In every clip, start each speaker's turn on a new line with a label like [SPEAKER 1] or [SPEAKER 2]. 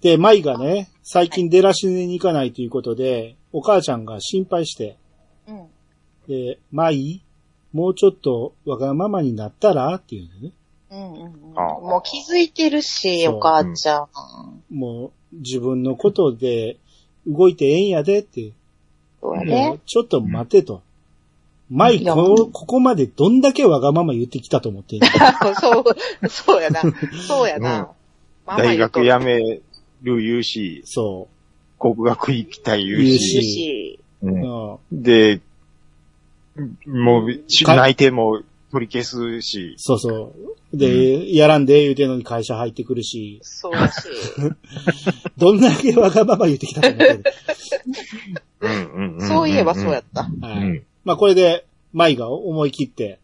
[SPEAKER 1] で、舞がね、最近デラシネに行かないということで、お母ちゃんが心配して、
[SPEAKER 2] うん。
[SPEAKER 1] で、舞、もうちょっとわがままになったらっていうんでね。
[SPEAKER 2] うんうんうん。
[SPEAKER 3] ああ
[SPEAKER 2] もう気づいてるし、
[SPEAKER 1] そう
[SPEAKER 2] お母ちゃん。
[SPEAKER 1] もう自分のことで動いてええんやでって、
[SPEAKER 2] そうや
[SPEAKER 1] も
[SPEAKER 2] ね
[SPEAKER 1] う。ちょっと待てと。舞、
[SPEAKER 2] いや
[SPEAKER 1] こ、ここまでどんだけわがまま言ってきたと思ってんの
[SPEAKER 2] そう、そうやな。そうやな。ママ
[SPEAKER 3] 大
[SPEAKER 2] 言うと
[SPEAKER 3] 学辞める言うし、
[SPEAKER 1] そ
[SPEAKER 3] 国学行きたい言う
[SPEAKER 1] 言
[SPEAKER 2] 言
[SPEAKER 1] う
[SPEAKER 2] う
[SPEAKER 3] し、
[SPEAKER 2] し。
[SPEAKER 1] う。
[SPEAKER 3] うん
[SPEAKER 1] うん
[SPEAKER 3] で、もう、し
[SPEAKER 1] か
[SPEAKER 3] 内定も取り消すし、
[SPEAKER 1] そうそう。で、やらんで言うてんのに会社入ってくるし、
[SPEAKER 2] そうやし。
[SPEAKER 1] どんだけわがまま言ってきたと思ってる。
[SPEAKER 3] うんうんんん
[SPEAKER 2] そういえばそうやった。
[SPEAKER 3] う
[SPEAKER 1] はい。
[SPEAKER 3] ん。
[SPEAKER 1] まあこれで、舞が思い切って、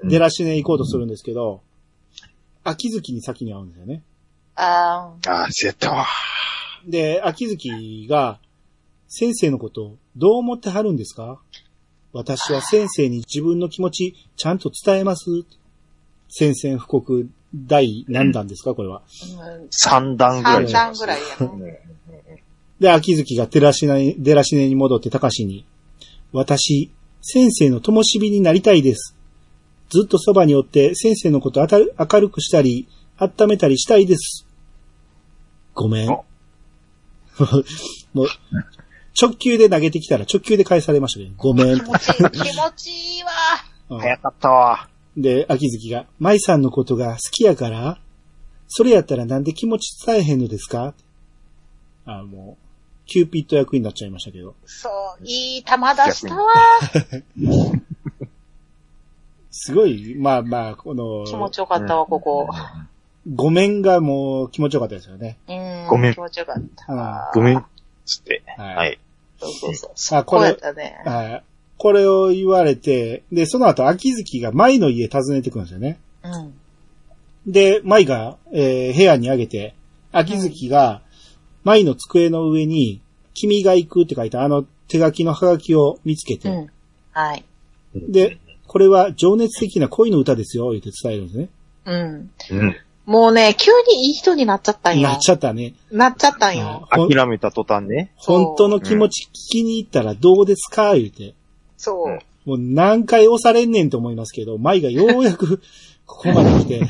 [SPEAKER 3] うん
[SPEAKER 1] デラシネ行こうとするんですけど、秋月に先に会うんですよね。
[SPEAKER 2] ああ、
[SPEAKER 3] ああ、そうやったわ。
[SPEAKER 1] で、秋月が、先生のこと、どう思ってはるんですか私は先生に自分の気持ち、ちゃんと伝えます。宣戦布告第何弾ですか、これは。
[SPEAKER 2] うん、
[SPEAKER 3] 三段ぐら
[SPEAKER 2] 3
[SPEAKER 3] いじゃな
[SPEAKER 2] 段
[SPEAKER 3] い
[SPEAKER 2] ぐ
[SPEAKER 3] です
[SPEAKER 2] ら
[SPEAKER 3] か。
[SPEAKER 2] いやな。
[SPEAKER 1] で、秋月がデラシネ、デラシネに戻って高志に、私、先生の灯火になりたいです。ずっとそばにおって先生のことあた明るくしたり、温めたりしたいです。ごめん。
[SPEAKER 3] お
[SPEAKER 1] もう、直球で投げてきたら直球で返されましたね。ごめん
[SPEAKER 2] 気。持ちいい、気持ちいいわ。
[SPEAKER 1] うん
[SPEAKER 3] 早かったわ。
[SPEAKER 1] で、秋月が、舞さんのことが好きやからそれやったらなんで気持ち伝えへんのですかあ、もう、キューピッド役になっちゃいましたけど。
[SPEAKER 2] そう、いい球出したわ。
[SPEAKER 1] すごい、まあまあ、この、
[SPEAKER 2] 気持ちよかったわ、ここ。
[SPEAKER 1] ごめんがもう気持ちよかったですよね。
[SPEAKER 2] うん。
[SPEAKER 3] ごめん
[SPEAKER 2] 気持ちよかった。
[SPEAKER 1] あ
[SPEAKER 3] ごめん、つって。
[SPEAKER 1] はい
[SPEAKER 3] はい。
[SPEAKER 2] そうそうそう。
[SPEAKER 1] あこ
[SPEAKER 2] こう
[SPEAKER 1] れ
[SPEAKER 2] やったね。
[SPEAKER 1] はい。これを言われて、で、その後、秋月が舞の家訪ねてくるんですよね。
[SPEAKER 2] うん。
[SPEAKER 1] で、舞が、えー部屋にあげて、秋月が、舞の机の上に、君が行くって書いたあの手書きのハガキを見つけ
[SPEAKER 2] う
[SPEAKER 1] て、
[SPEAKER 2] ん。はい。
[SPEAKER 1] で、これは情熱的な恋の歌ですよ、言って伝えるんですね。
[SPEAKER 2] うん。
[SPEAKER 3] うん。
[SPEAKER 2] もうね、急にいい人になっちゃったんよ。
[SPEAKER 1] なっちゃったね。
[SPEAKER 2] なっちゃったん
[SPEAKER 1] あ
[SPEAKER 2] よ。
[SPEAKER 1] ほん
[SPEAKER 3] 諦めた途端ね。。
[SPEAKER 2] そう
[SPEAKER 1] 本当の気持ち聞きに行ったらどうですか言うて。
[SPEAKER 2] そう
[SPEAKER 1] も
[SPEAKER 2] うん
[SPEAKER 1] う何回押されんねんと思いますけど、舞がようやく ここまで来 て、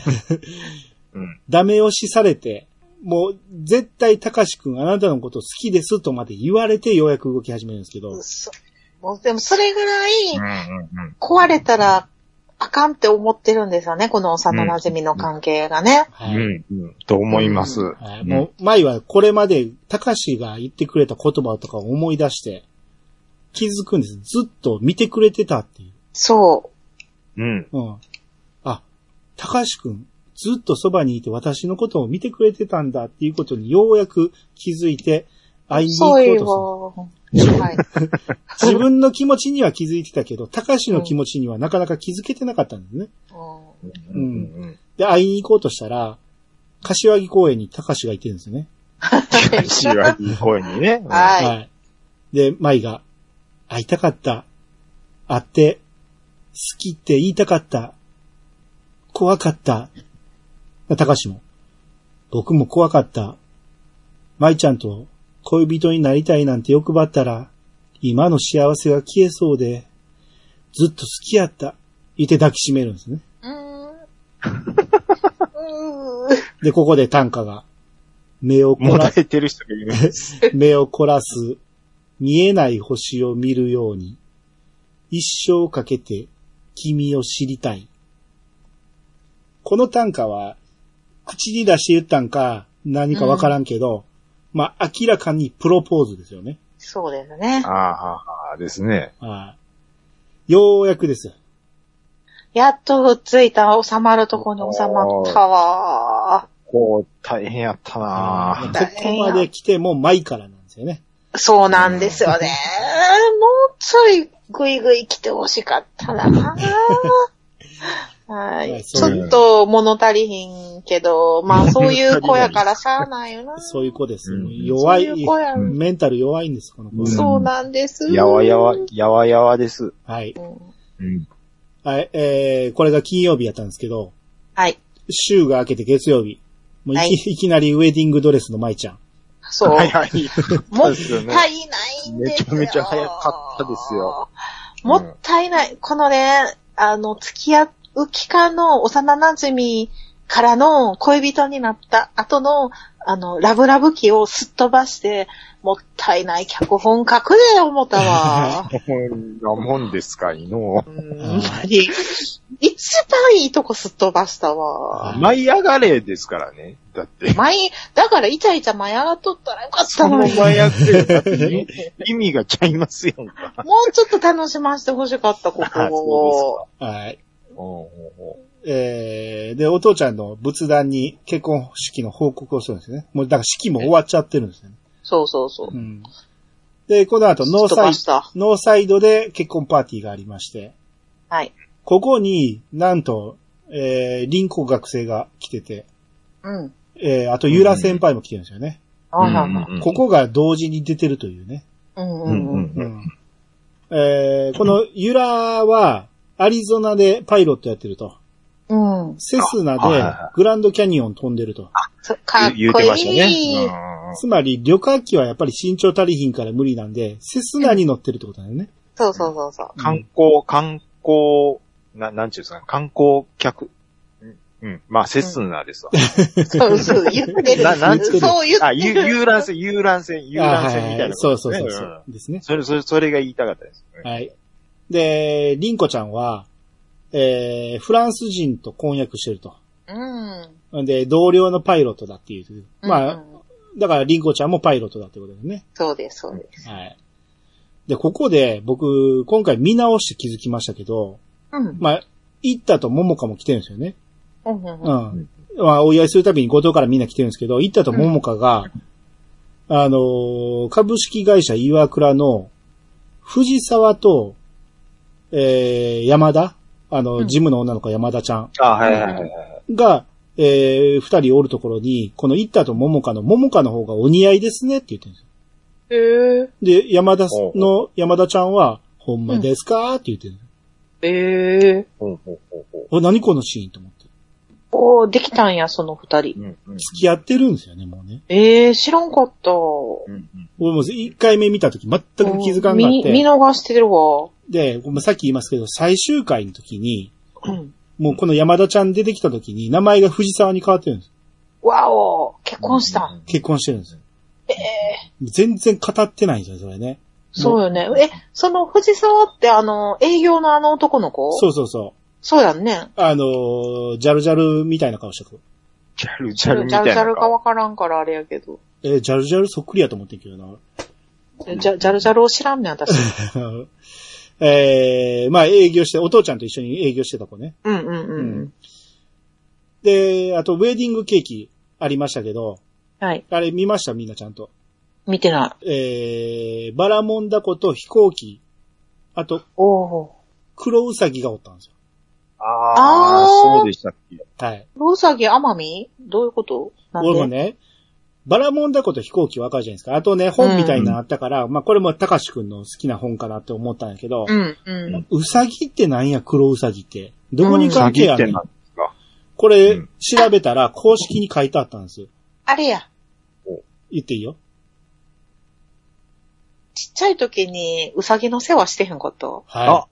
[SPEAKER 3] うん。
[SPEAKER 1] ダメ押しされて、もう絶対高志くんあなたのこと好きですとまで言われてようやく動き始めるんですけど、
[SPEAKER 2] そもうでもそれぐらい
[SPEAKER 3] うんうんうん。
[SPEAKER 2] 壊れたらあかんって思ってるんですよね、この幼馴染みの関係がね。
[SPEAKER 1] はい
[SPEAKER 3] うんうん。と思います。
[SPEAKER 1] はい
[SPEAKER 3] うん
[SPEAKER 1] もう舞はこれまで高志が言ってくれた言葉とかを思い出して、気づくんです。ずっと見てくれてたっていう。
[SPEAKER 2] そ。
[SPEAKER 3] うん。
[SPEAKER 1] うん。あ、高橋くん、ずっとそばにいて私のことを見てくれてたんだっていうことにようやく気づいて、会いうに
[SPEAKER 2] そういう
[SPEAKER 1] 行こ
[SPEAKER 2] わ。はい。
[SPEAKER 1] うとする。 自分の気持ちには気づいてたけど、高橋の気持ちにはなかなか気づけてなかったんですね。
[SPEAKER 2] う
[SPEAKER 3] うん うん。
[SPEAKER 1] で、会いに行こうとしたら、柏木公園に高橋がいてるんですよね。
[SPEAKER 3] しわいい声にね。
[SPEAKER 2] んはい。
[SPEAKER 1] い。で、舞が、会いたかった。会って、好きって言いたかった。怖かった。高橋も、僕も怖かった。舞ちゃんと恋人になりたいなんて欲張ったら、今の幸せが消えそうで、ずっと好きやった。言って抱きしめるんですね。
[SPEAKER 2] うーん。うーん。
[SPEAKER 1] で、ここで短歌が、目を
[SPEAKER 3] も
[SPEAKER 1] 凝ら
[SPEAKER 3] だえてる人がいる。
[SPEAKER 1] 目を凝らす、見えない星を見るように、一生かけて君を知りたい。この短歌は、口に出して言ったんか、何かわからんけど、まあ、明らかにプロポーズですよね。
[SPEAKER 2] そうですね
[SPEAKER 3] あ。ああ、ですね。
[SPEAKER 1] ああようやくですよ。
[SPEAKER 2] やっとくっついた、収まるとこに収まったわ。
[SPEAKER 3] こう、大変やったな
[SPEAKER 1] ここまで来ても前からなんですよね。
[SPEAKER 2] そうなんですよね。もうちょいぐいぐい来てほしかったな。は
[SPEAKER 1] はい
[SPEAKER 2] い。ち
[SPEAKER 1] そう
[SPEAKER 3] いう
[SPEAKER 2] ょっと物足りひんけど、まあそういう子やからしゃあないよな。
[SPEAKER 1] そういう子ですよ。
[SPEAKER 3] うん
[SPEAKER 1] 弱い
[SPEAKER 2] そういう子やん
[SPEAKER 1] メンタル弱いんです、この子は。
[SPEAKER 3] ん
[SPEAKER 2] そうなんです。
[SPEAKER 3] やわやわ、やわやわです。
[SPEAKER 1] はい。
[SPEAKER 2] うん
[SPEAKER 3] うん。
[SPEAKER 1] はい、えー、これが金曜日やったんですけど、
[SPEAKER 2] はい。
[SPEAKER 1] 週が明けて月曜日。もういき,、
[SPEAKER 2] はい
[SPEAKER 1] いきなりウェディングドレスの舞ちゃん。
[SPEAKER 2] そう。
[SPEAKER 3] 早い。
[SPEAKER 2] も
[SPEAKER 3] そう
[SPEAKER 2] っ
[SPEAKER 3] ですよね
[SPEAKER 2] たいないんですよ。
[SPEAKER 3] めちゃめちゃ早かったですよ。
[SPEAKER 2] もったいない。このね、あの、付き合う期間の幼馴染からの恋人になった後の、あの、ラブラブ期をすっ飛ばして、もったいない脚本書くで、思ったわ。
[SPEAKER 3] なもんですかいの
[SPEAKER 2] う。んほんまに一番いいとこすっ飛ばしたわ。
[SPEAKER 3] 舞い上がれですからね。だって。
[SPEAKER 2] 前、だからイチャイチャ舞い上がっとったらよかった
[SPEAKER 3] そ
[SPEAKER 2] の
[SPEAKER 3] の舞
[SPEAKER 2] に。
[SPEAKER 3] い上がれだって意味がちゃいますよ。
[SPEAKER 2] もうちょっと楽しませてほしかった、こ
[SPEAKER 3] あ
[SPEAKER 2] こを。
[SPEAKER 1] はい。
[SPEAKER 3] お
[SPEAKER 1] えー、で、お父ちゃんの仏壇に結婚式の報告をするんですね。もう、だから式も終わっちゃってるんですね。
[SPEAKER 2] そうそうそう。
[SPEAKER 1] うん。で、この後、ノー
[SPEAKER 2] すっ飛
[SPEAKER 1] サイ
[SPEAKER 2] ばした。
[SPEAKER 1] ノーサイドで結婚パーティーがありまして、
[SPEAKER 2] はい。
[SPEAKER 1] ここになんと、えー、林子学生が来てて、
[SPEAKER 2] うん。
[SPEAKER 1] えー、あと、ゆら先輩も来てるんですよね。
[SPEAKER 2] あはは。
[SPEAKER 1] ここが同時に出てるというね。
[SPEAKER 2] うん
[SPEAKER 3] う
[SPEAKER 2] うんん
[SPEAKER 3] う
[SPEAKER 2] うん。
[SPEAKER 3] んうん。
[SPEAKER 1] えー、このゆらは、アリゾナでパイロットやってると。
[SPEAKER 2] うん。
[SPEAKER 1] セスナ
[SPEAKER 3] あはい
[SPEAKER 1] で
[SPEAKER 3] はいはい
[SPEAKER 1] グランドキャニオン飛んでると。
[SPEAKER 2] そかっこいい。
[SPEAKER 3] 言うてましたね。
[SPEAKER 1] つまり、旅客機はやっぱり身長足りひんから無理なんで、セスナに乗ってるってことだよね。
[SPEAKER 2] そうそうそうそう。
[SPEAKER 3] うん観光、観光、な、なんちゅうんですか、観光客。うんうん。まあ、セスナですわ。
[SPEAKER 2] そうそう、言ってる。
[SPEAKER 3] ななんつ
[SPEAKER 1] うの
[SPEAKER 2] そう言
[SPEAKER 3] あ、
[SPEAKER 2] って
[SPEAKER 3] ゆ
[SPEAKER 2] る。
[SPEAKER 3] 遊覧船、遊覧船、遊覧船みたいな、
[SPEAKER 1] そうそうそうそう。ですね。
[SPEAKER 3] それ、それ、それが言いたかったです。
[SPEAKER 1] はい。で、リンコちゃんは、えー、フランス人と婚約してると。
[SPEAKER 2] うん。
[SPEAKER 1] んで、同僚のパイロットだっていう。まあ、
[SPEAKER 2] うんうん、
[SPEAKER 1] だからリンコちゃんもパイロットだってことですね。
[SPEAKER 2] そうです、そうです。
[SPEAKER 1] はい。で、ここで僕、今回見直して気づきましたけど、
[SPEAKER 2] うん。うん
[SPEAKER 1] まあ、イッタとモモカも来てるんですよね。
[SPEAKER 2] うん
[SPEAKER 1] う
[SPEAKER 2] うん。
[SPEAKER 1] ん。まあ、お祝いするたびに後藤からみんな来てるんですけど、イッタとモモカが、あのー株式会社岩倉の藤沢と、えー、山田あの、
[SPEAKER 2] うん
[SPEAKER 1] ジムの女の子山田ちゃん
[SPEAKER 3] あ、はいはいはい。
[SPEAKER 1] が、えー、二人おるところに、このイッタとモモカの、モモカの方がお似合いですねって言ってるんですよ
[SPEAKER 2] へえ。
[SPEAKER 1] で、山田
[SPEAKER 3] おう
[SPEAKER 1] の、山田ちゃんは、ほんまですか、って言ってる。
[SPEAKER 2] へえ。
[SPEAKER 3] ほうほうほうほ
[SPEAKER 1] お、何このシーンと思って。
[SPEAKER 2] おー、できたんや、その二
[SPEAKER 3] う。
[SPEAKER 2] 人。
[SPEAKER 3] うんうん
[SPEAKER 1] 付き合ってるんですよね、もうね。
[SPEAKER 2] ええ、知らんかった。
[SPEAKER 3] うんうん
[SPEAKER 1] 俺も一回目見たとき全く気づかんかっ
[SPEAKER 2] 見見
[SPEAKER 1] て。
[SPEAKER 2] 逃してるわ。
[SPEAKER 1] で、もうさっき言いますけど、最終回の時に、
[SPEAKER 2] うん。
[SPEAKER 1] もうこの山田ちゃん出てきた時に、名前が藤沢に変わってるんです。
[SPEAKER 2] わお結婚した。
[SPEAKER 1] 結婚してるんですよ。
[SPEAKER 2] ええ。
[SPEAKER 1] 全然語ってないんですよ、それね。
[SPEAKER 2] そうよね。え、その藤沢ってあの、営業のあの男の子
[SPEAKER 1] そうそうそ
[SPEAKER 2] そうやんね。
[SPEAKER 1] う。あのー、ジャルジャルみたいな顔してくる。
[SPEAKER 3] ジャルジ
[SPEAKER 2] ジ
[SPEAKER 3] ャルみたいな。
[SPEAKER 2] ャルかわからんからあれやけど。
[SPEAKER 1] えージャルジャルそっくりやと思ってんけどな。
[SPEAKER 2] じゃ、ジャルジャルを知らんねん、私。
[SPEAKER 1] えー、まあ営業して、お父ちゃんと一緒に営業してた子ね。
[SPEAKER 2] うんうんうん。
[SPEAKER 1] で、あと、ウェディングケーキありましたけど、
[SPEAKER 2] はい。
[SPEAKER 1] あれ見ましたみんなちゃんと。
[SPEAKER 2] 見てない。
[SPEAKER 1] えー、バラモンダコと飛行機、あと、
[SPEAKER 2] おお。
[SPEAKER 1] 黒ウサギがおったんですよ。
[SPEAKER 3] あ
[SPEAKER 2] あ
[SPEAKER 3] あ、
[SPEAKER 2] ー
[SPEAKER 3] そうでしたっけ。
[SPEAKER 1] はい。
[SPEAKER 2] ロウサギ、アマミどういうことなんで
[SPEAKER 1] 俺もね、バラモンダコと飛行機わかるじゃないですか。あとね、本みたいなのあったから、まあこれも高志くんの好きな本かなって思ったんやけど、
[SPEAKER 2] うんうん。
[SPEAKER 1] ウサギってなんや、黒ウサギって。どこに
[SPEAKER 2] う
[SPEAKER 1] 関係あ
[SPEAKER 3] って
[SPEAKER 1] る
[SPEAKER 3] な
[SPEAKER 1] の
[SPEAKER 3] んですか。
[SPEAKER 1] これ、
[SPEAKER 3] うん
[SPEAKER 1] 調べたら公式に書いてあったんですよ。
[SPEAKER 2] あれや、
[SPEAKER 1] 言っていいよ。
[SPEAKER 2] ちっちゃい時にウサギの世話してへんこと。
[SPEAKER 1] は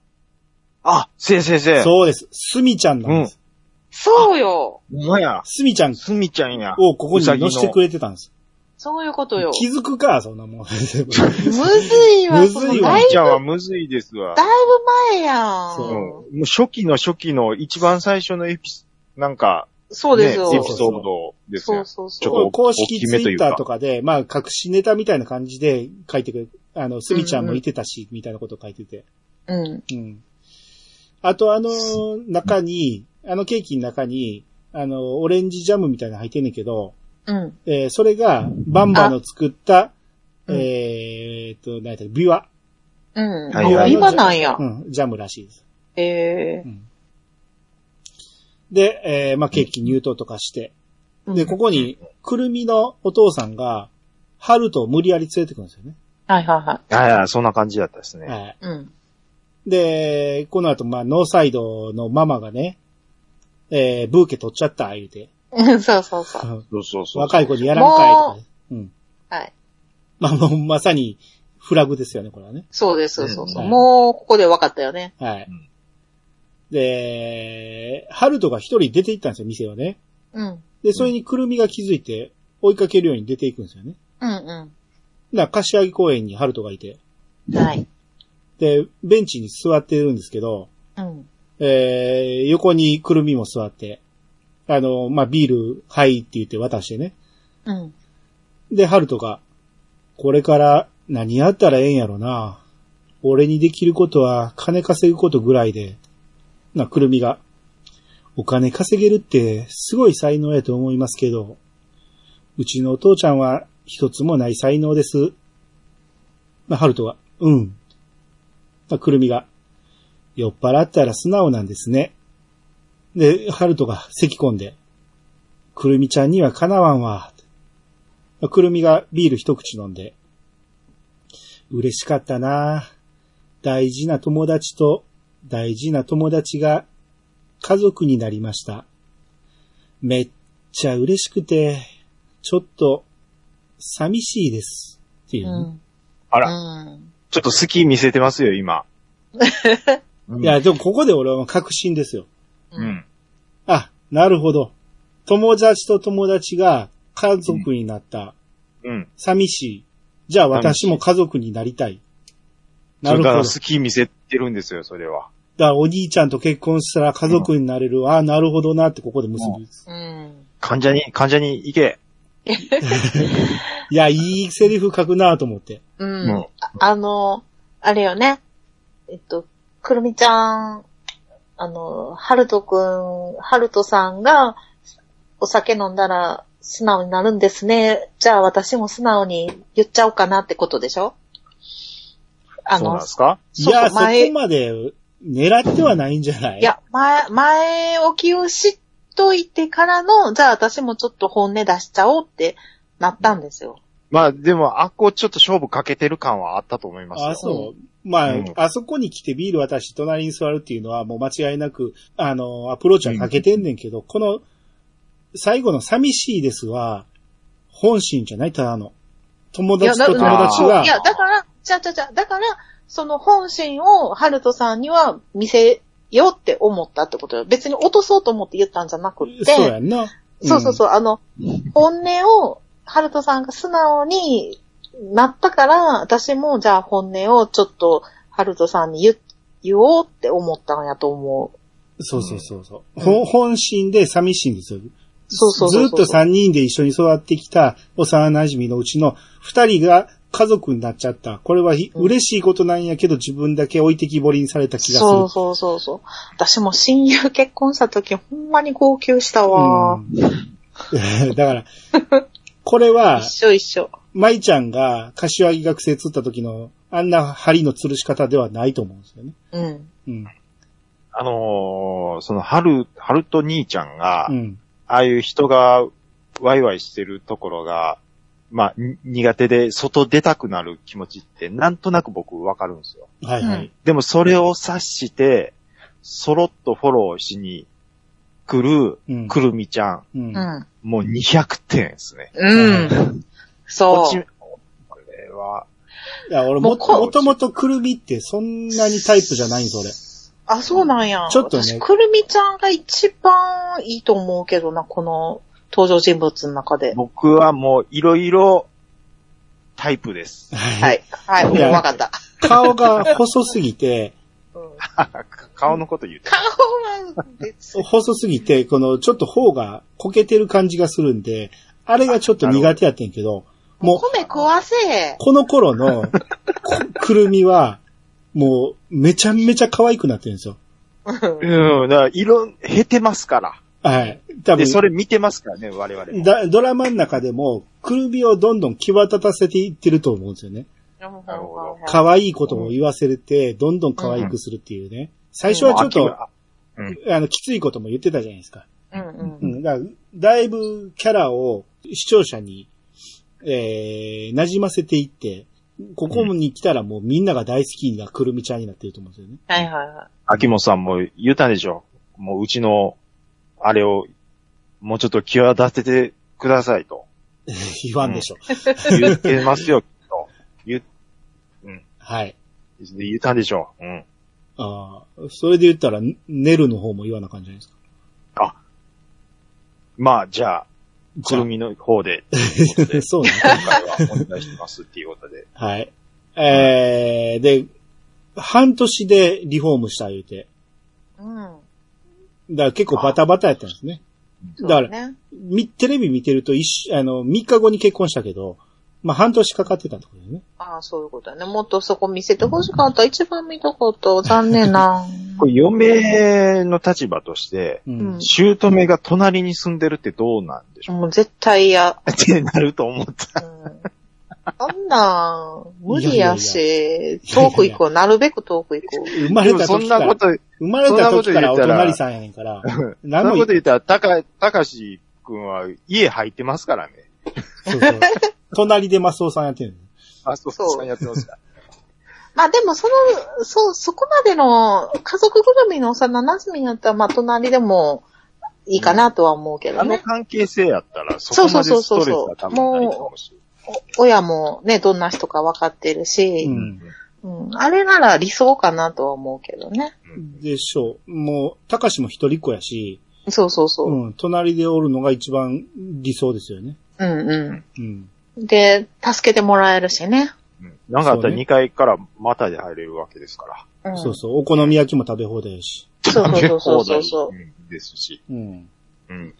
[SPEAKER 3] あ、せいせい
[SPEAKER 1] い。
[SPEAKER 3] せい。う。
[SPEAKER 1] そうです。スミちゃんなんです。
[SPEAKER 2] そうよ。
[SPEAKER 3] ほんまや。
[SPEAKER 1] スミちゃん
[SPEAKER 3] すみちゃんや。
[SPEAKER 1] をここに載せてくれてたんです。
[SPEAKER 2] そういうことよ。
[SPEAKER 1] 気づくか、そんなもん。
[SPEAKER 2] むずいわ、
[SPEAKER 1] むずいわ
[SPEAKER 2] そのだ
[SPEAKER 3] す
[SPEAKER 2] い
[SPEAKER 3] みちゃんはむずいですわ。
[SPEAKER 2] だいぶ前や
[SPEAKER 1] そ
[SPEAKER 3] うん。も
[SPEAKER 2] ん。
[SPEAKER 3] う初期の初期の一番最初のエピソなんか、
[SPEAKER 2] そうですよ
[SPEAKER 3] ねエ。ピソードです
[SPEAKER 2] そ
[SPEAKER 3] よ
[SPEAKER 2] う。そう
[SPEAKER 3] ち
[SPEAKER 2] そ
[SPEAKER 3] ょっと
[SPEAKER 2] う。
[SPEAKER 1] こう公式ツイッターとかで、まあ、隠しネタみたいな感じで書いてくれる。あの、スミちゃんもいてたし、みたいなこと書いてて。
[SPEAKER 2] うん。
[SPEAKER 1] うん。あと、あのー、中に、あのケーキの中に、あのー、オレンジジャムみたいなの入ってんねんけど、
[SPEAKER 2] うん。
[SPEAKER 1] えーそれが、バンバの作った、
[SPEAKER 2] うん
[SPEAKER 1] えーっと、何やったっけビワ。
[SPEAKER 2] うん。
[SPEAKER 3] はいはい
[SPEAKER 2] 今なんや
[SPEAKER 1] う。ん、ジャムらしいです。
[SPEAKER 2] ええ
[SPEAKER 1] う。んで、えーまあ、ケーキ入刀とかして、で、ここに、くるみのお父さんが、春と無理やり連れてくるんですよね。
[SPEAKER 2] はいはいは。
[SPEAKER 3] あいや、そんな感じだったですね。
[SPEAKER 1] はい
[SPEAKER 2] うん。
[SPEAKER 1] い。で、この後、まあ、ノーサイドのママがね、えー、ブーケ取っちゃった、言うて。
[SPEAKER 2] うんそうそうそう。
[SPEAKER 3] そうそうそう。
[SPEAKER 1] 若い子にやらんかいとかね。うん。
[SPEAKER 2] はい。
[SPEAKER 1] まあもうまさにフラグですよね、これはね。
[SPEAKER 2] そうです、そうそう。
[SPEAKER 1] うん
[SPEAKER 2] もう、ここで分かったよね。
[SPEAKER 1] はい。
[SPEAKER 3] うん
[SPEAKER 1] で、ハルトが一人出て行ったんですよ、店はね。
[SPEAKER 2] うん。
[SPEAKER 1] で、それにくるみが気づいて、追いかけるように出ていくんですよね。
[SPEAKER 2] うん、
[SPEAKER 1] な、柏木公園にハルトがいて。
[SPEAKER 2] うん。はい。
[SPEAKER 1] で、ベンチに座ってるんですけど、
[SPEAKER 2] うん。
[SPEAKER 1] えー、横にくるみも座って、あの、まあ、ビール、はいって言って渡してね。
[SPEAKER 2] うん。
[SPEAKER 1] で、ハルトが、これから何やったらええんやろな。俺にできることは金稼ぐことぐらいで。な、くるみが。お金稼げるってすごい才能やと思いますけど、うちのお父ちゃんは一つもない才能です。まあ、ハルトが、うん。まあ、くるみが、酔っ払ったら素直なんですね。で、ハルトが咳込んで、くるみちゃんにはかなわんわ。くるみがビール一口飲んで、嬉しかったな大事な友達と大事な友達が家族になりました。めっちゃ嬉しくて、ちょっと寂しいです。っていううね、
[SPEAKER 2] ん。
[SPEAKER 3] あら、
[SPEAKER 2] うん。
[SPEAKER 3] ちょっと好き見せてますよ、今。うん
[SPEAKER 1] いや、でもここで俺は確信ですよ。
[SPEAKER 3] う。ん。
[SPEAKER 1] あ、なるほど。友達と友達が家族になった。
[SPEAKER 3] うん。
[SPEAKER 1] 寂しい。じゃあ私も家族になりたい。なるほ
[SPEAKER 3] だか
[SPEAKER 1] ど。
[SPEAKER 3] ら好き見せてるんですよ、それは。
[SPEAKER 1] だからお兄ちゃんと結婚したら家族になれる。ああ、なるほどなってここで結ぶ。
[SPEAKER 2] うん。
[SPEAKER 3] 患者に、患者に行け。
[SPEAKER 1] いや、いいセリフ書くなと思って。
[SPEAKER 2] うん。
[SPEAKER 3] も
[SPEAKER 2] あの、あれよね。えっと、くるみちゃん、あの、はるとくん、はるとさんが、お酒飲んだら素直になるんですね。じゃあ私も素直に言っちゃおうかなってことでしょあ
[SPEAKER 3] う、そうなん
[SPEAKER 2] の、
[SPEAKER 3] ですか
[SPEAKER 1] い
[SPEAKER 2] そう
[SPEAKER 1] や、そこ
[SPEAKER 2] 前
[SPEAKER 1] まで狙ってはないんじゃない
[SPEAKER 2] いや、前、前置きを知っといてからの、じゃあ私もちょっと本音出しちゃおうってなったんですよ。
[SPEAKER 3] まあ、でも、あっこちょっと勝負かけてる感はあったと思いますよ。
[SPEAKER 1] あ、そう。まあ、
[SPEAKER 3] うん
[SPEAKER 1] あそこに来てビール渡し隣に座るっていうのはもう間違いなく、あの、アプローチはかけてんねんけど、この、最後の寂しいですは、本心じゃないただの。友
[SPEAKER 2] いや
[SPEAKER 1] 達
[SPEAKER 2] だ
[SPEAKER 1] と友達
[SPEAKER 2] そう
[SPEAKER 1] が
[SPEAKER 2] い、や、だから、ちゃちゃちゃ、だから、その本心をハルトさんには見せようって思ったってことよ。別に落とそうと思って言ったんじゃなくって、
[SPEAKER 1] そうやんな。
[SPEAKER 2] そうそうそう、あの、本音を、ハルトさんが素直になったから、私もじゃあ本音をちょっと、ハルトさんに言言おうって思ったんやと思う。
[SPEAKER 1] そうそうそうそう、
[SPEAKER 2] うん
[SPEAKER 1] ほ本心で寂しいんですよ。
[SPEAKER 2] そうそうそうそう
[SPEAKER 1] ずっと三人で一緒に育ってきた幼馴染のうちの二人が家族になっちゃった。これはひ、
[SPEAKER 2] うん
[SPEAKER 1] 嬉しいことなんやけど自分だけ置いてきぼりにされた気がする。
[SPEAKER 2] そうそうそうそう。私も親友結婚した時、ほんまに号泣したわ。
[SPEAKER 1] うん だから、これは、
[SPEAKER 2] 一緒一緒。
[SPEAKER 1] 舞ちゃんが柏木学生釣った時のあんな針の吊るし方ではないと思うんですよね。
[SPEAKER 2] うん。
[SPEAKER 1] うん。
[SPEAKER 3] あのーその、春、春と兄ちゃんが、
[SPEAKER 1] うん。
[SPEAKER 3] ああいう人がワイワイしてるところが、まあ、に苦手で外出たくなる気持ちってなんとなく僕わかるんですよ。
[SPEAKER 1] はいはい。
[SPEAKER 3] でもそれを察して、そろっとフォローしに来る
[SPEAKER 1] うん。
[SPEAKER 3] くるみちゃん、
[SPEAKER 1] うん
[SPEAKER 2] う。ん。
[SPEAKER 3] もう200点ですね。
[SPEAKER 2] うん。そ
[SPEAKER 3] 落ち
[SPEAKER 2] う。
[SPEAKER 3] これは、
[SPEAKER 1] いや、俺も、
[SPEAKER 2] もうこ
[SPEAKER 1] もともとくるみってそんなにタイプじゃないん です、俺。
[SPEAKER 2] あ、そうなんや。
[SPEAKER 1] ちょっとね
[SPEAKER 2] 私くるみちゃんが一番いいと思うけどな、この登場人物の中で。
[SPEAKER 3] 僕はもういろいろタイプ です。
[SPEAKER 1] は
[SPEAKER 2] は。い。はい、
[SPEAKER 1] いや
[SPEAKER 2] わかった。
[SPEAKER 1] 顔が細すぎて、
[SPEAKER 2] うん
[SPEAKER 3] 顔のこと言うて。
[SPEAKER 2] 顔は別に、
[SPEAKER 1] 細すぎて、このちょっと頬がこけてる感じがするんで、あれがちょっと苦手やってんけど、 もう、
[SPEAKER 2] 米食 わせ。
[SPEAKER 1] この頃のこくるみは、もう、めちゃめちゃ可愛くなってるんですよ。
[SPEAKER 2] うん
[SPEAKER 3] うん、だから色、減ってますか
[SPEAKER 1] はい。多
[SPEAKER 3] ら。で、
[SPEAKER 1] 分、
[SPEAKER 3] それ見てますからね、我々も。
[SPEAKER 1] だドラマの中でも、くるみをどんどん際立たせていってると思うんですよね。
[SPEAKER 3] るほ
[SPEAKER 2] は
[SPEAKER 1] 可愛いことも言わせて、どんどん可愛くするっていうね。最初はちょっ
[SPEAKER 3] もう
[SPEAKER 1] と、
[SPEAKER 3] 秋
[SPEAKER 1] あの、きついことも言ってたじゃないですか。
[SPEAKER 2] いうんうん
[SPEAKER 1] うん、だからだいぶキャラを視聴者に、えー、馴染ませていって、ここに来たらもうみんなが大好きなくるみちゃんになってると思うんですよね。
[SPEAKER 2] はいはいはい。
[SPEAKER 3] 秋元さんも言ったんでしょ。もううちの、あれを、も うちょっと際立ててくださいと。
[SPEAKER 1] 言わんでしょ。
[SPEAKER 3] 言ってますよ、きっと言っ
[SPEAKER 1] はい。
[SPEAKER 3] 言ったんでしょう。うん。
[SPEAKER 1] ああ、それで言ったら、ネルの方も言わな感じじゃないですか。
[SPEAKER 3] まあ、じゃあ、くるみの方 で、ということで
[SPEAKER 1] そうね。
[SPEAKER 3] 今回はお願いしますっていうことで。
[SPEAKER 1] はい。えー、で、半年でリフォームした言うて。
[SPEAKER 2] うん。
[SPEAKER 1] だから結構バタバタやったんですね。
[SPEAKER 2] そう
[SPEAKER 1] だか
[SPEAKER 2] ね。
[SPEAKER 1] み、テレビ見てると一緒、あの、3日後に結婚したけど、まあ、半年かかってたところですね。
[SPEAKER 2] ああ、そういうことだね。もっとそこ見せて欲しかった。一番見たかった。残念な。
[SPEAKER 3] これ、嫁の立場として、
[SPEAKER 1] う
[SPEAKER 2] うん
[SPEAKER 3] 姑が隣に住んでるってどうなんでしょう
[SPEAKER 2] もう絶対 嫌。
[SPEAKER 3] ってなると思った。
[SPEAKER 2] うん。あんなん、無理やし、
[SPEAKER 1] い
[SPEAKER 2] 遠く行こう。なるべく遠く行こ
[SPEAKER 1] 生ま
[SPEAKER 3] で
[SPEAKER 1] れ
[SPEAKER 3] も
[SPEAKER 1] た
[SPEAKER 3] そ
[SPEAKER 1] 時
[SPEAKER 3] ん
[SPEAKER 1] か
[SPEAKER 3] なこ
[SPEAKER 1] ら、
[SPEAKER 3] と、そ
[SPEAKER 1] 生まれた時からお
[SPEAKER 3] そんなこと
[SPEAKER 1] 隣
[SPEAKER 3] 言ったら
[SPEAKER 1] さんやねん から、
[SPEAKER 3] んな
[SPEAKER 1] 何
[SPEAKER 3] こ
[SPEAKER 1] も
[SPEAKER 3] と言ったら、たか、たかしくんは家入ってますからね。
[SPEAKER 1] そう そう隣でマスオさんやってるの。
[SPEAKER 3] あ、そう、
[SPEAKER 2] そう
[SPEAKER 3] そうやってますから。
[SPEAKER 2] う。まあでも、その、そう、そこまでの家族ぐるみの幼馴染みだったら、まあ隣でもいいかなとは思うけど
[SPEAKER 3] あの
[SPEAKER 2] ね。
[SPEAKER 3] 関係性やったら、そこまでストレスは多分ないかもしれない。
[SPEAKER 2] 親もね、どんな人か分かってる
[SPEAKER 1] う
[SPEAKER 2] し、
[SPEAKER 1] ん。
[SPEAKER 2] うんあれなら理想かなとは思うけどね。
[SPEAKER 1] でしょう。もう、たかしも一人っ子やし、
[SPEAKER 2] そうそうそう。
[SPEAKER 1] うん、隣でおるのが一番理想ですよね。
[SPEAKER 2] うんう
[SPEAKER 1] うん。
[SPEAKER 2] ん。で、助けてもらえるしね。
[SPEAKER 3] うんなんかあった
[SPEAKER 1] そう
[SPEAKER 3] ら
[SPEAKER 1] ね
[SPEAKER 3] 2階からまたで入れるわけですから。
[SPEAKER 2] ん
[SPEAKER 1] そうそう。お好み焼きも食べ放題やし。
[SPEAKER 2] そうそうそう
[SPEAKER 3] 食べ
[SPEAKER 2] そ
[SPEAKER 3] 放
[SPEAKER 2] うそう
[SPEAKER 3] 題うんですし。
[SPEAKER 1] うん。
[SPEAKER 3] うん。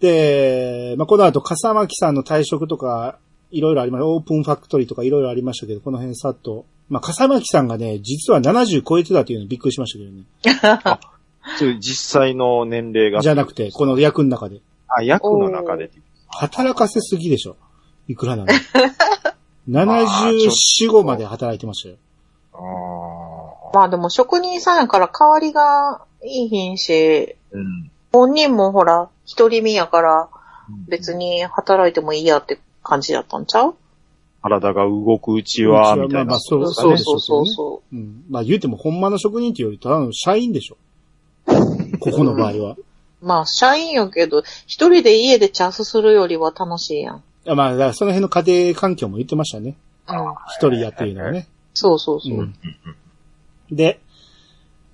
[SPEAKER 1] で、まあ、この後、笠巻さんの退職とか、いろいろありました。オープンファクトリーとかいろいろありましたけど、この辺さっと。まあ、笠巻さんがね、実は70超えてたというのびっくりしましたけどね。
[SPEAKER 3] そういう実際の年齢が。
[SPEAKER 1] じゃなくて、この役の中で。
[SPEAKER 3] あ、役の中で。
[SPEAKER 1] 働かせすぎでしょ。いくらなの。74、
[SPEAKER 3] ちょっと
[SPEAKER 1] 5まで働いてましたよ。
[SPEAKER 3] ああ。
[SPEAKER 2] まあでも職人さんやから代わりがいいひんし、
[SPEAKER 3] うん。
[SPEAKER 2] 本人もほら、一人身やから別
[SPEAKER 3] に。
[SPEAKER 2] に働いてもいいやって感じだったんちゃう
[SPEAKER 3] 体が動くうちは、みたい
[SPEAKER 1] まあまあ
[SPEAKER 3] な。
[SPEAKER 1] そう
[SPEAKER 2] そ
[SPEAKER 1] そううでしょ
[SPEAKER 2] そうう
[SPEAKER 1] けどね
[SPEAKER 2] そうそ
[SPEAKER 1] うん。まあ、言うても、ほんまの職人っていうより、ただの社員でしょ。ここの場合は。
[SPEAKER 2] う。まあ社員やけど、一人で家でチャスするよりは楽しいやん。
[SPEAKER 1] あまあ、だからその辺の家庭環境も言ってましたね。
[SPEAKER 2] うん。
[SPEAKER 1] 一人やってるのはね。
[SPEAKER 2] そうそうそう。
[SPEAKER 1] うんで、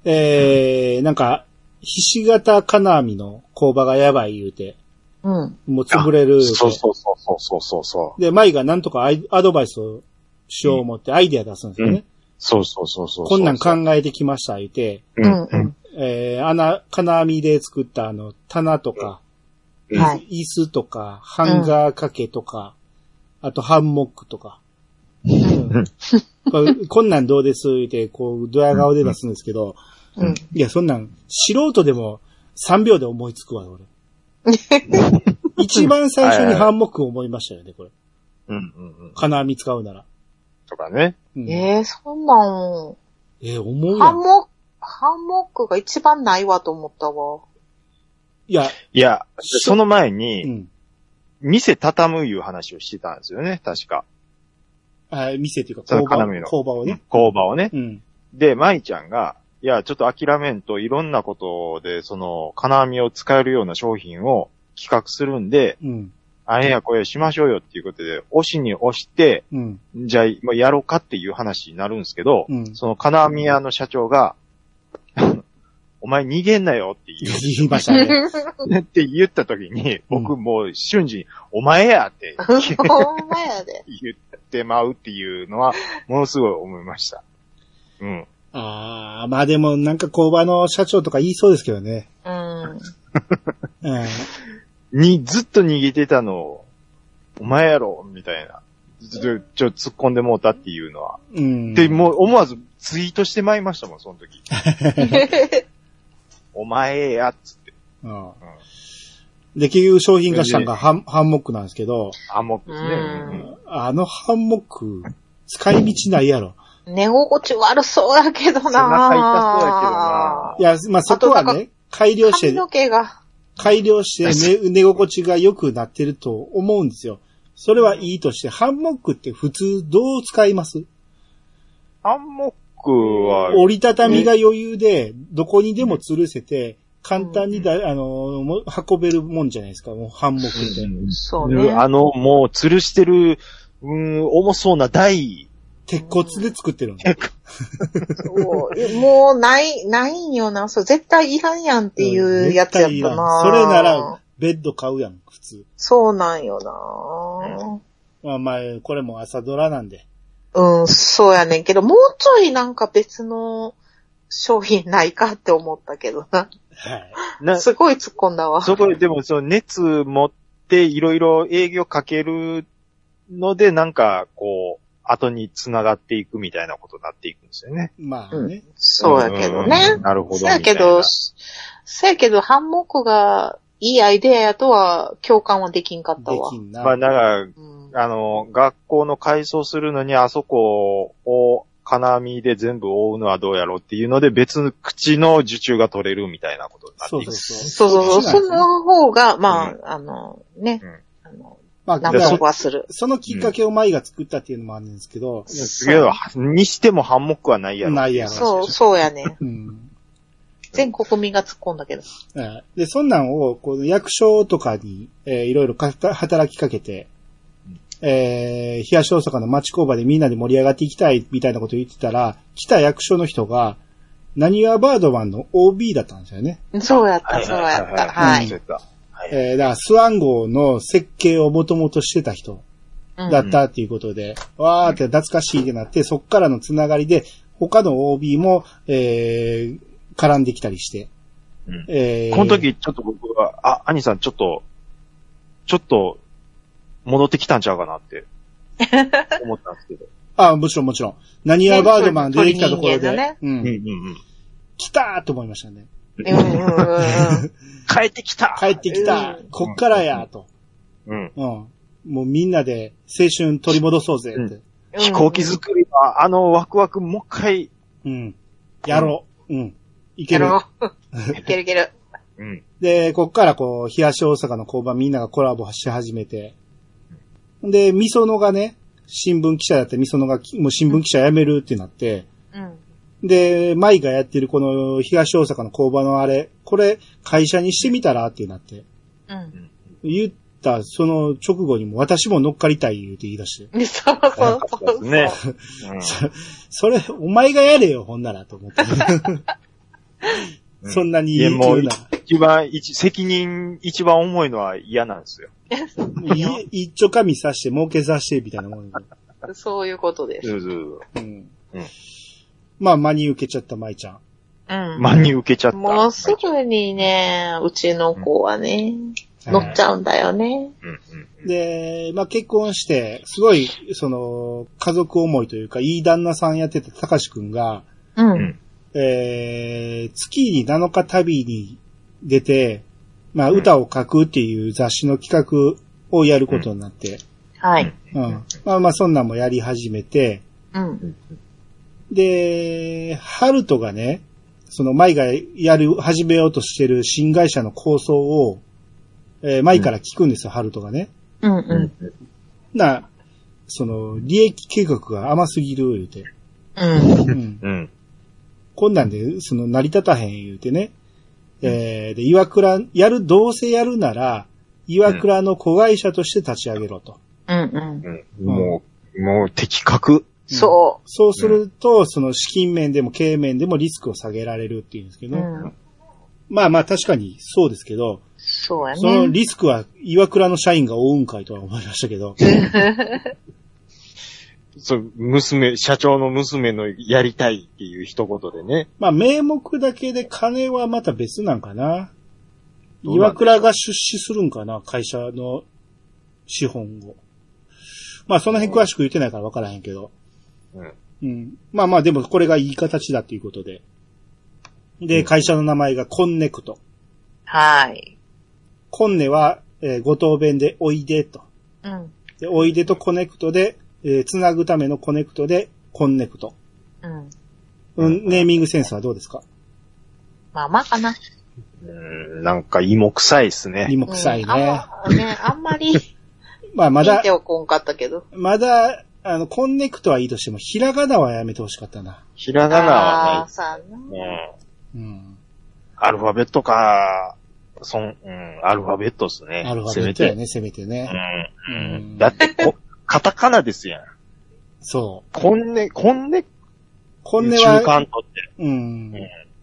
[SPEAKER 1] えー、なんか、ひし形金網の工場がやばい言うて、
[SPEAKER 2] うん。
[SPEAKER 1] もう潰れる言うて。
[SPEAKER 3] そうそうそうそうそうそうそう。
[SPEAKER 1] で、舞がなんとかアイアドバイスをしよう思ってアイデア出すんですよね。
[SPEAKER 3] そうそうそうそう。
[SPEAKER 1] こんなん考えてきました言うて、
[SPEAKER 3] う
[SPEAKER 2] うんん
[SPEAKER 3] う。
[SPEAKER 2] うんん。
[SPEAKER 1] えー、穴、金網で作ったあの、棚とか、
[SPEAKER 3] うん
[SPEAKER 2] はい。
[SPEAKER 1] 椅子とか、ハンガー掛けとか、あとハンモックとか。うんこれこんなんどうです言うて、こう、ドヤ顔で出すんですけど、
[SPEAKER 2] うん。
[SPEAKER 1] いや、そんなん、素人でも3秒で思いつくわ、 俺。一番最初にハンモックを思いましたよね、これ。
[SPEAKER 3] うんうんうん。
[SPEAKER 1] 金網使うなら。
[SPEAKER 3] とかね。
[SPEAKER 1] うん、え
[SPEAKER 2] ええそんなん、
[SPEAKER 1] ー思うや
[SPEAKER 2] ハン
[SPEAKER 1] ん。
[SPEAKER 2] モック、ハンモックが一番ないわと思ったわ。
[SPEAKER 1] いや、
[SPEAKER 3] いや、その前
[SPEAKER 1] う
[SPEAKER 3] に、
[SPEAKER 1] ん。
[SPEAKER 3] 店畳むいう話をしてたんですよね、確か。
[SPEAKER 1] あ店っていうか、
[SPEAKER 3] その
[SPEAKER 1] 工場
[SPEAKER 3] 金網の
[SPEAKER 1] 工場をね。
[SPEAKER 3] 工場をね。
[SPEAKER 1] うん。
[SPEAKER 3] で、舞ちゃんが、いや、ちょっと諦めんといろんなことで、その、金網を使えるような商品を企画するんで、
[SPEAKER 1] うん。
[SPEAKER 3] あれやこれしましょうよっていうことで、押しに押して、
[SPEAKER 1] うん。
[SPEAKER 3] じゃあ、まあやろうかっていう話になるんですけど、
[SPEAKER 1] うん
[SPEAKER 3] その金網屋の社長が、 お前逃げんなよって言
[SPEAKER 1] 言いましたね。
[SPEAKER 3] う、って言った時に、僕もう瞬時に、お前やって
[SPEAKER 2] ほんまやで。
[SPEAKER 3] 言ってまうっていうのは、ものすごい思いました。うん。
[SPEAKER 1] あー、まあでも、なんか工場の社長とか言いそうですけどね。
[SPEAKER 2] うん。
[SPEAKER 1] うん。
[SPEAKER 3] に、ずっと逃げてたのを、お前やろみたいな。ちょ、ちょ、突っ込んでもうたっていうのは。
[SPEAKER 1] うん。
[SPEAKER 3] で、もう思わずツイートしてまいりましたもん、その時。 お前やっつって。
[SPEAKER 1] うん。で、結局商品化したのがハンハンモックなんですけど、
[SPEAKER 3] あ、もうですね。
[SPEAKER 2] うん
[SPEAKER 3] うん
[SPEAKER 1] あのハンモック、使い道ないやろ。
[SPEAKER 2] 寝心地悪そうやけどな
[SPEAKER 3] 背中痛そうやけどない
[SPEAKER 1] や、まあ、そこは
[SPEAKER 2] あとな
[SPEAKER 1] ね、改良し
[SPEAKER 2] 髪
[SPEAKER 1] て、
[SPEAKER 2] の毛が。
[SPEAKER 1] 改良して寝、寝心地が良くなってると思うんですよ。それはいいとして、ハンモックって普通どう使います
[SPEAKER 3] ハンモックは、
[SPEAKER 1] 折りたたみが余裕で、どこにでも吊るせて、簡単にだ、あの、も運べるもんじゃないですか、もうハンモックって。
[SPEAKER 3] うん
[SPEAKER 2] そう
[SPEAKER 3] う
[SPEAKER 2] ね
[SPEAKER 3] ん。あの、もう、吊るしてるうーん、重そうな台。
[SPEAKER 1] 鉄骨で作ってるの。
[SPEAKER 2] そうもうない、ないんよな。そう、絶対いらんやんっていうやつや
[SPEAKER 1] 絶
[SPEAKER 2] っ
[SPEAKER 1] 対い
[SPEAKER 2] た
[SPEAKER 1] らん
[SPEAKER 2] な。
[SPEAKER 1] それなら、ベッド買うやん、普通。
[SPEAKER 2] そうなんよな。
[SPEAKER 1] まあまあ、これも朝ドラなんで。
[SPEAKER 2] うん、そうやねんけど、もうちょいなんか別の商品ないかって思ったけどな。
[SPEAKER 1] はい。
[SPEAKER 3] な、
[SPEAKER 2] すごい突っ込んだわ。
[SPEAKER 3] そこで、でも、その熱持って、いろいろ営業かけるので、なんか、こう、後に繋がっていくみたいなことになっていくんですよね。
[SPEAKER 1] まあね。
[SPEAKER 2] そうやけどね。
[SPEAKER 3] うんなるほど。
[SPEAKER 2] そうやけ
[SPEAKER 3] みたい
[SPEAKER 2] ど
[SPEAKER 3] な、
[SPEAKER 2] そうやけど、ハンモックがいいアイデアやとは共感はできんかった
[SPEAKER 1] で
[SPEAKER 2] わ
[SPEAKER 1] き。んな。
[SPEAKER 3] まあ、だから、
[SPEAKER 2] うん
[SPEAKER 3] あの、学校の改装するのに、あそこを金網で全部覆うのはどうやろうっていうので、別の口の受注が取れるみたいなことになって
[SPEAKER 1] そう
[SPEAKER 3] いく。
[SPEAKER 1] そうそう。
[SPEAKER 2] そうそうそう。その方が、まあ
[SPEAKER 3] う、
[SPEAKER 2] あの、ね
[SPEAKER 3] うん。
[SPEAKER 2] あの
[SPEAKER 1] まあ、
[SPEAKER 2] な
[SPEAKER 1] だか
[SPEAKER 2] んかそ
[SPEAKER 1] ら
[SPEAKER 2] こはする。
[SPEAKER 1] そのきっかけを舞が作ったっていうのもあるんですけど、
[SPEAKER 3] いやすげえわ。にしてもハンモックはないやろ。
[SPEAKER 1] ないやろ
[SPEAKER 2] そう、そうやね。
[SPEAKER 1] うん。
[SPEAKER 2] 全国民が突っ込んだけど。
[SPEAKER 1] えーで、そんなんを、こう、役所とかに、えーいろいろかた働きかけて、えー、東大阪の町工場でみんなで盛り上がっていきたいみたいなこと言ってたら、来た役所の人が、何はバードマンの OB だったんですよね。
[SPEAKER 2] そうやっ
[SPEAKER 3] は
[SPEAKER 2] た、
[SPEAKER 3] い
[SPEAKER 2] そう
[SPEAKER 3] はいは
[SPEAKER 2] や
[SPEAKER 3] い
[SPEAKER 2] った。
[SPEAKER 1] は
[SPEAKER 2] はいい。
[SPEAKER 3] そうやったはい
[SPEAKER 1] えー、だからスワン号の設計をもともとしてた人
[SPEAKER 2] うん
[SPEAKER 1] だったっていうことで、わーって懐かしいってなって、そっからのつながりで、他の OB も、えー、絡んできたりして、
[SPEAKER 3] うん
[SPEAKER 1] えー、
[SPEAKER 3] この時、ちょっと僕は、あ、兄さん、ちょっと、ちょっと、戻ってきたんちゃうかなって、思ったんですけど。
[SPEAKER 1] あ、もちろんもちろん。何やバードマン出てきたところ
[SPEAKER 2] 鳥人
[SPEAKER 1] で、
[SPEAKER 2] 間のね
[SPEAKER 1] うん
[SPEAKER 3] うんうんうん。
[SPEAKER 1] 来たーと思いましたね。
[SPEAKER 2] うんうんうんうん。
[SPEAKER 3] 帰ってきた
[SPEAKER 1] 帰ってきた、
[SPEAKER 2] うん
[SPEAKER 1] こっからやーと。
[SPEAKER 3] うん。
[SPEAKER 1] うん。もうみんなで青春取り戻そうぜって。
[SPEAKER 3] 飛行機作りの、あのワクワク、もう一回、
[SPEAKER 1] うん。やろう。うん。いけ
[SPEAKER 2] や
[SPEAKER 1] る。
[SPEAKER 2] ろう。いけるいける。
[SPEAKER 3] うん。
[SPEAKER 1] で、こっからこう、東大阪の交番みんながコラボし始めて。で、みそのがね、新聞記者だったみそのがき、もう新聞記者辞めるってなって。
[SPEAKER 2] うん。
[SPEAKER 1] で、舞がやってるこの東大阪の交番のあれ、これ会社にしてみたらってなって。
[SPEAKER 2] うん。
[SPEAKER 1] 言ったその直後にも私も乗っかりたい言うて言い出して。
[SPEAKER 2] でそうそうそうそう。
[SPEAKER 3] ね。
[SPEAKER 1] それ、お前がやれよ、ほんなら、と思って。
[SPEAKER 3] うん
[SPEAKER 1] そんなに
[SPEAKER 3] いや
[SPEAKER 1] 言う
[SPEAKER 3] もう
[SPEAKER 1] な。
[SPEAKER 3] 一番、一、責任一番重いのは嫌なんですよ。
[SPEAKER 1] いえ一丁紙刺して、儲け刺して、みたいなもんよ。
[SPEAKER 2] そういうことです。
[SPEAKER 3] ずうずう
[SPEAKER 1] うん
[SPEAKER 3] うん。
[SPEAKER 1] まあ、真に受けちゃった舞ちゃん。
[SPEAKER 2] うん。
[SPEAKER 3] 真に受けちゃった。
[SPEAKER 2] もうすぐにね、うちの子はね、乗っちゃうんだよね。
[SPEAKER 3] うんうんうん
[SPEAKER 1] で、まあ結婚して、すごい、その、家族思いというか、いい旦那さんやってたたかしくんが、
[SPEAKER 2] う
[SPEAKER 3] うんん。
[SPEAKER 1] えー、月に7日旅に出て、まあ歌を書くっていう雑誌の企画をやることになって、
[SPEAKER 2] はい。
[SPEAKER 1] うん。まあまあそんなんもやり始めて、
[SPEAKER 2] うん。
[SPEAKER 1] で、ハルトがね、その舞がやる、始めようとしてる新会社の構想を、えー、舞から聞くんですよ、ハルトがね。
[SPEAKER 2] うん
[SPEAKER 3] う
[SPEAKER 2] うん
[SPEAKER 3] ん。
[SPEAKER 1] な、その、利益計画が甘すぎる、言うて。
[SPEAKER 2] うん。
[SPEAKER 1] うん。
[SPEAKER 3] うん。
[SPEAKER 1] こんなんで、その、成り立たへん、言うてね。えー、で、岩倉、やる、どうせやるなら、岩倉の子会社として立ち上げろと。
[SPEAKER 2] うんうん。
[SPEAKER 3] うんもう、もう的確。
[SPEAKER 2] そ
[SPEAKER 1] そうすると、その資金面でも経営面でもリスクを下げられるっていうんですけ
[SPEAKER 2] う。う
[SPEAKER 1] ど、
[SPEAKER 2] ん。
[SPEAKER 1] まあまあ確かにそうですけど、
[SPEAKER 2] そうや
[SPEAKER 1] その
[SPEAKER 2] ね。
[SPEAKER 1] リスクは岩倉の社員が負うんかいとは思いましたけど。
[SPEAKER 3] そう、娘、社長の娘のやりたいっていう一言でね。
[SPEAKER 1] まあ名目だけで金はまた別なんかな。
[SPEAKER 3] どう
[SPEAKER 1] 岩
[SPEAKER 3] なんでしょう
[SPEAKER 1] 倉が出資するんかな会社の資本を。まあその辺詳しく言ってないから分からへんけど。
[SPEAKER 3] うん。
[SPEAKER 1] うん。まあまあでもこれがいい形だっていうことで。で、会社の名前がコンネクト。
[SPEAKER 2] はい。
[SPEAKER 1] コンネは、えー、五島弁でおいでと。
[SPEAKER 2] うん。
[SPEAKER 1] で、おいでとコネクトで、えー、つなぐためのコネクトでコンネクト。
[SPEAKER 2] うん。
[SPEAKER 1] うん、ネーミングセンスはどうですか
[SPEAKER 2] まあまあかな。
[SPEAKER 3] うん、なんか芋臭いっすね。
[SPEAKER 1] 芋臭い
[SPEAKER 2] うん
[SPEAKER 1] ね。
[SPEAKER 2] あんまね、あんまり、
[SPEAKER 1] まあ、ま
[SPEAKER 2] 見
[SPEAKER 1] だ
[SPEAKER 2] て、おこんかったけど。
[SPEAKER 1] まだ、あの、コンネクトはいいとしても、ひらがなはやめてほしかったな。
[SPEAKER 3] ひらがなは
[SPEAKER 2] あ
[SPEAKER 3] な
[SPEAKER 2] あー、さあ
[SPEAKER 3] い。うん。
[SPEAKER 1] うん。
[SPEAKER 3] アルファベットか、そん、うん、アルファベットっすね。
[SPEAKER 1] アルファベットやね、せめて
[SPEAKER 3] せ
[SPEAKER 1] ね。
[SPEAKER 3] めて。うん。
[SPEAKER 1] う
[SPEAKER 3] うんん、だってこ、カタカナですやん。
[SPEAKER 1] そう。
[SPEAKER 3] こんね、こんね、
[SPEAKER 1] 本音
[SPEAKER 3] 中
[SPEAKER 1] は、
[SPEAKER 3] 間とって。
[SPEAKER 1] うん
[SPEAKER 3] うん。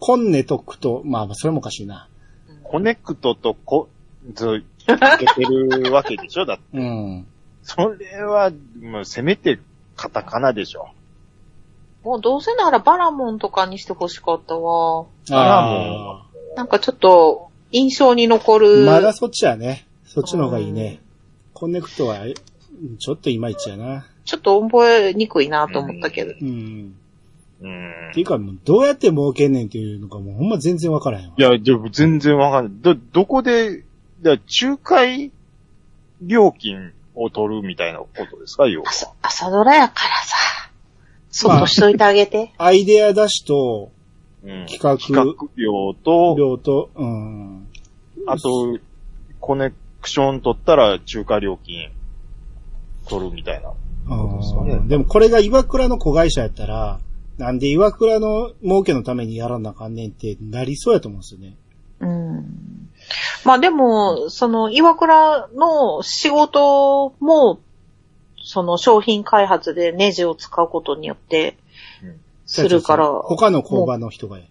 [SPEAKER 1] コンネとクと、まあ、それもおかしいな。
[SPEAKER 3] コネクトとこ、ず、かけてるわけでしょだ って。
[SPEAKER 1] うん。
[SPEAKER 3] それは、もうせめてカタカナでしょ。
[SPEAKER 2] もうどうせならバラモンとかにして欲しかったわ。
[SPEAKER 1] あ
[SPEAKER 3] あ
[SPEAKER 2] なんかちょっと、印象に残
[SPEAKER 1] あ。
[SPEAKER 2] る。
[SPEAKER 1] まだそっちやね。そっちの方がいいね。コンネクトは、ちょっといまいちやな。
[SPEAKER 2] ちょっと覚えにくいなと思ったけど。
[SPEAKER 1] うん。
[SPEAKER 3] うん。
[SPEAKER 1] っていうか、もうどうやって儲けんねんっていうのがもうほんま全然わからへんわ
[SPEAKER 3] い。や、でも全然わかんない。ど、どこで、だから仲介料金を取るみたいなことですか要は。
[SPEAKER 2] 朝、朝ドラやからさ。そ
[SPEAKER 1] まあ
[SPEAKER 2] っとしといてあげて。
[SPEAKER 1] アイデア出しと、
[SPEAKER 3] うん
[SPEAKER 1] 企画
[SPEAKER 3] 企画料と、
[SPEAKER 1] 量と、うん。
[SPEAKER 3] あと、コネクション取ったら中華料金取るみたいな。
[SPEAKER 1] うん
[SPEAKER 3] そうですね
[SPEAKER 1] でもこれが岩倉の子会社やったら、なんで岩倉の儲けのためにやらなあかんねんってなりそうやと思うんですよね。
[SPEAKER 2] うん。まあでも、その、岩倉の仕事も、その商品開発でネジを使うことによって
[SPEAKER 3] うん、
[SPEAKER 2] するから、
[SPEAKER 1] 他の工場の人がや。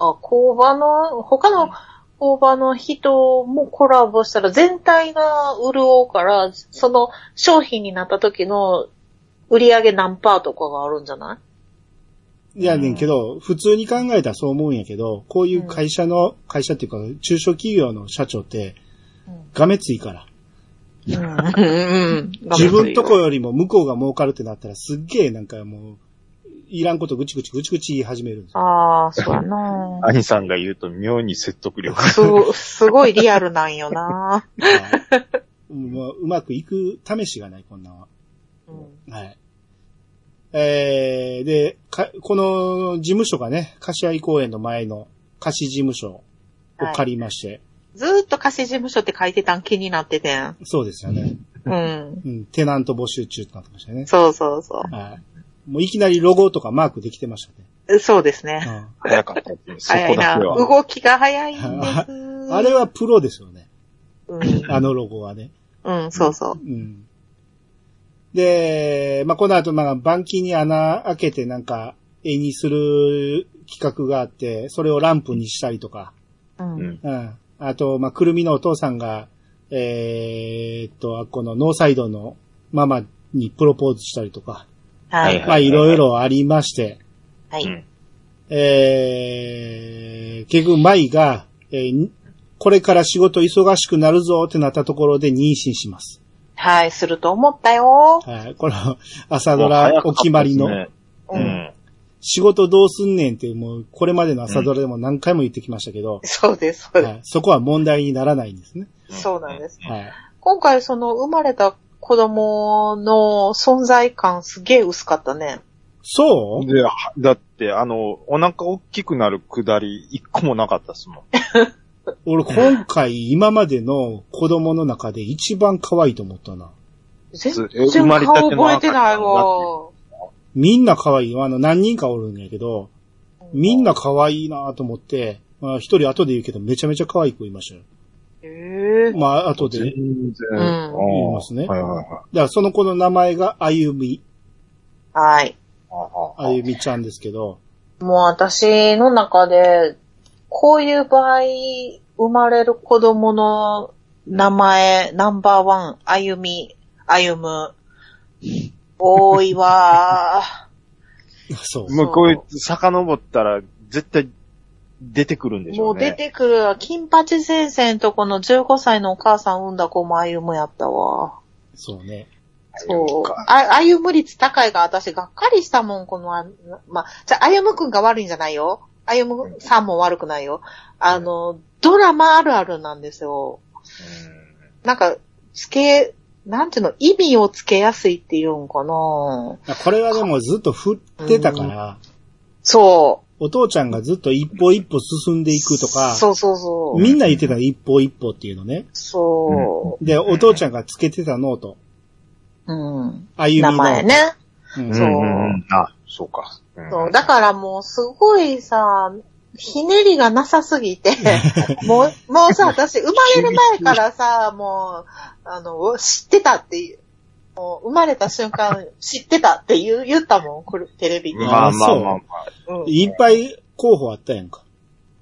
[SPEAKER 2] あ、工場の、他の工場の人もコラボしたら全体が潤うから、その商品になった時の売り上げ何パーとかがあるんじゃない
[SPEAKER 1] いやねんけど、普通に考えたらそう思うんやけど、こういう会社の、会社っていうか、中小企業の社長って、がめついから。
[SPEAKER 2] うん。
[SPEAKER 1] 自分とこよりも向こうが儲かるってなったらすっげえなんかもう、いらんことぐちぐちぐちぐち言い始めるん ですよ。
[SPEAKER 2] ああ、そうやな
[SPEAKER 3] 兄さんが言うと妙に説得力が。
[SPEAKER 2] すご、すごいリアルなんよな、
[SPEAKER 1] もううまくいく試しがない、こんなんは。
[SPEAKER 2] うん
[SPEAKER 1] はい。えー、で、か、この事務所がね、柏井公園の前の貸し事務所を借りまして、
[SPEAKER 2] ずーっと貸し事務所って書いてたん気になっててん。
[SPEAKER 1] そうですよね。
[SPEAKER 2] うん。
[SPEAKER 1] うん、テナント募集中ってなってましたよね。
[SPEAKER 2] そうそうそ
[SPEAKER 1] はい。もういきなりロゴとかマークできてましたね。
[SPEAKER 2] う。そうですね。
[SPEAKER 3] 早かったっていう、そ
[SPEAKER 2] 早
[SPEAKER 3] こ
[SPEAKER 2] い
[SPEAKER 3] だ
[SPEAKER 2] な。
[SPEAKER 3] けは。
[SPEAKER 2] 動きが早いんです。
[SPEAKER 1] うん、あれはプロですよね。
[SPEAKER 2] うん、
[SPEAKER 1] あのロゴはね。
[SPEAKER 2] うん、そうそう。
[SPEAKER 1] うん。で、まあ、この後、まあ、板金に穴開けてなんか、絵にする企画があって、それをランプにしたりとか、
[SPEAKER 2] うん
[SPEAKER 3] うん。
[SPEAKER 1] うん。あと、まあ、くるみのお父さんが、えーっと、このノーサイドのママにプロポーズしたりとか、
[SPEAKER 2] はい。
[SPEAKER 1] まあ、いろいろありまして、
[SPEAKER 2] は
[SPEAKER 3] う
[SPEAKER 2] い。
[SPEAKER 3] ん
[SPEAKER 1] えー、結局、舞が、えーにこれから仕事忙しくなるぞってなったところで妊娠します。
[SPEAKER 2] はい、すると思ったよ。
[SPEAKER 1] はい。この、朝ドラお決まりの、
[SPEAKER 3] もう早かった
[SPEAKER 2] う。
[SPEAKER 3] ですねうんん。
[SPEAKER 1] 仕事どうすんねんって、もう、これまでの朝ドラでも何回も言ってきましたけど、
[SPEAKER 2] そうです、そう
[SPEAKER 1] は
[SPEAKER 2] で
[SPEAKER 1] い、そこは問題にならないんですね。
[SPEAKER 2] す。そうなんです。
[SPEAKER 1] はい。
[SPEAKER 2] 今回その生まれた子供の存在感すげえ薄かったね。
[SPEAKER 1] そう
[SPEAKER 3] で、はだって、あの、お腹大きくなるくだり、一個もなかったっすもん。
[SPEAKER 1] 俺今回今までの子供の中で一番可愛いと思ったな。
[SPEAKER 2] 全
[SPEAKER 3] え生
[SPEAKER 2] 然
[SPEAKER 3] まれたての
[SPEAKER 2] 顔覚えてないわ。
[SPEAKER 1] みんな可愛い。あの何人かおるんやけど、みんな可愛いなと思って、まあ一人後で言うけどめちゃめちゃ可愛い子いましたよ。
[SPEAKER 2] ええ
[SPEAKER 1] まあ後で。
[SPEAKER 3] 全
[SPEAKER 1] だか
[SPEAKER 3] 然。
[SPEAKER 2] ん
[SPEAKER 3] あー
[SPEAKER 1] 言いますね
[SPEAKER 3] はいはいはい
[SPEAKER 1] らその子の名前があゆみ、
[SPEAKER 2] はい。
[SPEAKER 3] あー。あ
[SPEAKER 1] あ
[SPEAKER 3] ー
[SPEAKER 1] ゆみちゃんですけど、
[SPEAKER 2] もう私の中で、こういう場合、生まれる子供の名前、ナンバーワン、歩み、歩む、多いわ。
[SPEAKER 1] そう。
[SPEAKER 3] もうこういう、遡ったら、絶対、出てくるんでしょ
[SPEAKER 2] も
[SPEAKER 3] う
[SPEAKER 2] う
[SPEAKER 3] ね。
[SPEAKER 2] 出てくるわ。金八先生のとこの15歳のお母さん産んだ子も歩むやったわ。
[SPEAKER 1] そうね。
[SPEAKER 2] そう。あ、歩む率高いが私がっかりしたもん、このあ、まあ、じゃあ、歩むくんが悪いんじゃないよ。歩むさんも悪くないよ。あの、ドラマあるあるなんですよ。なんか、つけ、なんていうの、意味をつけやすいっていうんかな
[SPEAKER 1] これはでもずっと振ってたから、
[SPEAKER 2] そ
[SPEAKER 1] お父ちゃんがずっと一歩一歩進んでいくと
[SPEAKER 2] う。
[SPEAKER 1] か、
[SPEAKER 2] そうそうそう。
[SPEAKER 1] みんな言ってたの一歩一歩っていうのね。
[SPEAKER 2] そ
[SPEAKER 1] で、お父ちゃんがつけてたノート。
[SPEAKER 2] う。うん。
[SPEAKER 1] 歩み
[SPEAKER 2] 名
[SPEAKER 1] の。
[SPEAKER 2] 前ね。
[SPEAKER 1] うん。
[SPEAKER 3] うん。
[SPEAKER 2] そうん
[SPEAKER 3] んんあ、そうか。うん
[SPEAKER 2] そう、だからもうすごいさ、ひねりがなさすぎて、 もう、もうさ、私、生まれる前からさ、もう、あの、知ってたっていう、もう生まれた瞬間知ってたって言う言ったもん、これテレビで。
[SPEAKER 3] まあまあまあま
[SPEAKER 2] うん
[SPEAKER 1] いっぱい候補あったやんか。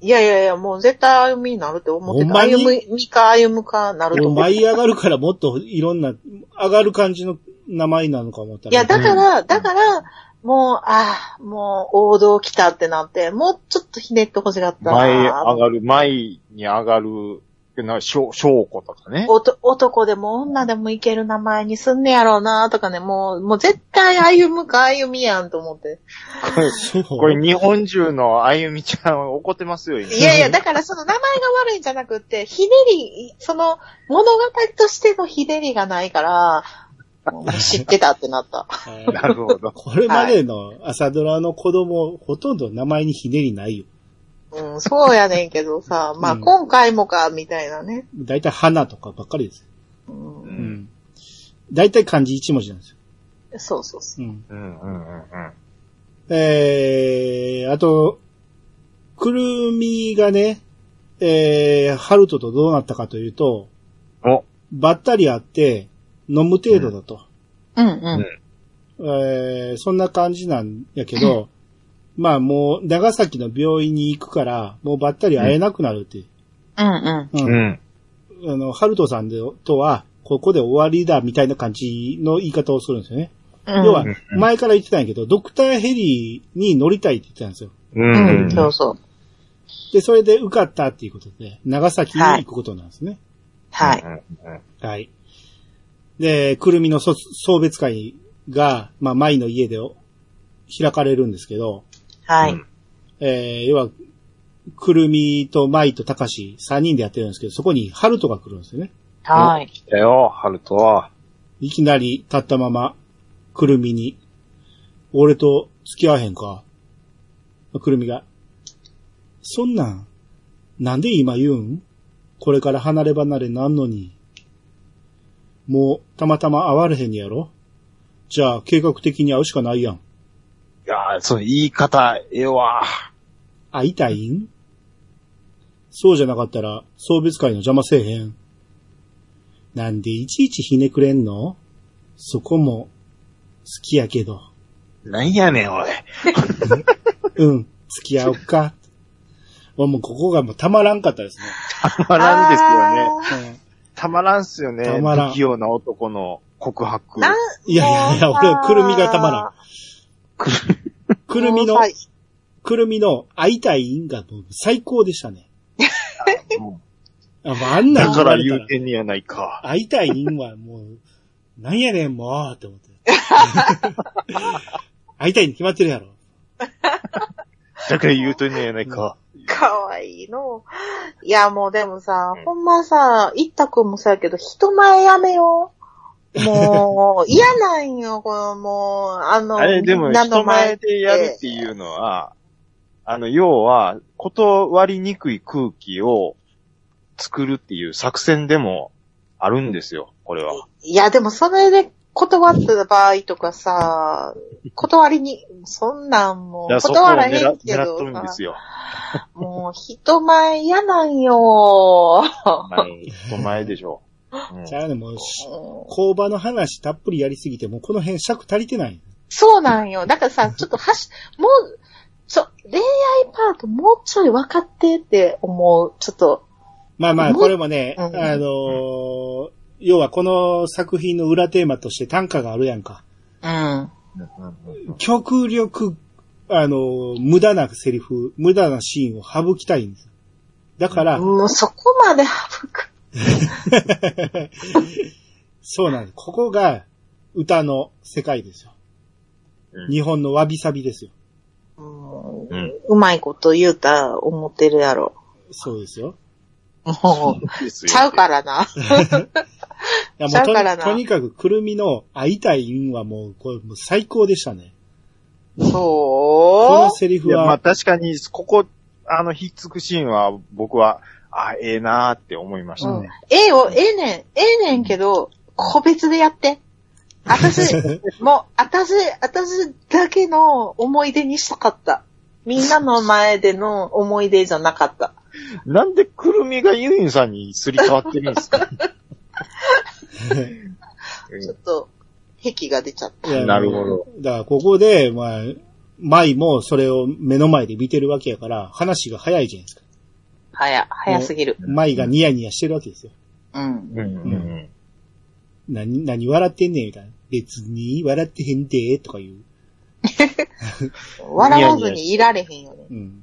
[SPEAKER 2] いやいやいや、もう絶対歩みになるって思って
[SPEAKER 1] ほん
[SPEAKER 2] た。
[SPEAKER 1] まに
[SPEAKER 2] 歩みか歩むかなると
[SPEAKER 1] 俺
[SPEAKER 2] 思っ
[SPEAKER 1] 舞い
[SPEAKER 2] てた。
[SPEAKER 1] 上がるからもっといろんな、上がる感じの名前なのか思った
[SPEAKER 2] いや、だか
[SPEAKER 1] うん
[SPEAKER 2] ら、だから、もう、ああ、もう王道来たってなって、もうちょっとひねってほしかっ
[SPEAKER 3] あ。
[SPEAKER 2] た
[SPEAKER 3] 前上
[SPEAKER 2] な。
[SPEAKER 3] がる、前に上がる、ってな、しょ、証拠とかね。
[SPEAKER 2] おと男でも女でもいける名前にすんねやろうなとかね、もう、もう絶対歩むか歩みやんと思って。
[SPEAKER 3] これ、
[SPEAKER 1] そう。
[SPEAKER 3] これ日本中のあゆみちゃん怒ってますよ、今
[SPEAKER 2] いやいや、だからその名前が悪いんじゃなくって、ひねり、その物語としてのひねりがないから、もう知ってたってなった。
[SPEAKER 1] え
[SPEAKER 3] な
[SPEAKER 1] ー
[SPEAKER 3] るほど。
[SPEAKER 1] これまでの朝ドラの子供、ほとんど名前にひねりないよ。
[SPEAKER 2] うん、そうやねんけどさ、ま あ
[SPEAKER 1] うん
[SPEAKER 2] 今回もか、みたいなね。
[SPEAKER 1] だいたい花とかばっかりです。
[SPEAKER 2] うん
[SPEAKER 1] う
[SPEAKER 3] うんん。
[SPEAKER 1] だいたい漢字一文字なんですよ。
[SPEAKER 2] そうそうそう。
[SPEAKER 1] うん。
[SPEAKER 3] うんうんうんうん。
[SPEAKER 1] えー、あと、くるみがね、えー、春人とどうなったかというと、
[SPEAKER 3] お、
[SPEAKER 1] ばったり会って、飲む程度だと。
[SPEAKER 2] うんうん。
[SPEAKER 1] えーそんな感じなんやけど、まあもう、長崎の病院に行くから、もうばったり会えなくなるって。
[SPEAKER 2] うん
[SPEAKER 1] う。
[SPEAKER 3] うんん。
[SPEAKER 1] あの、ハルトさんでとは、ここで終わりだみたいな感じの言い方をするんですよね。
[SPEAKER 2] うん。
[SPEAKER 1] 要は
[SPEAKER 3] うん、
[SPEAKER 1] 前から言ってたんやけど、ドクターヘリに乗りたいって言ってたんですよ。
[SPEAKER 3] う。
[SPEAKER 2] うんん、そうそう。
[SPEAKER 1] で、それで受かったっていうことで、長崎に行くことなんですね。
[SPEAKER 2] はい。
[SPEAKER 3] うん
[SPEAKER 1] はい。で、くるみのそ送別会が、まあ、舞の家で開かれるんですけど、
[SPEAKER 2] は
[SPEAKER 3] う
[SPEAKER 2] い
[SPEAKER 3] ん。
[SPEAKER 1] えー、要は、くるみと舞と高し三人でやってるんですけど、そこに春人が来るんですよね。
[SPEAKER 2] はい。
[SPEAKER 3] だよ、ハルトは。
[SPEAKER 1] いきなり立ったまま、くるみに、俺と付き合わへんか。くるみが、そんなん、なんで今言うんこれから離れ離れなんのに。もう、たまたま会われへんやろじゃあ、計画的に会うしかないやん。
[SPEAKER 3] いやーその言い方、ええわ。
[SPEAKER 1] 会いたいんそうじゃなかったら、送別会の邪魔せえへん。なんでいちいちひねくれんのそこも、好きやけど。
[SPEAKER 3] なんやねん、おい。
[SPEAKER 1] うん、付き合おっか。 もうここがもうたまらんかったですね。
[SPEAKER 3] たまらんですよね。
[SPEAKER 2] ね。
[SPEAKER 3] たまらんっすよね。
[SPEAKER 1] たまらん
[SPEAKER 3] 不器用な男の告白。
[SPEAKER 2] なん
[SPEAKER 1] いやいやいや、
[SPEAKER 2] もう
[SPEAKER 1] 俺はくるみがたまらん。くるみの
[SPEAKER 2] もう、最
[SPEAKER 1] くるみの会いたいんがもう最高で したね。
[SPEAKER 3] うん
[SPEAKER 1] あもうあんな
[SPEAKER 3] だ
[SPEAKER 1] ん
[SPEAKER 3] か
[SPEAKER 1] 言わ
[SPEAKER 3] ら
[SPEAKER 1] れた
[SPEAKER 3] 言
[SPEAKER 1] ら
[SPEAKER 3] うてんねやないか。
[SPEAKER 1] 会いたいんはもう、なんやねんもうって思 って。会いたいに決まってるやろ。
[SPEAKER 3] だから言うてんねやないか。
[SPEAKER 2] かわいいの。いや、もうでもさ
[SPEAKER 3] う、ん
[SPEAKER 2] ほんまさ、いったくんもそうやけど、人前やめよ う。もう、嫌なんよ、この、もう、あの、
[SPEAKER 3] あれ、で
[SPEAKER 2] み
[SPEAKER 3] も、
[SPEAKER 2] んなの
[SPEAKER 3] 人前
[SPEAKER 2] 前
[SPEAKER 3] でやるっていうのは、あの、要は、断りにくい空気を作るっていう作戦でもあるんですよ、これは。
[SPEAKER 2] いや、でもそれで断った場合とかさ、断りに、そんなんも
[SPEAKER 3] だか
[SPEAKER 2] う、
[SPEAKER 3] らそこを
[SPEAKER 2] 断ら
[SPEAKER 3] 狙
[SPEAKER 2] へんけ
[SPEAKER 3] 狙っ
[SPEAKER 2] ど
[SPEAKER 3] とるんで
[SPEAKER 2] さ
[SPEAKER 3] すよ。
[SPEAKER 2] もう人前嫌なんよ。
[SPEAKER 3] はい人前で しょ。うん
[SPEAKER 1] じゃあね、もうし、
[SPEAKER 2] うん
[SPEAKER 1] 工場の話たっぷりやりすぎて、もうこの辺尺足りてない。
[SPEAKER 2] そうなんよ。だからさ、ちょっとはし、もう、そう、恋愛パートもうちょい分かってって思う。ちょっと、
[SPEAKER 1] まあまあ、
[SPEAKER 2] もう
[SPEAKER 1] これもね、
[SPEAKER 2] うん
[SPEAKER 1] あのー要はこの作品の裏テーマとして短歌があるやんか。
[SPEAKER 2] うん。
[SPEAKER 3] うんうんうん
[SPEAKER 1] 極力、あのー無駄なセリフ、無駄なシーンを省きたいんです。だから、
[SPEAKER 2] もうそこまで省く。
[SPEAKER 1] そうなんです。ここが歌の世界ですよ。
[SPEAKER 3] うん
[SPEAKER 1] 日本のわびさびですよ。
[SPEAKER 2] うん
[SPEAKER 3] うん
[SPEAKER 2] うまいこと言うた思ってるやろ。
[SPEAKER 1] そうですよ。
[SPEAKER 2] もう、ちゃうからな。
[SPEAKER 1] いや
[SPEAKER 2] ちゃう
[SPEAKER 1] もう
[SPEAKER 2] からな
[SPEAKER 1] とにとにかくくるみの会いたい因はもう、これもう最高でしたね。この
[SPEAKER 2] そ
[SPEAKER 1] セリフ
[SPEAKER 3] いや、まあ
[SPEAKER 1] は、
[SPEAKER 3] 確かに、ここ、あの、ひっつくシーンは、僕は、あ、ええなーって思いまし
[SPEAKER 2] う、
[SPEAKER 3] た
[SPEAKER 2] うん
[SPEAKER 3] ね。、
[SPEAKER 2] ええよ、ええねん。ええねんけど、個別でやって。 私、もう、私、私だけの思い出にしたかった。みんなの前での思い出じゃなかった。
[SPEAKER 3] なんでくるみがユイン さんにすり替わってるんですかうん
[SPEAKER 2] ちょっと、癖が出ちゃった。
[SPEAKER 1] いや
[SPEAKER 3] なるほど。
[SPEAKER 1] だからここで、まあ、舞もそれを目の前で見てるわけやから、話が早いじゃないですか。
[SPEAKER 2] 早、早すぎる。
[SPEAKER 1] 舞がニヤニヤしてるわけですよ。
[SPEAKER 2] うん。
[SPEAKER 3] うんうん
[SPEAKER 1] 何、何笑ってんねんみたいな。別に笑ってへんで、とか言う。
[SPEAKER 2] 笑わずにいられへんよね。
[SPEAKER 1] うん。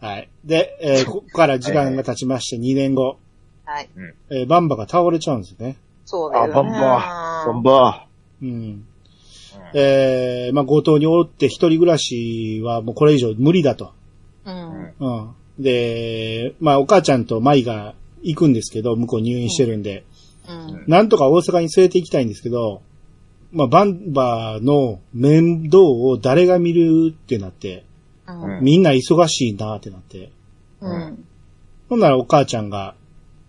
[SPEAKER 1] はい。で、えーここから時間が経ちまして2年後、
[SPEAKER 2] はい。
[SPEAKER 1] えーバンバが倒れちゃうんですよね。
[SPEAKER 2] そうだよね。
[SPEAKER 3] あバンバこんば
[SPEAKER 1] うん。
[SPEAKER 3] んは。
[SPEAKER 1] えーまあ、強盗におって一人暮らしはもうこれ以上無理だと。
[SPEAKER 2] うん。
[SPEAKER 1] うん。で、まあ、お母ちゃんと舞が行くんですけど、向こう入院してるんで、
[SPEAKER 2] うん。
[SPEAKER 1] なんとか大阪に連れて行きたいんですけど、まあ、バンバーの面倒を誰が見るってなって、
[SPEAKER 2] うん。
[SPEAKER 1] みんな忙しいなってなって。
[SPEAKER 2] うん。
[SPEAKER 1] ほんならお母ちゃんが、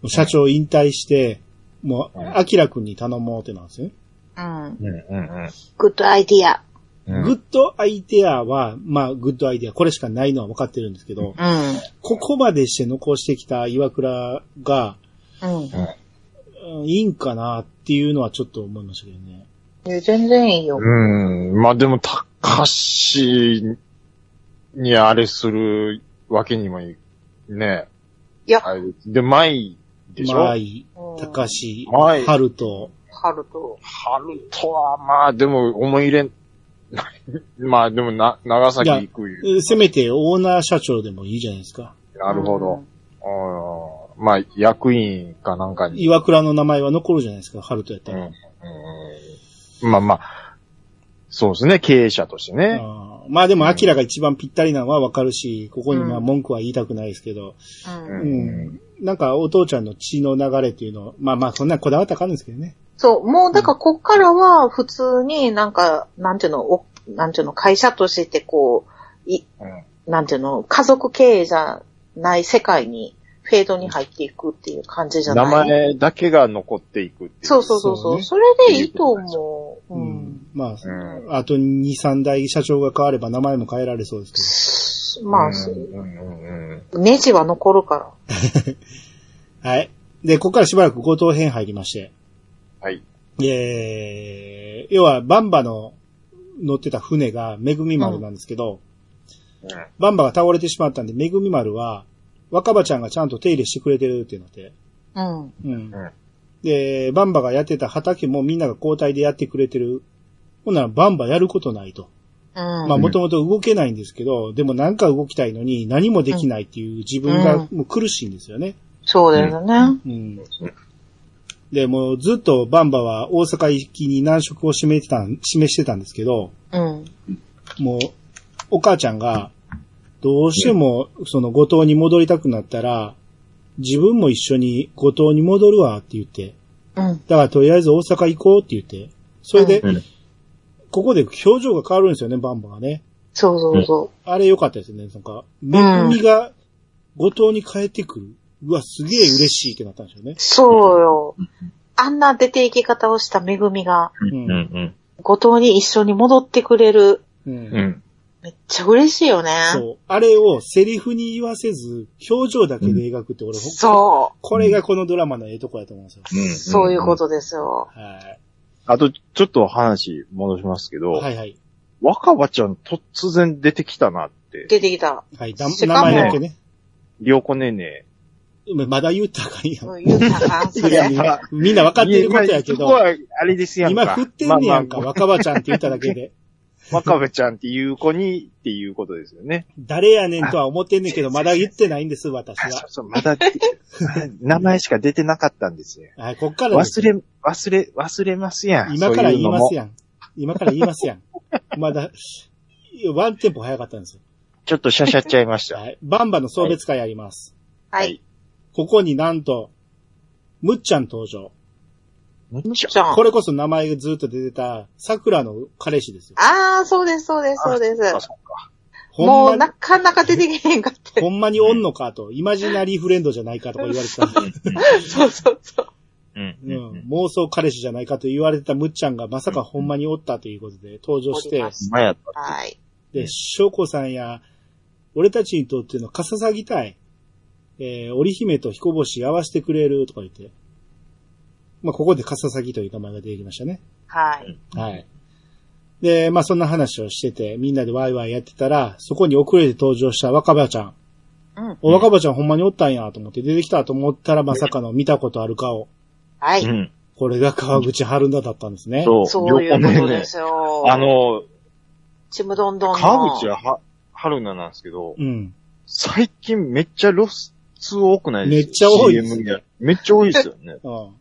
[SPEAKER 1] 社長引退して、もう
[SPEAKER 3] う、ん
[SPEAKER 1] アキラくんに頼もうってなんですよね。
[SPEAKER 2] うん。
[SPEAKER 3] うんうん
[SPEAKER 2] グッドアイディア。
[SPEAKER 3] うん。
[SPEAKER 1] グッドアイデアは、まあ、グッドアイデア、これしかないのは分かってるんですけど、
[SPEAKER 2] う
[SPEAKER 1] ここまでして残してきた岩倉が、
[SPEAKER 2] ん。うん。
[SPEAKER 1] うんいいんかなっていうのはちょっと思いましたけどね。
[SPEAKER 2] いや全然いいよ。
[SPEAKER 3] うん。まあでも、高橋にあれするわけにもい、ね。
[SPEAKER 2] いや
[SPEAKER 3] あれで、舞でしょ
[SPEAKER 1] マ
[SPEAKER 3] 舞。
[SPEAKER 1] イ、高橋、
[SPEAKER 3] 舞
[SPEAKER 1] ハルト、
[SPEAKER 2] ハルト。
[SPEAKER 3] 春とは、まあでも、思い入れん、まあでもな、長崎行くよ。
[SPEAKER 1] せめてオーナー社長でもいいじゃないですか。
[SPEAKER 3] なるほど。うんまあ、役員かなんかに。
[SPEAKER 1] 岩倉の名前は残るじゃないですか、ハルトやっ
[SPEAKER 3] う
[SPEAKER 1] た
[SPEAKER 3] ん
[SPEAKER 1] ら。
[SPEAKER 3] うんまあまあ、そうですね、経営者としてね。
[SPEAKER 1] あーまあでも、アキラが一番ぴったりなのはわかるし、ここにまあ
[SPEAKER 2] うん
[SPEAKER 1] 文句は言いたくないですけど、
[SPEAKER 2] うん。
[SPEAKER 3] う
[SPEAKER 2] うんん。
[SPEAKER 1] うんなんかお父ちゃんの血の流れっていうのを、まあまあそんなこだわったらあかんですけどね。
[SPEAKER 2] そう、もうだからこっからは普通になんか、なんていうの、おなんていうの、会社としてこう、い、
[SPEAKER 3] うん
[SPEAKER 2] なんていうの、家族経営じゃない世界に、フェードに入っていくっていう感じじゃな
[SPEAKER 3] 名
[SPEAKER 2] い
[SPEAKER 3] 前だけが残っていくっていう。
[SPEAKER 2] そうそうそうそう。そ
[SPEAKER 1] そ
[SPEAKER 2] れでいいと思う。う。
[SPEAKER 1] うんんまあ、
[SPEAKER 3] うん
[SPEAKER 1] あと2、3代社長が変われば名前も変えられそうですけど。
[SPEAKER 2] まあ、
[SPEAKER 3] うんうんうんうん
[SPEAKER 2] ネジは残るから。
[SPEAKER 1] はい。で、ここからしばらく強盗編入りまして。
[SPEAKER 3] はい。
[SPEAKER 1] えー、要は、バンバの乗ってた船が、めぐみ丸なんですけど、
[SPEAKER 3] う
[SPEAKER 1] バンバが倒れてしまったんで、めぐみ丸は、若葉ちゃんがちゃんと手入れしてくれてるってなって。
[SPEAKER 2] うん。
[SPEAKER 1] うん。
[SPEAKER 3] ん
[SPEAKER 1] で、バンバがやってた畑もみんなが交代でやってくれてる。ほんなら、バンバやることないと。
[SPEAKER 2] うん。
[SPEAKER 1] まあ、
[SPEAKER 3] うん
[SPEAKER 1] もともと動けないんですけど、でもなんか動きたいのに、何もできないっていう自分がもう苦しいんですよね。
[SPEAKER 2] そうだよね。
[SPEAKER 1] うん。で、もうずっとバンバは大阪行きに難色を示してたん、示してたんですけど、
[SPEAKER 2] うん。
[SPEAKER 1] もう、お母ちゃんが、どうしても、その、後藤に戻りたくなったら、自分も一緒に後藤に戻るわって言って、
[SPEAKER 2] うん。
[SPEAKER 1] だからとりあえず大阪行こうって言って、それで
[SPEAKER 3] う、ん
[SPEAKER 1] ここで表情が変わるんですよね、バンバがね。
[SPEAKER 2] そうそうそ
[SPEAKER 1] あれ良かったですね、なんか、めぐみが後藤に帰ってくる。うわ、すげえ嬉しいってなったんですよね
[SPEAKER 2] う。。そうよ。あんな出て行き方をしためぐみが、
[SPEAKER 3] うんうん
[SPEAKER 2] 後藤に一緒に戻ってくれる。
[SPEAKER 1] うん
[SPEAKER 3] うんうん
[SPEAKER 2] めっちゃ嬉しいよね。
[SPEAKER 1] そう。あれをセリフに言わせず、表情だけで描くって俺、ほ
[SPEAKER 2] そ
[SPEAKER 1] これがこのドラマのええとこやと思うんですよ。
[SPEAKER 2] う。そういうことですよ。
[SPEAKER 1] はい。
[SPEAKER 3] あと、ちょっと話戻しますけど、
[SPEAKER 1] はいはい。
[SPEAKER 3] 若葉ちゃん突然出てきたなって、
[SPEAKER 2] 出てきた。
[SPEAKER 1] はい。だ
[SPEAKER 2] し
[SPEAKER 1] 名
[SPEAKER 2] かも
[SPEAKER 1] 前だけね。
[SPEAKER 3] りょうこねね。
[SPEAKER 1] まだ言ったらあかんや
[SPEAKER 2] うん言うたらあかん、そ
[SPEAKER 1] ん。いや
[SPEAKER 2] れ。
[SPEAKER 1] みんなみんな分かってることやけ
[SPEAKER 3] い今そこ
[SPEAKER 1] ど、
[SPEAKER 3] はあれですやんか。
[SPEAKER 1] 今振ってんねやんか、
[SPEAKER 3] まあまあ
[SPEAKER 1] 若葉ちゃんって言っただけで。
[SPEAKER 3] 若葉ちゃんっていう子にっていうことですよね。
[SPEAKER 1] 誰やねんとは思ってんねんけど、まだ言ってないんです、私
[SPEAKER 3] あそう
[SPEAKER 1] は。
[SPEAKER 3] そう、まだ、名前しか出てなかったんですよ。
[SPEAKER 1] はい、こっからです
[SPEAKER 3] 忘れ、忘れ、忘れますやん。
[SPEAKER 1] 今から言います
[SPEAKER 3] やん。
[SPEAKER 1] やん。今から言いますやん。まだ、ワンテンポ早かったんですよ。
[SPEAKER 3] ちょっとしゃしゃっちゃいました。
[SPEAKER 1] はい。バンバの送別会やります。
[SPEAKER 2] はい。
[SPEAKER 1] ここになんと、むっちゃん登場。
[SPEAKER 3] むっちゃ
[SPEAKER 2] じゃん。
[SPEAKER 1] これこそ名前がずっと出てた、桜の彼氏ですよ。
[SPEAKER 2] ああ、そうです、そうです、そうです
[SPEAKER 3] あ、。そっか。
[SPEAKER 1] ほ
[SPEAKER 2] も
[SPEAKER 1] んま
[SPEAKER 2] うな
[SPEAKER 1] に、
[SPEAKER 2] かなか出てけへんかって。
[SPEAKER 1] ほんまにおんのかと、イマジナリーフレンドじゃないかとか言われてた。
[SPEAKER 2] そうそうそう。
[SPEAKER 3] うん。
[SPEAKER 1] う
[SPEAKER 3] うんん。、
[SPEAKER 1] 妄想彼氏じゃないかと言われてたむっちゃんがまさかほんまにおったということで登場し
[SPEAKER 2] おり
[SPEAKER 1] て
[SPEAKER 2] ま、す
[SPEAKER 3] 前やっ
[SPEAKER 2] はい。
[SPEAKER 1] で、翔子さんや、俺たちにとってのかささぎたい、えー、織姫と彦星合わせてくれるとか言って、まあ、ここでカササギという名前が出てきましたね。
[SPEAKER 2] はい。
[SPEAKER 1] はい。で、まあそんな話をしてて、みんなでワイワイやってたら、そこに遅れて登場した若葉ちゃん。
[SPEAKER 2] うん。
[SPEAKER 1] お、
[SPEAKER 3] うん
[SPEAKER 1] 若葉ちゃんほんまにおったんやと思って出てきたと思ったらまさかの見たことある顔。
[SPEAKER 2] は
[SPEAKER 3] う
[SPEAKER 2] い。
[SPEAKER 3] ん。
[SPEAKER 1] これが川口春奈だったんですね。
[SPEAKER 3] そう。
[SPEAKER 2] そういうこと
[SPEAKER 3] ね
[SPEAKER 2] で。すよ。
[SPEAKER 3] あ、の、
[SPEAKER 2] ちむどんどんの。
[SPEAKER 3] 川口はは、春菜なんですけど、
[SPEAKER 1] うん。
[SPEAKER 3] 最近めっちゃロス多くないです
[SPEAKER 1] めっちゃ多いです
[SPEAKER 3] CM でめっちゃ多いですよね。
[SPEAKER 1] うん。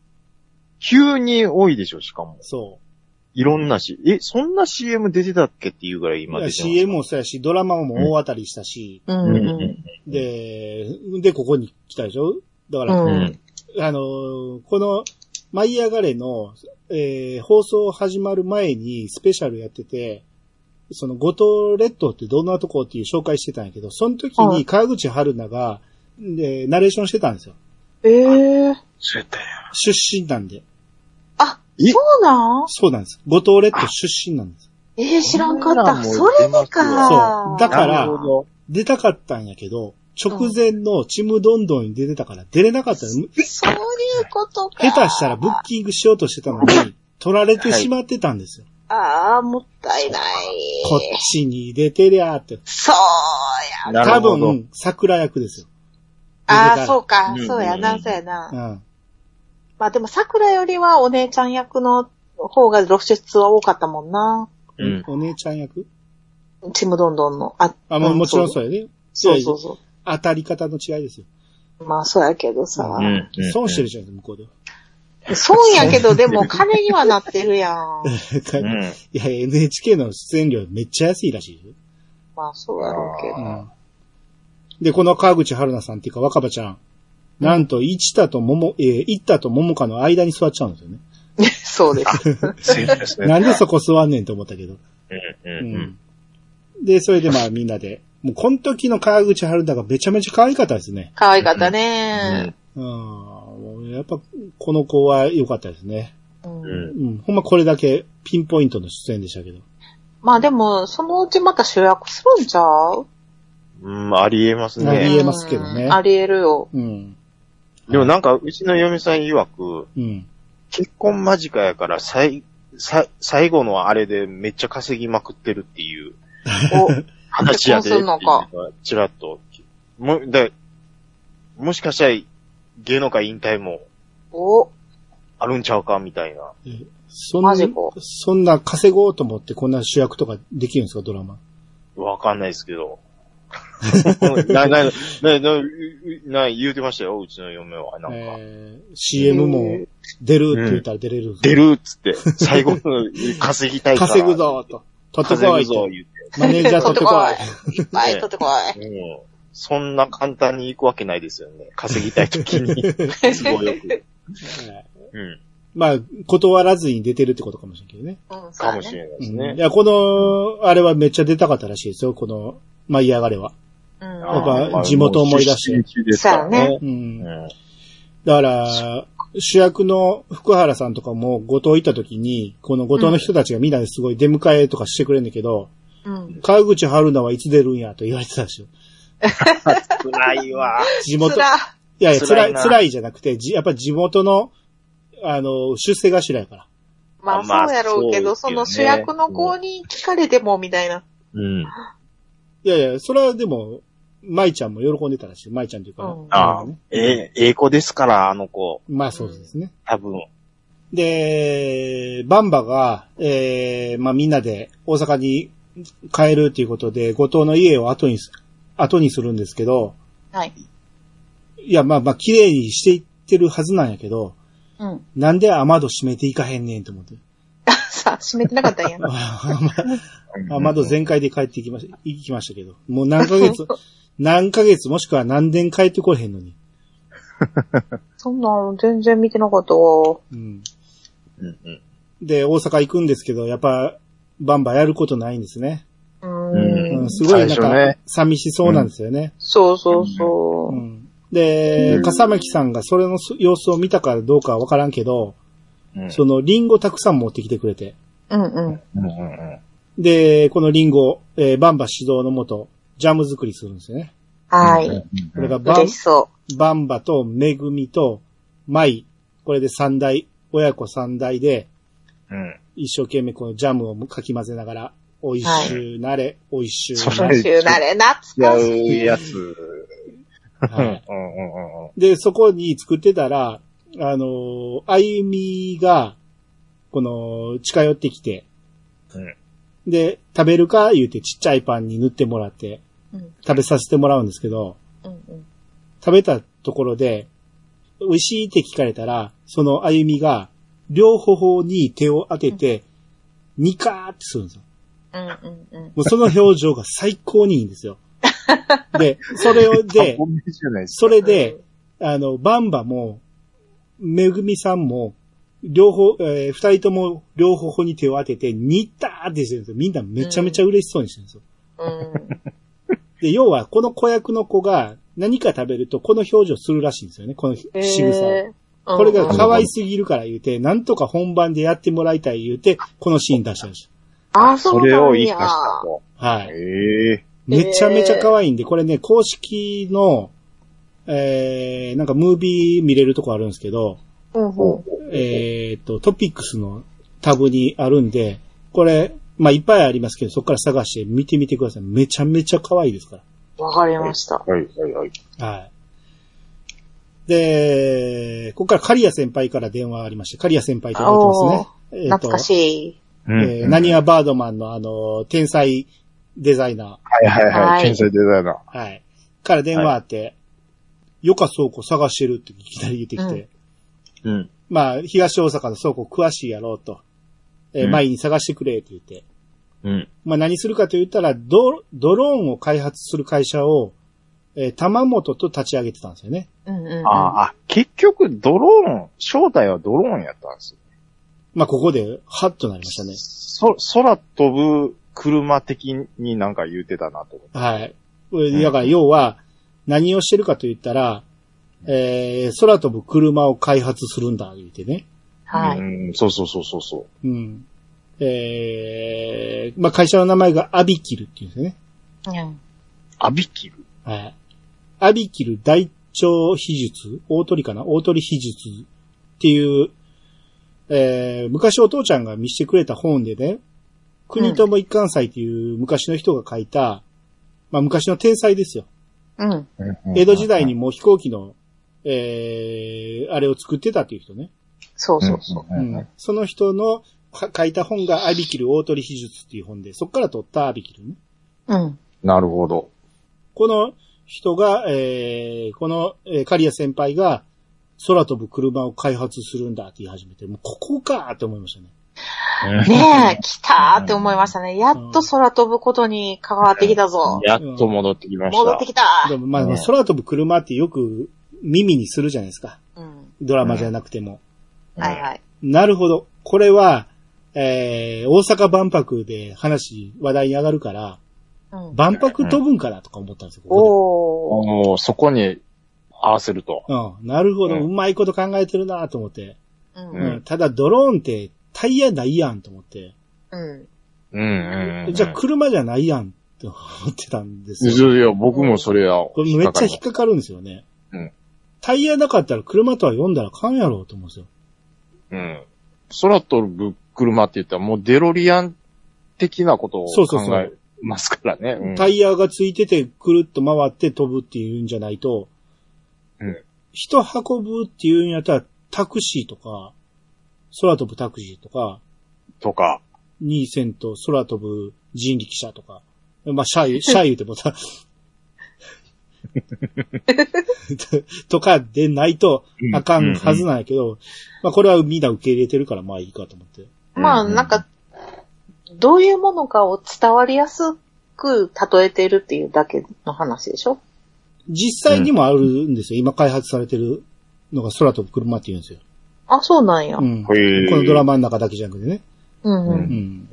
[SPEAKER 3] 急に多いでしょ、しかも。
[SPEAKER 1] そ。
[SPEAKER 3] いろんなし。え、そんな CM 出てたっけっていうぐらいう今出てます。
[SPEAKER 1] CM もそうやし、ドラマも大当たりしたし、
[SPEAKER 2] う
[SPEAKER 3] うんんう
[SPEAKER 2] うん
[SPEAKER 3] ん。
[SPEAKER 1] で、で、ここに来たでしょだから、
[SPEAKER 2] う
[SPEAKER 3] うんん。
[SPEAKER 1] あのーこの、舞い上がれの、えー放送始まる前にスペシャルやってて、その、五島列島ってどんなとこっていう紹介してたんやけど、その時
[SPEAKER 2] は
[SPEAKER 1] に
[SPEAKER 2] い
[SPEAKER 1] 川口春奈が、で、ナレーションしてたんですよ。
[SPEAKER 2] ええ。
[SPEAKER 3] そうやったんや。
[SPEAKER 1] 出身なんで。
[SPEAKER 2] あ、
[SPEAKER 3] え
[SPEAKER 2] そうなん
[SPEAKER 1] そうなんです。五島列島出身なんです。
[SPEAKER 2] ええ、知らんかっ
[SPEAKER 3] そんな
[SPEAKER 2] た。
[SPEAKER 3] んも
[SPEAKER 2] それで
[SPEAKER 1] そ
[SPEAKER 2] か
[SPEAKER 1] う。。だか
[SPEAKER 3] な
[SPEAKER 1] ら
[SPEAKER 3] る、ほど。
[SPEAKER 1] 出たかったんやけど、直前のちむどんどんに出てたから出れなかったの。
[SPEAKER 2] そういうことか。
[SPEAKER 1] 下手したらブッキングしようとしてたのに、取られてしまってたんですよ。
[SPEAKER 2] ああ、もったいない。
[SPEAKER 1] こっちに出てりゃーって。
[SPEAKER 2] そうや。
[SPEAKER 3] な
[SPEAKER 1] 多
[SPEAKER 3] るほど。
[SPEAKER 1] 分、桜役ですよ。
[SPEAKER 2] ああ、そうか
[SPEAKER 3] う。ん
[SPEAKER 2] そうや
[SPEAKER 3] う
[SPEAKER 2] な、
[SPEAKER 3] ん
[SPEAKER 2] そうやな
[SPEAKER 1] う。ん。
[SPEAKER 2] まあでも、桜よりはお姉ちゃん役の方が露出は多かったもんな。
[SPEAKER 3] うん。
[SPEAKER 1] お姉ちゃん役
[SPEAKER 2] ちむどんどんの。あ、
[SPEAKER 1] あ、もうもちろん
[SPEAKER 2] そ
[SPEAKER 1] そ
[SPEAKER 2] う。
[SPEAKER 1] うやね。
[SPEAKER 2] そうそうそ
[SPEAKER 1] 当たり方の違いですよ。
[SPEAKER 2] う。まあ、そうやけどさ
[SPEAKER 3] う。ん。うん
[SPEAKER 1] 損してるじゃん、向こうでは。
[SPEAKER 2] そうやけど、でも金にはなってるやん。
[SPEAKER 3] うん。
[SPEAKER 1] いや、NHK の出演料めっちゃ安いらしいよ。
[SPEAKER 2] まあ、そうやろうけど
[SPEAKER 1] う。
[SPEAKER 3] うん
[SPEAKER 1] で、この川口春奈さんっていうか若葉ちゃん。なんと、一田と桃、えー、一田と桃香の間に座っちゃうんですよね。。
[SPEAKER 2] そうです。
[SPEAKER 3] そうですね。
[SPEAKER 1] なんでそこ座んねんと思ったけど。
[SPEAKER 3] うん
[SPEAKER 1] う
[SPEAKER 3] うんうん
[SPEAKER 1] ん。で、それでまあみんなで。もうこの時の川口春奈がめちゃめちゃ可愛かったですね。
[SPEAKER 2] 可愛かった
[SPEAKER 3] う
[SPEAKER 2] ね
[SPEAKER 3] ん。
[SPEAKER 1] うんもうやっぱ、この子は良かったですね。
[SPEAKER 2] うん
[SPEAKER 3] うん。
[SPEAKER 1] うん。ほんまこれだけピンポイントの出演でしたけど。
[SPEAKER 2] まあでも、そのうちまた主役するんちゃう
[SPEAKER 3] うん、ありえます
[SPEAKER 1] あり
[SPEAKER 3] ね。
[SPEAKER 1] えますけどね
[SPEAKER 2] うんありえるよ。
[SPEAKER 1] うん。
[SPEAKER 3] でもなんか、うちの嫁さん曰く、
[SPEAKER 1] うん。
[SPEAKER 3] 結婚間近やから、最、最、最後のあれでめっちゃ稼ぎまくってるっていう
[SPEAKER 2] お、
[SPEAKER 3] 話や
[SPEAKER 2] 結婚
[SPEAKER 3] で。
[SPEAKER 2] するのか
[SPEAKER 3] っていうのがちらっと。も、で、もしかしたら芸能界引退も
[SPEAKER 2] お、
[SPEAKER 3] あるんちゃうかみたいな。
[SPEAKER 1] そんな
[SPEAKER 2] マジか、
[SPEAKER 1] そんな稼ごうと思ってこんな主役とかできるんですか、ドラマ。
[SPEAKER 3] わかんないですけ ど。な、な、な、な、な、言うてましたよ、うちの嫁は。なんか。
[SPEAKER 1] えー、CM も出るって言ったら出れる。
[SPEAKER 3] 出るっつって、最後の稼ぎたいから。
[SPEAKER 1] 稼ぐぞと。取って
[SPEAKER 3] 稼
[SPEAKER 1] こ
[SPEAKER 3] ぐ
[SPEAKER 1] い
[SPEAKER 3] ぞ、
[SPEAKER 1] と。
[SPEAKER 3] 言う
[SPEAKER 1] マネージャー取ってこい。
[SPEAKER 2] いっぱい取ってこ
[SPEAKER 3] て。うん。そんな簡単に行くわけないですよね。稼ぎたいときに。都合よく。
[SPEAKER 1] はい
[SPEAKER 3] うん。
[SPEAKER 1] まあ、断らずに出てるってことかもしれないけどね。
[SPEAKER 2] い。うん、
[SPEAKER 3] かもし
[SPEAKER 2] ない。
[SPEAKER 3] れないで
[SPEAKER 1] う
[SPEAKER 3] す
[SPEAKER 1] んい
[SPEAKER 3] ね。
[SPEAKER 1] や、この、あれはめっちゃ出たかったらしいですよ、この、舞い上がれは。
[SPEAKER 2] うん。
[SPEAKER 1] やっぱ地元思い出して
[SPEAKER 3] まあもう出身地ですからね。
[SPEAKER 1] うん
[SPEAKER 3] う。ん。
[SPEAKER 1] だから、主役の福原さんとかも後藤行った時に、この後藤の人たちがみんなですごい出迎えとかしてくれるんだけど、
[SPEAKER 2] うん。
[SPEAKER 1] 川口春奈はいつ出るんやと言われてたんですよ。
[SPEAKER 3] 辛いわ。
[SPEAKER 1] 地元、
[SPEAKER 2] つ
[SPEAKER 1] い
[SPEAKER 2] ら
[SPEAKER 1] やいや、辛
[SPEAKER 3] 辛
[SPEAKER 1] い、
[SPEAKER 3] いな
[SPEAKER 1] 辛いじゃなくて、じやっぱ地元の、あの、出世頭やから。
[SPEAKER 2] まあそうやろうけ
[SPEAKER 3] ま
[SPEAKER 2] ど、
[SPEAKER 3] あ
[SPEAKER 2] そ
[SPEAKER 3] そうですよ
[SPEAKER 2] の
[SPEAKER 3] ね
[SPEAKER 2] 主役の子に聞かれてもみたいな。
[SPEAKER 3] うん。
[SPEAKER 1] いやいや、それはでも、舞ちゃんも喜んでたらしい。舞ちゃんというか、
[SPEAKER 2] うん
[SPEAKER 3] ああ
[SPEAKER 1] ね、
[SPEAKER 3] ええ、ええ子ですから、あの子。
[SPEAKER 1] まあそうですね。
[SPEAKER 3] 多分。
[SPEAKER 1] で、バンバが、えー、まあみんなで大阪に帰るということで、後藤の家を後にす、後にするんですけど、
[SPEAKER 2] はい。
[SPEAKER 1] いや、まあまあ綺麗にしていってるはずなんやけど、
[SPEAKER 2] うん。
[SPEAKER 1] なんで雨戸閉めていかへんねんと思って。
[SPEAKER 2] さあ、閉めてなかったんやな。
[SPEAKER 1] 雨戸全開で帰っていきまし、行きましたけど、もう何ヶ月、何ヶ月もしくは何年帰ってこれへんのに。
[SPEAKER 2] そんなん全然見てなかったわ。
[SPEAKER 1] うん。
[SPEAKER 3] うんうん。
[SPEAKER 1] で、大阪行くんですけど、やっぱ、バンバやることないんですね。
[SPEAKER 2] う
[SPEAKER 1] う
[SPEAKER 2] ー
[SPEAKER 1] ん、
[SPEAKER 2] ん。
[SPEAKER 1] すごいなん
[SPEAKER 3] 最初
[SPEAKER 1] か
[SPEAKER 3] ね、
[SPEAKER 1] 寂しそうなんですよね。
[SPEAKER 2] そうそうそうう。
[SPEAKER 1] んで、
[SPEAKER 3] うん
[SPEAKER 1] 笠巻さんがそれの様子を見たかどうかはわからんけど、
[SPEAKER 3] うん
[SPEAKER 1] そのリンゴたくさん持ってきてくれて、
[SPEAKER 2] うんうん。
[SPEAKER 3] うんうん
[SPEAKER 1] で、このリンゴ、えーバンバ指導のもと、ジャム作りするんですよね。
[SPEAKER 2] は
[SPEAKER 3] うん
[SPEAKER 2] い。。
[SPEAKER 1] これがバン
[SPEAKER 2] 嬉しそ
[SPEAKER 1] バンバとめぐみとマイ、これで三大親子三代で、
[SPEAKER 3] うん。
[SPEAKER 1] 一生懸命このジャムをかき混ぜながら、美味しゅうなれ、美味しゅうな
[SPEAKER 3] は
[SPEAKER 1] れ。
[SPEAKER 3] い
[SPEAKER 2] 今週なれ、懐かしい。
[SPEAKER 3] 違うやつ。うん、うん
[SPEAKER 1] は、
[SPEAKER 3] うん、うん。
[SPEAKER 1] いで、そこに作ってたら、あのーあゆみが、この、近寄ってきて、
[SPEAKER 3] うん
[SPEAKER 1] で、食べるか言うてちっちゃいパンに塗ってもらって、
[SPEAKER 2] うん
[SPEAKER 1] 食べさせてもらうんですけど、
[SPEAKER 2] うんうん
[SPEAKER 1] 食べたところで、美味しいって聞かれたら、そのあゆみが、両頬に手を当てて、ニカーってするんですよ。
[SPEAKER 2] うんうんうん
[SPEAKER 1] もうその表情が最高にいいんですよ。で、それをで、
[SPEAKER 3] 同じじゃないですか。
[SPEAKER 1] それで、あの、バンバも、めぐみさんも、両方、えー二人とも両方に手を当てて、似たーってしてるんですよ。みんなめちゃめちゃ嬉しそうにしてるんですよ。
[SPEAKER 2] うん。
[SPEAKER 1] で、要は、この子役の子が何か食べると、この表情するらしいんですよね。この仕
[SPEAKER 2] えー
[SPEAKER 1] 草を。
[SPEAKER 2] うん
[SPEAKER 1] これが可愛すぎるから言うて、なんとか本番でやってもらいたい言うて、このシーン出したんですよ。
[SPEAKER 2] あ、そ
[SPEAKER 3] そう
[SPEAKER 2] なんや
[SPEAKER 3] れを生かしたと。
[SPEAKER 1] はい。
[SPEAKER 3] ええ。
[SPEAKER 1] めちゃめちゃ可愛いんで、これね、公式の、えー、なんかムービー見れるとこあるんですけど、
[SPEAKER 2] うんうん。
[SPEAKER 1] えーっと、トピックスのタブにあるんで、これ、まあ、いっぱいありますけど、そこから探して見てみてください。めちゃめちゃ可愛いですか
[SPEAKER 2] わかりました。
[SPEAKER 3] はい、はい、はい。
[SPEAKER 1] ら。はい。で、ここから刈谷先輩から電話ありまして、刈谷先輩と覚えてますね。えーっと
[SPEAKER 2] 懐かしい。
[SPEAKER 3] う
[SPEAKER 1] えー、
[SPEAKER 3] は
[SPEAKER 1] 何はバードマンのあの、天才デザイナー。
[SPEAKER 3] い、はい、
[SPEAKER 2] は
[SPEAKER 3] はいい。天才デザイナー。
[SPEAKER 1] はい。から電話あって、よか倉庫探してるっていきなり言ってきて、
[SPEAKER 3] うん。
[SPEAKER 1] まあ、東大阪の倉庫詳しいやろうと、えー
[SPEAKER 3] うん
[SPEAKER 1] 前に探してくれって言って、
[SPEAKER 3] うん。
[SPEAKER 1] まあ何するかと言ったら、ド、ドローンを開発する会社を、えー玉本と立ち上げてたんですよね。
[SPEAKER 2] うんうんうん。
[SPEAKER 3] ああ、結局、ドローン、正体はドローンやったんですよ。
[SPEAKER 1] まあここで、ハッとなりましたね。
[SPEAKER 3] そ、空飛ぶ車的になんか言うてたなと思って。
[SPEAKER 1] はい。これだから要は、何をしてるかと言ったら、えー空飛ぶ車を開発するんだ、言ってね。
[SPEAKER 2] は
[SPEAKER 3] う
[SPEAKER 2] い。
[SPEAKER 3] ん、そうそうそうそうそ
[SPEAKER 1] うん。えー、まあ、会社の名前がアビキルっていうんですよね。
[SPEAKER 2] うん
[SPEAKER 3] う。アビキル
[SPEAKER 1] はい。アビキル大腸秘術、大鳥かな大鳥秘術っていう、えー、昔お父ちゃんが見せてくれた本でね、国友一貫祭っていう昔の人が書いた、まあ、昔の天才ですよ。
[SPEAKER 2] うん。
[SPEAKER 1] 江戸時代にもう飛行機の、えー、あれを作ってたっていう人ね。
[SPEAKER 2] そうそうそう。
[SPEAKER 3] う
[SPEAKER 1] うんその人のか書いた本がアビキル大鳥秘術っていう本で、そこから取ったアビキルね。
[SPEAKER 2] うん。
[SPEAKER 3] なるほど。
[SPEAKER 1] この人が、えー、この、えー、カリア先輩が空飛ぶ車を開発するんだって言い始めて、もうここかーって思いましたね。
[SPEAKER 2] ねえ、来たーって思いましたね。やっと空飛ぶことに関わってきたぞ。
[SPEAKER 3] やっと戻ってきました。
[SPEAKER 2] 戻ってきた
[SPEAKER 1] でもまあ、
[SPEAKER 3] うん
[SPEAKER 1] 空飛ぶ車ってよく耳にするじゃないですか。
[SPEAKER 2] うん。
[SPEAKER 1] ドラマじゃなくても。
[SPEAKER 3] うん
[SPEAKER 2] はいはい。
[SPEAKER 1] なるほど。これは、えー、大阪万博で話、話題に上がるから、
[SPEAKER 2] うん。
[SPEAKER 1] 万博飛ぶんかなとか思ったんですよ。ここで
[SPEAKER 2] おー。
[SPEAKER 3] もう、そこに合わせると。
[SPEAKER 1] うん、なるほど、
[SPEAKER 3] う
[SPEAKER 1] うんまいこと考えてるなと思って、
[SPEAKER 2] う。
[SPEAKER 1] うんん。ただドローンってタイヤないやんと思って。
[SPEAKER 2] うん。
[SPEAKER 3] うんうんうん。
[SPEAKER 1] じゃあ車じゃないやんって思ってたんです
[SPEAKER 3] い
[SPEAKER 1] よ。
[SPEAKER 3] やいや、僕もそれや。
[SPEAKER 1] これめっちゃ引っかかるんですよね。
[SPEAKER 3] うん
[SPEAKER 1] タイヤなかったら車とは読んだら勘やろうと思うんですよ。
[SPEAKER 3] うん。空飛ぶ車って言ったら、もうデロリアン的なことを
[SPEAKER 1] そうそうそう
[SPEAKER 3] 考えますからね。うん
[SPEAKER 1] タイヤがついててくるっと回って飛ぶっていうんじゃないと、
[SPEAKER 3] うん
[SPEAKER 1] 人運ぶっていうんやったらタクシーとか、空飛ぶタクシーとか、
[SPEAKER 3] とか。
[SPEAKER 1] ニーセント空飛ぶ人力車とか。まあ、シャイ、シャイ言うてもさ、 とかでないとあかんはずなんやけど、まあ、これはみんな受け入れてるから、まあいいかと思って。
[SPEAKER 2] まあ、なんか、どういうものかを伝わりやすく例えてるっていうだけの話でしょ
[SPEAKER 1] 実際にもあるんですよ。今開発されてるのが空飛ぶ車って言うんですよ。
[SPEAKER 2] あ、そうなんや。う。
[SPEAKER 1] うんん。
[SPEAKER 3] こ
[SPEAKER 1] この
[SPEAKER 3] の
[SPEAKER 1] ドラマの中だけじゃなくてね。
[SPEAKER 2] う。
[SPEAKER 1] うんん。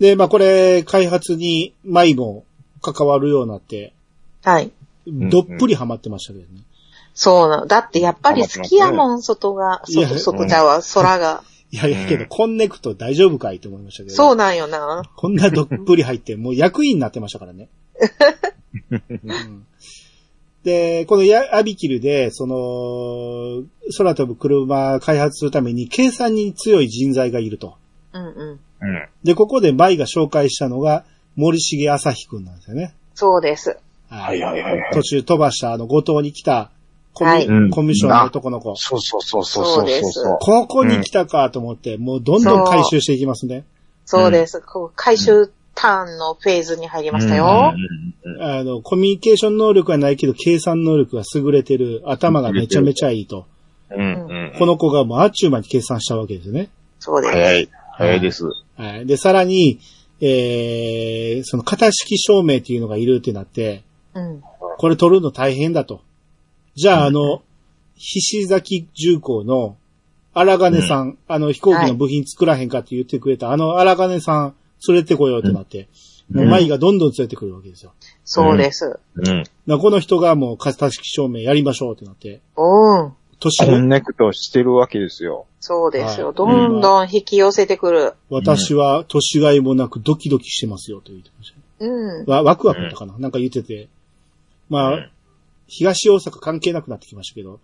[SPEAKER 1] で、まあこれ、開発に舞も関わるようになって、
[SPEAKER 2] はい。
[SPEAKER 3] ん
[SPEAKER 1] どっぷりハマってましたけどね。
[SPEAKER 2] そうなの。だってやっぱり好きやもん、外が。
[SPEAKER 1] いや
[SPEAKER 2] 外、外ちゃうわ、空が。
[SPEAKER 1] いやいやけど、
[SPEAKER 3] うん
[SPEAKER 1] コンネクト大丈夫かいって思いましたけど。
[SPEAKER 2] そうなんよな。
[SPEAKER 1] こん などっぷり入って、もう役員になってましたからね。うんで、このやアビキルで、その、空飛ぶ車開発するために計算に強い人材がいると。
[SPEAKER 2] うんうん。
[SPEAKER 3] うん。
[SPEAKER 1] で、ここで舞が紹介したのが森重朝日くんなんですよね。
[SPEAKER 2] そうです。
[SPEAKER 1] は
[SPEAKER 3] はいはいはいはい。
[SPEAKER 1] 途中飛ばしたあの、後藤に来たコミ,、
[SPEAKER 2] はい
[SPEAKER 3] うん
[SPEAKER 1] コミュ障の男の子。
[SPEAKER 3] そうそうそうそうそう
[SPEAKER 2] そうで
[SPEAKER 3] そう
[SPEAKER 2] す
[SPEAKER 3] そう。
[SPEAKER 1] ここに来たかと思って、もうどんどん回収していきますね。
[SPEAKER 2] そうです。こう回収ターンのフェーズに入りましたよ。
[SPEAKER 3] うんうんうん
[SPEAKER 1] あの、コミュニケーション能力はないけど、計算能力が優れてる。頭がめちゃめちゃいいと。
[SPEAKER 3] うんうん
[SPEAKER 1] この子がもうあっちゅう間に計算したわけですよね。
[SPEAKER 2] そうです。
[SPEAKER 3] 早い。早いです。
[SPEAKER 1] はい。で、さらに、えー、その型式証明っていうのがいるってなって、
[SPEAKER 2] うん。
[SPEAKER 1] これ取るの大変だと。じゃあ、あの、菱崎重工の荒金さん、あの飛行機の部品作らへんかって言ってくれた、あの荒金さん連れてこようってなって、もう舞がどんどん連れてくるわけですよ。
[SPEAKER 2] そうです。
[SPEAKER 3] うん。
[SPEAKER 1] なこの人がもう型式証明やりましょうってなって、
[SPEAKER 2] うん。
[SPEAKER 1] 年
[SPEAKER 3] コ
[SPEAKER 1] が
[SPEAKER 3] ネクトしてるわけですよ。
[SPEAKER 2] そうで
[SPEAKER 1] は
[SPEAKER 2] すよ。
[SPEAKER 1] い
[SPEAKER 2] どんどん引き寄せてくる。
[SPEAKER 1] 私は年がいもなくドキドキしてますよと言ってました。
[SPEAKER 2] うん。
[SPEAKER 1] わ、ワクワクだったかな、なんか言ってて。まあ、
[SPEAKER 3] うん
[SPEAKER 1] 東大阪関係なくなってきましたけど。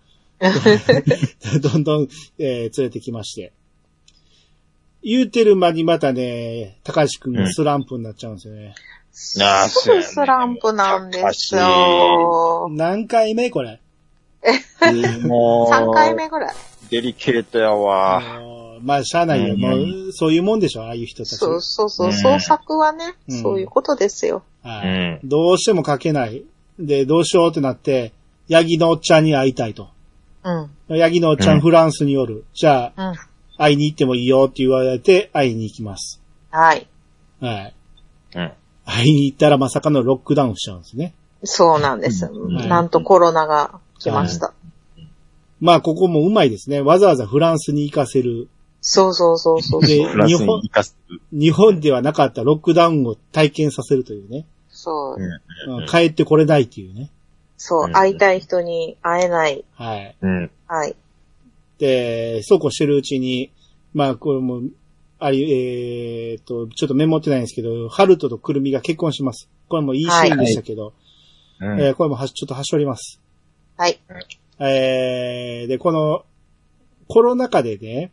[SPEAKER 1] どんどん、えー連れてきまして。言うてる間にまたね、高橋くんがスランプになっちゃうんですよね。
[SPEAKER 3] ああ
[SPEAKER 2] すぐスランプなんですよ。
[SPEAKER 1] 何回目これ。
[SPEAKER 3] もう、
[SPEAKER 2] 3回目ぐらい。
[SPEAKER 3] デリケートやわ。
[SPEAKER 1] あのーまあ、しゃあないよ。
[SPEAKER 3] うん
[SPEAKER 1] もう、そういうもんでしょ、ああいう人たち。
[SPEAKER 2] そうそうそう。
[SPEAKER 3] うん
[SPEAKER 2] 創作はね、
[SPEAKER 1] うん
[SPEAKER 2] そういうことですよ。
[SPEAKER 1] はい
[SPEAKER 3] うん。
[SPEAKER 1] どうしても書けない。で、どうしようってなって、ヤギのおっちゃんに会いたいと。
[SPEAKER 2] うん。
[SPEAKER 1] ヤギのおっちゃ
[SPEAKER 3] うん
[SPEAKER 1] んフランスにおる。じゃあ、
[SPEAKER 2] うん。
[SPEAKER 1] 会いに行ってもいいよって言われて、会いに行きます。
[SPEAKER 2] はい。
[SPEAKER 1] はい。
[SPEAKER 3] うん。
[SPEAKER 1] 会いに行ったらまさかのロックダウンしちゃうんですね。
[SPEAKER 2] そうなんです。
[SPEAKER 3] うん
[SPEAKER 2] なんとコロナが来ました。
[SPEAKER 1] まあ、ここもうまいですね。わざわざフランスに行かせる。
[SPEAKER 2] そうそうそうそう。
[SPEAKER 1] で
[SPEAKER 3] プラスに生かす。
[SPEAKER 1] 日本ではなかったロックダウンを体験させるというね。
[SPEAKER 2] そう。
[SPEAKER 1] うん
[SPEAKER 3] うん
[SPEAKER 1] 帰ってこれないっていうね。
[SPEAKER 2] そうう。
[SPEAKER 3] ん
[SPEAKER 2] 会いたい人に会えない。
[SPEAKER 1] はい。
[SPEAKER 3] うん。
[SPEAKER 2] はい。
[SPEAKER 1] で、そうこうしてるうちに、まあ、これも、ありえーっと、ちょっとメモってないんですけど、ハルトとクルミが結婚します。これもいいシーンでしたけど、
[SPEAKER 3] うん
[SPEAKER 1] えーこれもはしちょっと端折ります。
[SPEAKER 2] はい。
[SPEAKER 1] えーで、この、コロナ禍でね、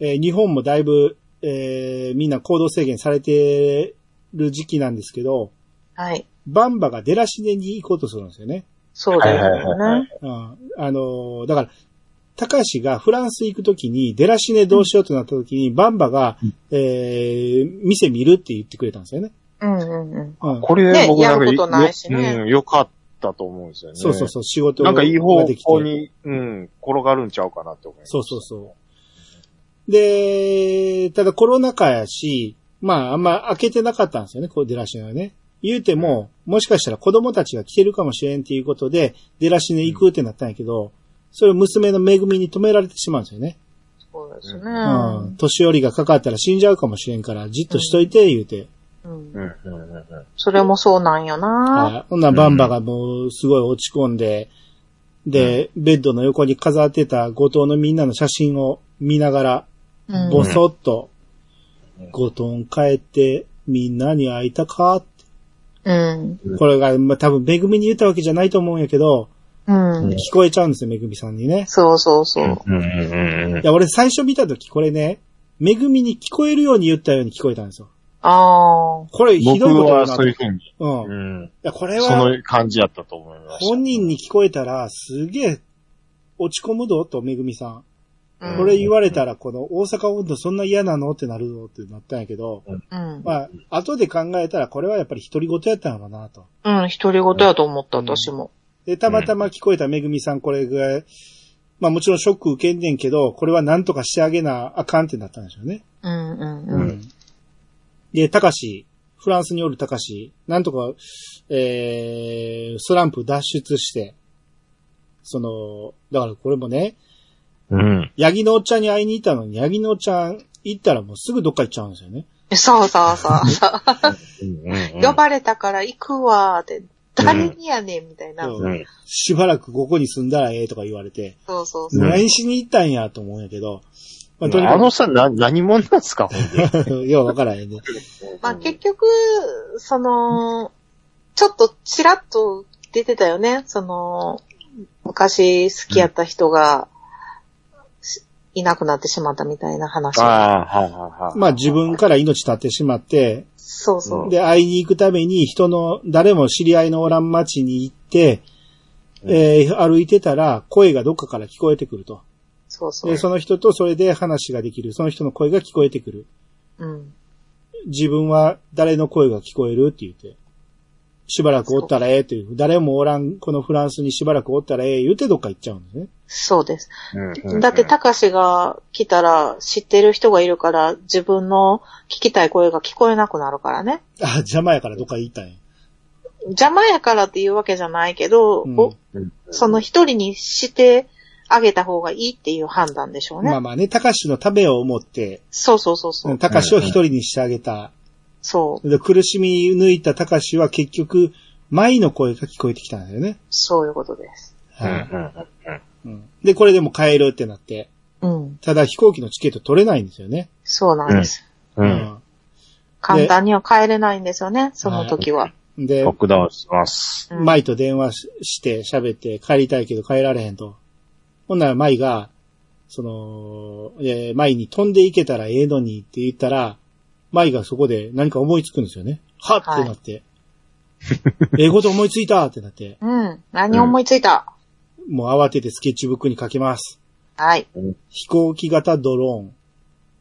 [SPEAKER 1] えー日本もだいぶ、えーみんな行動制限されてる時期なんですけど、
[SPEAKER 2] はい。
[SPEAKER 1] バンバが出らしねに行こうとするんですよね。
[SPEAKER 2] そうだ
[SPEAKER 3] はいはいはい
[SPEAKER 2] よ
[SPEAKER 3] は
[SPEAKER 2] ね。
[SPEAKER 1] うん、あのーだから、高橋がフランス行くときに、出らしねどうしようとなったときに、バンバが、
[SPEAKER 3] うん
[SPEAKER 1] えー店見るって言ってくれたんですよね。
[SPEAKER 2] うんうんうん。
[SPEAKER 1] うん、
[SPEAKER 3] これ、
[SPEAKER 2] ね
[SPEAKER 3] 僕なん
[SPEAKER 2] やること
[SPEAKER 3] か
[SPEAKER 2] ない
[SPEAKER 3] よ
[SPEAKER 2] しね
[SPEAKER 3] うん、よかったと思うんですよね。
[SPEAKER 1] そうそうそう、仕事が
[SPEAKER 3] な
[SPEAKER 1] で
[SPEAKER 3] ん
[SPEAKER 1] き
[SPEAKER 3] か
[SPEAKER 1] て。
[SPEAKER 3] いい方向に、うん、転がるんちゃうかなって思います。
[SPEAKER 1] そうそうそう。で、ただコロナ禍やし、まああんま開けてなかったんですよね、こうデラシネはね。言うても、もしかしたら子供たちが来てるかもしれんっていうことで、デラシネ行くってなったんやけど、それを娘の恵みに止められてしまうんですよね。
[SPEAKER 2] そうですね。
[SPEAKER 1] うん。年寄りがかかったら死んじゃうかもしれんから、じっとしといて、言うて。
[SPEAKER 2] うん
[SPEAKER 3] うん。うんうんうん
[SPEAKER 2] それもそうなんよな。
[SPEAKER 1] あほんならバンバがもうすごい落ち込んで、で、ベッドの横に飾ってた後藤のみんなの写真を見ながら、
[SPEAKER 2] うん
[SPEAKER 1] ぼそっと
[SPEAKER 3] うん、
[SPEAKER 1] ゴトン帰って、みんなに会いたかって。
[SPEAKER 2] うん。
[SPEAKER 1] これが、まあ、多分、めぐみに言ったわけじゃないと思うんやけど、
[SPEAKER 2] うん。
[SPEAKER 1] 聞こえちゃうんですよ、めぐみさんにね。
[SPEAKER 2] そうそうそう。
[SPEAKER 3] うんうんうんうん
[SPEAKER 1] いや、俺最初見たとき、これね、めぐみに聞こえるように言ったように聞こえたんですよ。
[SPEAKER 2] ああ。
[SPEAKER 1] これ、ひどいこ
[SPEAKER 3] 僕
[SPEAKER 1] とだ
[SPEAKER 3] は
[SPEAKER 1] なと。
[SPEAKER 3] そういうふうに、
[SPEAKER 1] うん。い
[SPEAKER 3] うん、
[SPEAKER 1] や、これ
[SPEAKER 3] そ
[SPEAKER 1] は、
[SPEAKER 3] の感じやったと思いました。
[SPEAKER 1] 本人に聞こえたら、すげえ、落ち込むぞ、と、めぐみさん。
[SPEAKER 2] うん
[SPEAKER 1] これ言われたら、この大阪温度そんな嫌なのってなるぞってなったんやけど、
[SPEAKER 2] うん。
[SPEAKER 1] まあ、後で考えたら、これはやっぱり独り言やったのかなと。
[SPEAKER 2] うん、独り言やと思った、私も。
[SPEAKER 1] で、たまたま聞こえためぐみさん、これが、まあもちろんショック受けんねんけど、これはなんとかしてあげなあかんってなったんでしょうね。
[SPEAKER 2] うん、うん、
[SPEAKER 3] う
[SPEAKER 2] うんん。
[SPEAKER 1] で、たかし、フランスにおるたかし、なんとか、えー、スランプ脱出して、その、だからこれもね、
[SPEAKER 3] うん。
[SPEAKER 1] ヤギのおっちゃんに会いに行ったのに、ヤギのおっちゃん行ったらもうすぐどっか行っちゃうんですよね。
[SPEAKER 2] そうそうそうそう。
[SPEAKER 3] うんうんうん
[SPEAKER 2] 呼ばれたから行くわーって、誰にやねんみたいな。
[SPEAKER 1] うん
[SPEAKER 3] うん
[SPEAKER 1] しばらくここに住んだらええとか言われて、
[SPEAKER 2] そうそうそう。
[SPEAKER 3] ん
[SPEAKER 1] 何しに行ったんやと思うんやけど、まあ、とに
[SPEAKER 3] あ
[SPEAKER 1] か
[SPEAKER 3] のさ、な、何者なんすか、ほんで。
[SPEAKER 1] く、 ようわからへんね。
[SPEAKER 2] まあ結局、その、ちょっとちらっと出てたよね。その、昔好きやった人が、しいなくなってしまったみたいな話。
[SPEAKER 3] ああ、はいはいはい。
[SPEAKER 1] まあ自分から命絶ってしまって、
[SPEAKER 2] そうそう。
[SPEAKER 1] で、会いに行くために人の、誰も知り合いのおらん町に行って、
[SPEAKER 3] うん
[SPEAKER 1] えー歩いてたら声がどっかから聞こえてくると。
[SPEAKER 2] そうそ
[SPEAKER 1] で、
[SPEAKER 2] う。
[SPEAKER 1] その人とそれで話ができる。その人の声が聞こえてくる。
[SPEAKER 2] うん。
[SPEAKER 1] 自分は誰の声が聞こえるって言って。しばらくおったらええっていう。誰もおらん、このフランスにしばらくおったらええ言うてどっか行っちゃうんですね。
[SPEAKER 2] そうです。
[SPEAKER 3] うんうんうん
[SPEAKER 2] だって、たかしが来たら知ってる人がいるから、自分の聞きたい声が聞こえなくなるからね。
[SPEAKER 1] あ、邪魔やからどっか行ったんや。
[SPEAKER 2] 邪魔やからっていうわけじゃないけど、
[SPEAKER 1] うん
[SPEAKER 2] お
[SPEAKER 3] うん
[SPEAKER 2] その一人にしてあげた方がいいっていう判断でしょうね。
[SPEAKER 1] まあまあね、高しのためを思って、
[SPEAKER 2] そうそうそうそう。
[SPEAKER 1] 高しを一人にしてあげた。
[SPEAKER 2] そう。
[SPEAKER 1] で苦しみ抜いた高しは結局、舞の声が聞こえてきたんだよね。
[SPEAKER 2] そういうことです。
[SPEAKER 3] うんうん
[SPEAKER 1] は
[SPEAKER 3] うん
[SPEAKER 1] いうんで、これでも帰るってなって。
[SPEAKER 2] うん。
[SPEAKER 1] ただ飛行機のチケット取れないんですよね。
[SPEAKER 2] そうなんです。
[SPEAKER 3] う。
[SPEAKER 1] うん
[SPEAKER 2] 簡単には帰れないんですよね、その時は。
[SPEAKER 1] んで
[SPEAKER 3] ロ、ックダウンします。
[SPEAKER 2] うん
[SPEAKER 1] 舞と電話しして喋って帰りたいけど帰られへんと。ほんなら舞が、その、えー、舞に飛んでいけたらええのにって言ったら、舞がそこで何か思いつくんですよね。はっ
[SPEAKER 2] はい
[SPEAKER 1] ってなって。ええこと思いついたってなって。
[SPEAKER 2] うん。何思いついた、
[SPEAKER 1] もう慌ててスケッチブックに書きます。
[SPEAKER 2] はい。
[SPEAKER 1] 飛行機型ドロ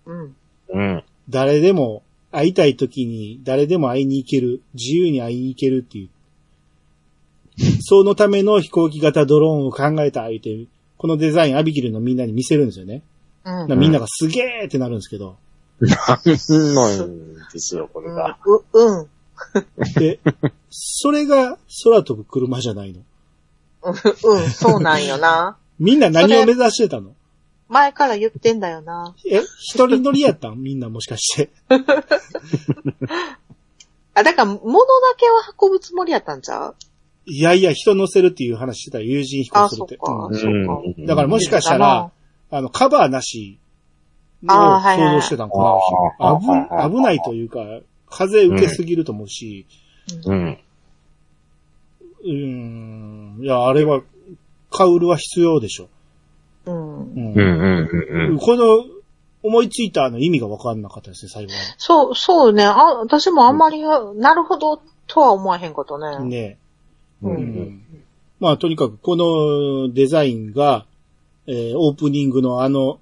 [SPEAKER 1] ーン。
[SPEAKER 2] うん。
[SPEAKER 3] うん。
[SPEAKER 1] 誰でも会いたい時に誰でも会いに行ける。自由に会いに行けるっていう。そのための飛行機型ドローンを考えた言うて、このデザインアビギルのみんなに見せるんですよね。
[SPEAKER 2] うん。
[SPEAKER 1] みんながすげーってなるんですけど。
[SPEAKER 3] なんなんですよ、これが。
[SPEAKER 2] うんう、うん。
[SPEAKER 1] で、それが空飛ぶ車じゃないの。
[SPEAKER 2] うん、そうなんよな。
[SPEAKER 1] みんな何を目指してたの
[SPEAKER 2] 前から言ってんだよな。
[SPEAKER 1] え一人乗りやったんみんなもしかして。
[SPEAKER 2] あ、だから、物だけは運ぶつもりやったんちゃう
[SPEAKER 1] いやいや、人乗せるっていう話してたら友人飛行するって。
[SPEAKER 2] あそっか
[SPEAKER 1] うん
[SPEAKER 2] あそうか
[SPEAKER 3] うん
[SPEAKER 1] だからもしかしたら、あの、カバーなしを
[SPEAKER 2] あーはいはい
[SPEAKER 1] 想像してたのかな
[SPEAKER 3] あー
[SPEAKER 1] 危ん
[SPEAKER 3] あー
[SPEAKER 1] 危ないというか、風受けすぎると思うし、
[SPEAKER 3] うん。
[SPEAKER 1] うーん、いや、あれは、カウルは必要でしょ。
[SPEAKER 2] うん
[SPEAKER 1] う。ん
[SPEAKER 3] うんうんうんうん。
[SPEAKER 1] この、思いついたあの意味がわかんなかったですね、最後
[SPEAKER 2] そう、そうね。あ、私もあんまり、なるほど、とは思わへんこと
[SPEAKER 1] は。
[SPEAKER 2] ね。
[SPEAKER 1] ね
[SPEAKER 2] う
[SPEAKER 1] え、うん
[SPEAKER 2] ん。
[SPEAKER 1] まあ、とにかく、このデザインが、えーオープニングのあの、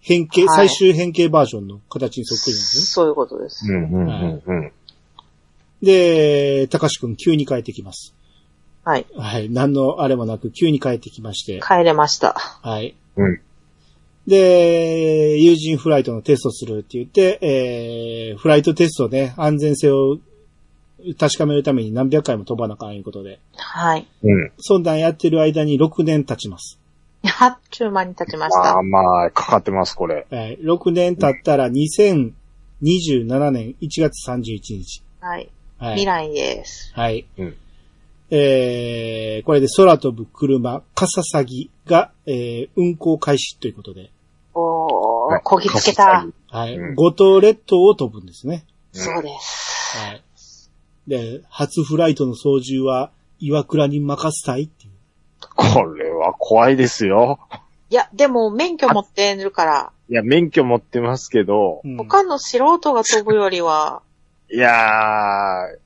[SPEAKER 1] 変形、
[SPEAKER 2] はい
[SPEAKER 1] 最終変形バージョンの形にそっくりなんですね。
[SPEAKER 2] そういうことです。
[SPEAKER 3] うんうんうんうん。
[SPEAKER 1] で、高志くん急に帰ってきます。
[SPEAKER 2] はい。
[SPEAKER 1] はい。何のあれもなく急に帰ってきまして。
[SPEAKER 2] 帰れました。
[SPEAKER 1] はい。
[SPEAKER 3] うん
[SPEAKER 1] で、友人フライトのテストするって言って、えー、フライトテストね、安全性を確かめるために何百回も飛ばなあかんいうことで。
[SPEAKER 2] はい。
[SPEAKER 3] うん。
[SPEAKER 1] そんなんやってる間に6年経ちます。
[SPEAKER 2] あっちゅう間に経ちまし
[SPEAKER 3] ま
[SPEAKER 2] た
[SPEAKER 3] あ。まあ、かかってます、これ。
[SPEAKER 1] はい。6年経ったら2027年1月31日。
[SPEAKER 2] はい。
[SPEAKER 1] はい。
[SPEAKER 2] 未来です。
[SPEAKER 1] はい。
[SPEAKER 3] うん
[SPEAKER 1] えー、これで空飛ぶ車、カササギが、えー、運行開始ということで、
[SPEAKER 2] おー、こぎつけ
[SPEAKER 3] は
[SPEAKER 2] た
[SPEAKER 3] い。
[SPEAKER 1] はい。
[SPEAKER 3] うん
[SPEAKER 1] 五島列島を飛ぶんですね。
[SPEAKER 2] そうです。
[SPEAKER 1] はい。で、初フライトの操縦は、岩倉に任せたいっていう。
[SPEAKER 3] これは怖いですよ。
[SPEAKER 2] いや、でも免許持ってるから、
[SPEAKER 3] いや、免許持ってますけど、
[SPEAKER 1] うん
[SPEAKER 2] 他の素人が飛ぶよりは、
[SPEAKER 3] いやー、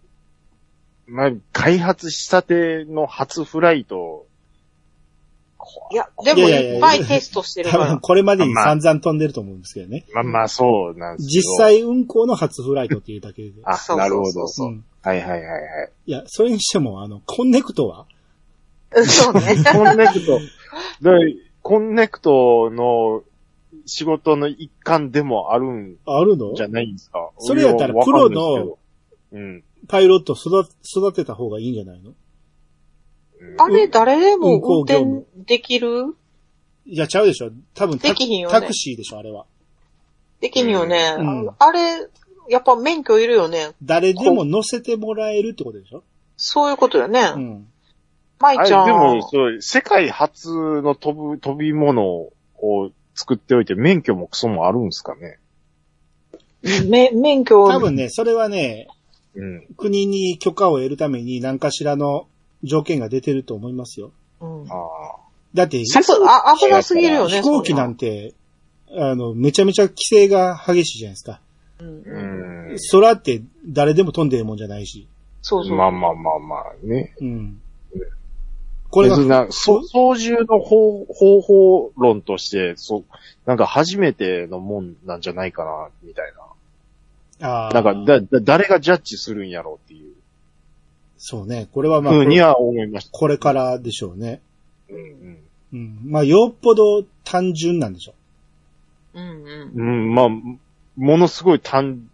[SPEAKER 3] まあ、開発したての初フライト、怖
[SPEAKER 2] いや、でもいっぱいテストしてる
[SPEAKER 1] 多
[SPEAKER 2] か
[SPEAKER 1] 分
[SPEAKER 2] ら。
[SPEAKER 1] これまでに散々飛んでると思うんですけどね。
[SPEAKER 3] まあまあ、そうなんです
[SPEAKER 1] 実
[SPEAKER 3] よ。、
[SPEAKER 1] 際運行の初フライトっていうだけで。
[SPEAKER 3] あ
[SPEAKER 2] そ、うそうそう
[SPEAKER 3] なるほど。
[SPEAKER 2] そ
[SPEAKER 1] うん
[SPEAKER 3] はいはいはい はい。
[SPEAKER 1] いや、それにしても、あの、コンネクトは
[SPEAKER 2] そうね。
[SPEAKER 3] コンネクト、でコンネクトの仕事の一環でもあるん
[SPEAKER 1] あるの
[SPEAKER 3] じゃないんですか
[SPEAKER 1] それやったら
[SPEAKER 3] いわかん
[SPEAKER 1] プロ
[SPEAKER 3] ないです
[SPEAKER 1] パイロット育て育てた方がいいんじゃないの
[SPEAKER 3] けどうん。
[SPEAKER 2] あれ、誰でも運
[SPEAKER 1] 運行業
[SPEAKER 2] 転できる
[SPEAKER 1] いや、ちゃうでしょ。多分タク
[SPEAKER 2] できひんよね
[SPEAKER 1] タクシーでしょ、あれは。
[SPEAKER 2] できるよね
[SPEAKER 1] うん。
[SPEAKER 2] あれ、やっぱ免許いるよね。
[SPEAKER 1] 誰でも乗せてもらえるってことでしょ
[SPEAKER 2] そういうことよね
[SPEAKER 1] う。ん。
[SPEAKER 2] 舞
[SPEAKER 3] あれ、
[SPEAKER 2] ち
[SPEAKER 3] で
[SPEAKER 2] ゃん。
[SPEAKER 3] も、そう、世界初の飛ぶ、飛び物を作っておいて、免許もクソもあるんですかね
[SPEAKER 2] め免許を
[SPEAKER 1] 多分ね、それはね、
[SPEAKER 3] うん。
[SPEAKER 1] 国に許可を得るために何かしらの条件が出てると思いますよ。
[SPEAKER 2] うん。
[SPEAKER 3] ああ。
[SPEAKER 1] だって、
[SPEAKER 2] ちゃんと、あ、危なすぎるよね。
[SPEAKER 1] 飛行機なんて、あの、めちゃめちゃ規制が激しいじゃないですか。
[SPEAKER 2] そんな。
[SPEAKER 3] う
[SPEAKER 2] うん。
[SPEAKER 3] ん。
[SPEAKER 1] 空って誰でも飛んでるもんじゃないし。
[SPEAKER 2] そうそう。
[SPEAKER 3] まあまあまあまあね。
[SPEAKER 1] うん
[SPEAKER 3] うん。
[SPEAKER 1] これが
[SPEAKER 3] 別、にな、そ操縦の方方法論として、そう、なんか初めてのもんなんじゃないかな、みたい
[SPEAKER 1] あ
[SPEAKER 3] な。
[SPEAKER 1] ー
[SPEAKER 3] なんか、だ、だ、誰がジャッジするんやろうっていう
[SPEAKER 1] そうね。これはまあ
[SPEAKER 3] ふう、には思いました。
[SPEAKER 1] これからでしょうね。
[SPEAKER 3] うんうん。
[SPEAKER 1] うん。まあ、よっぽど単純なんでしょ
[SPEAKER 2] うんうん。
[SPEAKER 3] うん、まあ、ものすごい単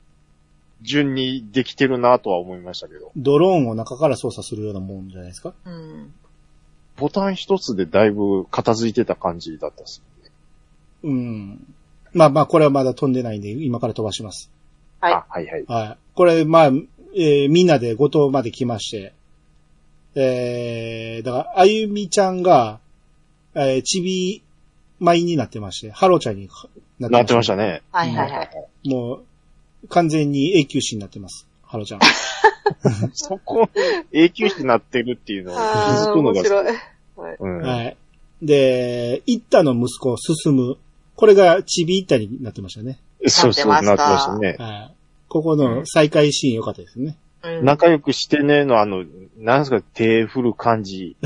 [SPEAKER 3] 純にできてるなとは思いましたけど。
[SPEAKER 1] う。ドローンを中から操作するようなもんじゃないですか。
[SPEAKER 2] うん。
[SPEAKER 3] ボタン一つでだいぶ片付いてた感じだったっすね。
[SPEAKER 1] うん。まあまあ、これはまだ飛んでないんで、今から飛ばします。
[SPEAKER 2] はい
[SPEAKER 3] あ、はいはい。
[SPEAKER 1] はい。これ、まあ、えーみんなで五島まで来まして、えー、だから、あゆみちゃんが、えー、ちび舞になってまして、ハロちゃんにな。
[SPEAKER 3] なってましたたね。
[SPEAKER 2] はいはいはい。
[SPEAKER 1] もう、完全に永久死になってます。ハロちゃん。
[SPEAKER 3] そこ、永久死になってるっていうのを気
[SPEAKER 2] あ
[SPEAKER 3] づ
[SPEAKER 2] あ、
[SPEAKER 3] くの
[SPEAKER 2] 面
[SPEAKER 3] が、
[SPEAKER 2] 白い。
[SPEAKER 3] うん。
[SPEAKER 1] はい。で、一太の息子、進む。これがちび一太になってましたね。
[SPEAKER 3] そうそう、な
[SPEAKER 2] な
[SPEAKER 3] っ
[SPEAKER 2] ってて
[SPEAKER 3] ま
[SPEAKER 2] ました
[SPEAKER 3] したね。
[SPEAKER 1] はい。ここの再会シーン良かったですね。
[SPEAKER 2] うん
[SPEAKER 3] 仲良くしてねの、あの、なんすか、手振る 感じ。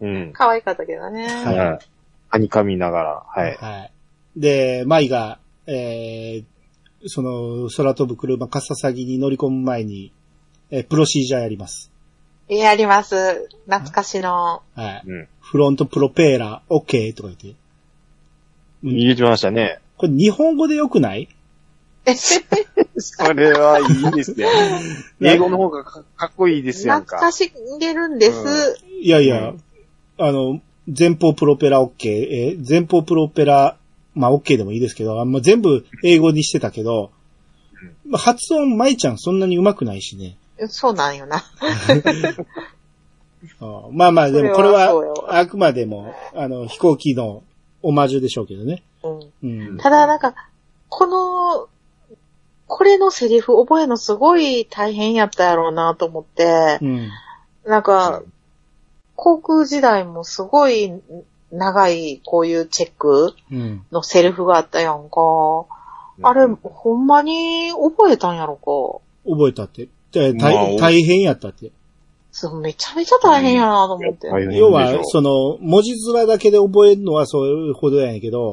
[SPEAKER 3] うん。
[SPEAKER 2] 可愛かったけどね。
[SPEAKER 1] は
[SPEAKER 3] はいい。はにかみながら、はい。
[SPEAKER 1] はい。で、舞が、えー、その、空飛ぶ車、カササギに乗り込む前に、えープロシージャーやります。
[SPEAKER 2] いや、あります。懐かし の。
[SPEAKER 1] はい。
[SPEAKER 3] うん。
[SPEAKER 1] フロントプロペラ、オッケーとか言って。うん
[SPEAKER 3] 言ってましたね。
[SPEAKER 1] これ日本語で良くない
[SPEAKER 3] それはいいですよ。英語の方がかかっこいいですやん
[SPEAKER 2] 懐か
[SPEAKER 3] か。
[SPEAKER 2] しんでるんです。
[SPEAKER 1] いやいや、
[SPEAKER 3] う
[SPEAKER 1] あの、前方プロペラオッケー、えー前方プロペラ、まあオッケーでもいいですけど、あんま全部英語にしてたけど、まあ発音、舞ちゃんそんなに上手くないしね。
[SPEAKER 2] そうなんよな。
[SPEAKER 1] あまあまあ、でもこ
[SPEAKER 2] そ
[SPEAKER 1] れ
[SPEAKER 2] れは
[SPEAKER 1] は
[SPEAKER 2] そうよ、
[SPEAKER 1] あくまでも、あの、飛行機のオマージュでしょうけどね。
[SPEAKER 2] うん
[SPEAKER 1] うん。
[SPEAKER 2] ただ、なんか、この、これのセリフ覚えのすごい大変やったやろうなと思って
[SPEAKER 1] う、ん。
[SPEAKER 2] なんか、航空時代もすごい長いこういうチェック
[SPEAKER 1] うん。
[SPEAKER 2] のセリフがあったやんか。あれ、ほんまに覚えたんやろか。
[SPEAKER 1] 覚えたって。で
[SPEAKER 3] まあ
[SPEAKER 1] 大大変やったって。
[SPEAKER 2] そう、めちゃめちゃ大変やなと思って。
[SPEAKER 3] うん大変でしょ
[SPEAKER 1] 要は、その、文字面だけで覚えるのはそういうほどやねんけど、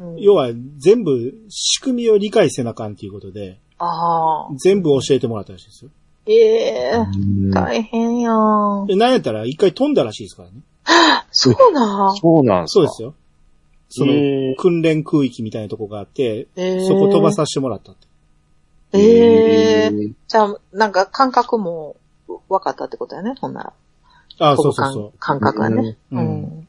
[SPEAKER 2] うん
[SPEAKER 1] 要は全部仕組みを理解せなあかんっていうことで、
[SPEAKER 2] ああ。
[SPEAKER 1] 全部教えてもらったらしいですよ。
[SPEAKER 2] ええ
[SPEAKER 3] うん
[SPEAKER 2] 大変やん。
[SPEAKER 1] で、なんやったら一回飛んだらしいですからね。
[SPEAKER 3] そう
[SPEAKER 2] そうなん。
[SPEAKER 3] そうなんす
[SPEAKER 1] そ
[SPEAKER 3] か
[SPEAKER 1] うですよ。その
[SPEAKER 3] へー、
[SPEAKER 1] 訓練空域みたいなとこがあって、
[SPEAKER 2] ええ
[SPEAKER 1] そこ飛ばさせてもらったって。
[SPEAKER 2] ええ
[SPEAKER 3] ー
[SPEAKER 2] じゃあ、なんか感覚も分かったってことやね、ほんなら。
[SPEAKER 1] あそうそうそ
[SPEAKER 2] 感感覚はね。
[SPEAKER 1] う。
[SPEAKER 2] う
[SPEAKER 1] うん。
[SPEAKER 2] ん。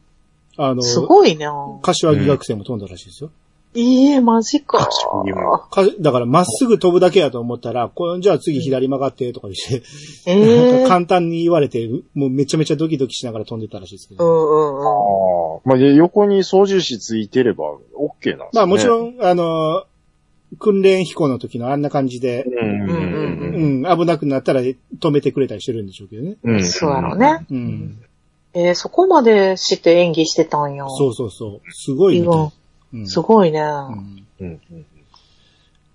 [SPEAKER 1] あの、
[SPEAKER 2] すごいな
[SPEAKER 1] 柏木学生も飛んだらしいですよ。
[SPEAKER 2] ええマジか。
[SPEAKER 3] 柏木も
[SPEAKER 1] かだから、まっすぐ飛ぶだけやと思ったら、こうじゃあ次左曲がって、とか言って、
[SPEAKER 2] え
[SPEAKER 1] なん
[SPEAKER 2] え
[SPEAKER 1] か簡単に言われて、もうめちゃめちゃドキドキしながら飛んでたらしいですけ
[SPEAKER 2] う
[SPEAKER 1] ど。
[SPEAKER 2] んうんうん。
[SPEAKER 3] ああ。まあ、で横に操縦士ついてれば、OK なんですね。
[SPEAKER 1] まあもち
[SPEAKER 3] ん。
[SPEAKER 1] ろん、あの、訓練飛行の時のあんな感じで、
[SPEAKER 3] うんうんう
[SPEAKER 1] うんん、危なくなったら止めてくれたりしてるんでしょうけどね。
[SPEAKER 3] うん。ん
[SPEAKER 2] そうやろね。。
[SPEAKER 1] うん。
[SPEAKER 2] ええそこまでして演技してたんや。
[SPEAKER 1] そうそうそう。すごいみた
[SPEAKER 2] 今
[SPEAKER 1] い。うん
[SPEAKER 2] すごいね。
[SPEAKER 1] うん
[SPEAKER 3] うん。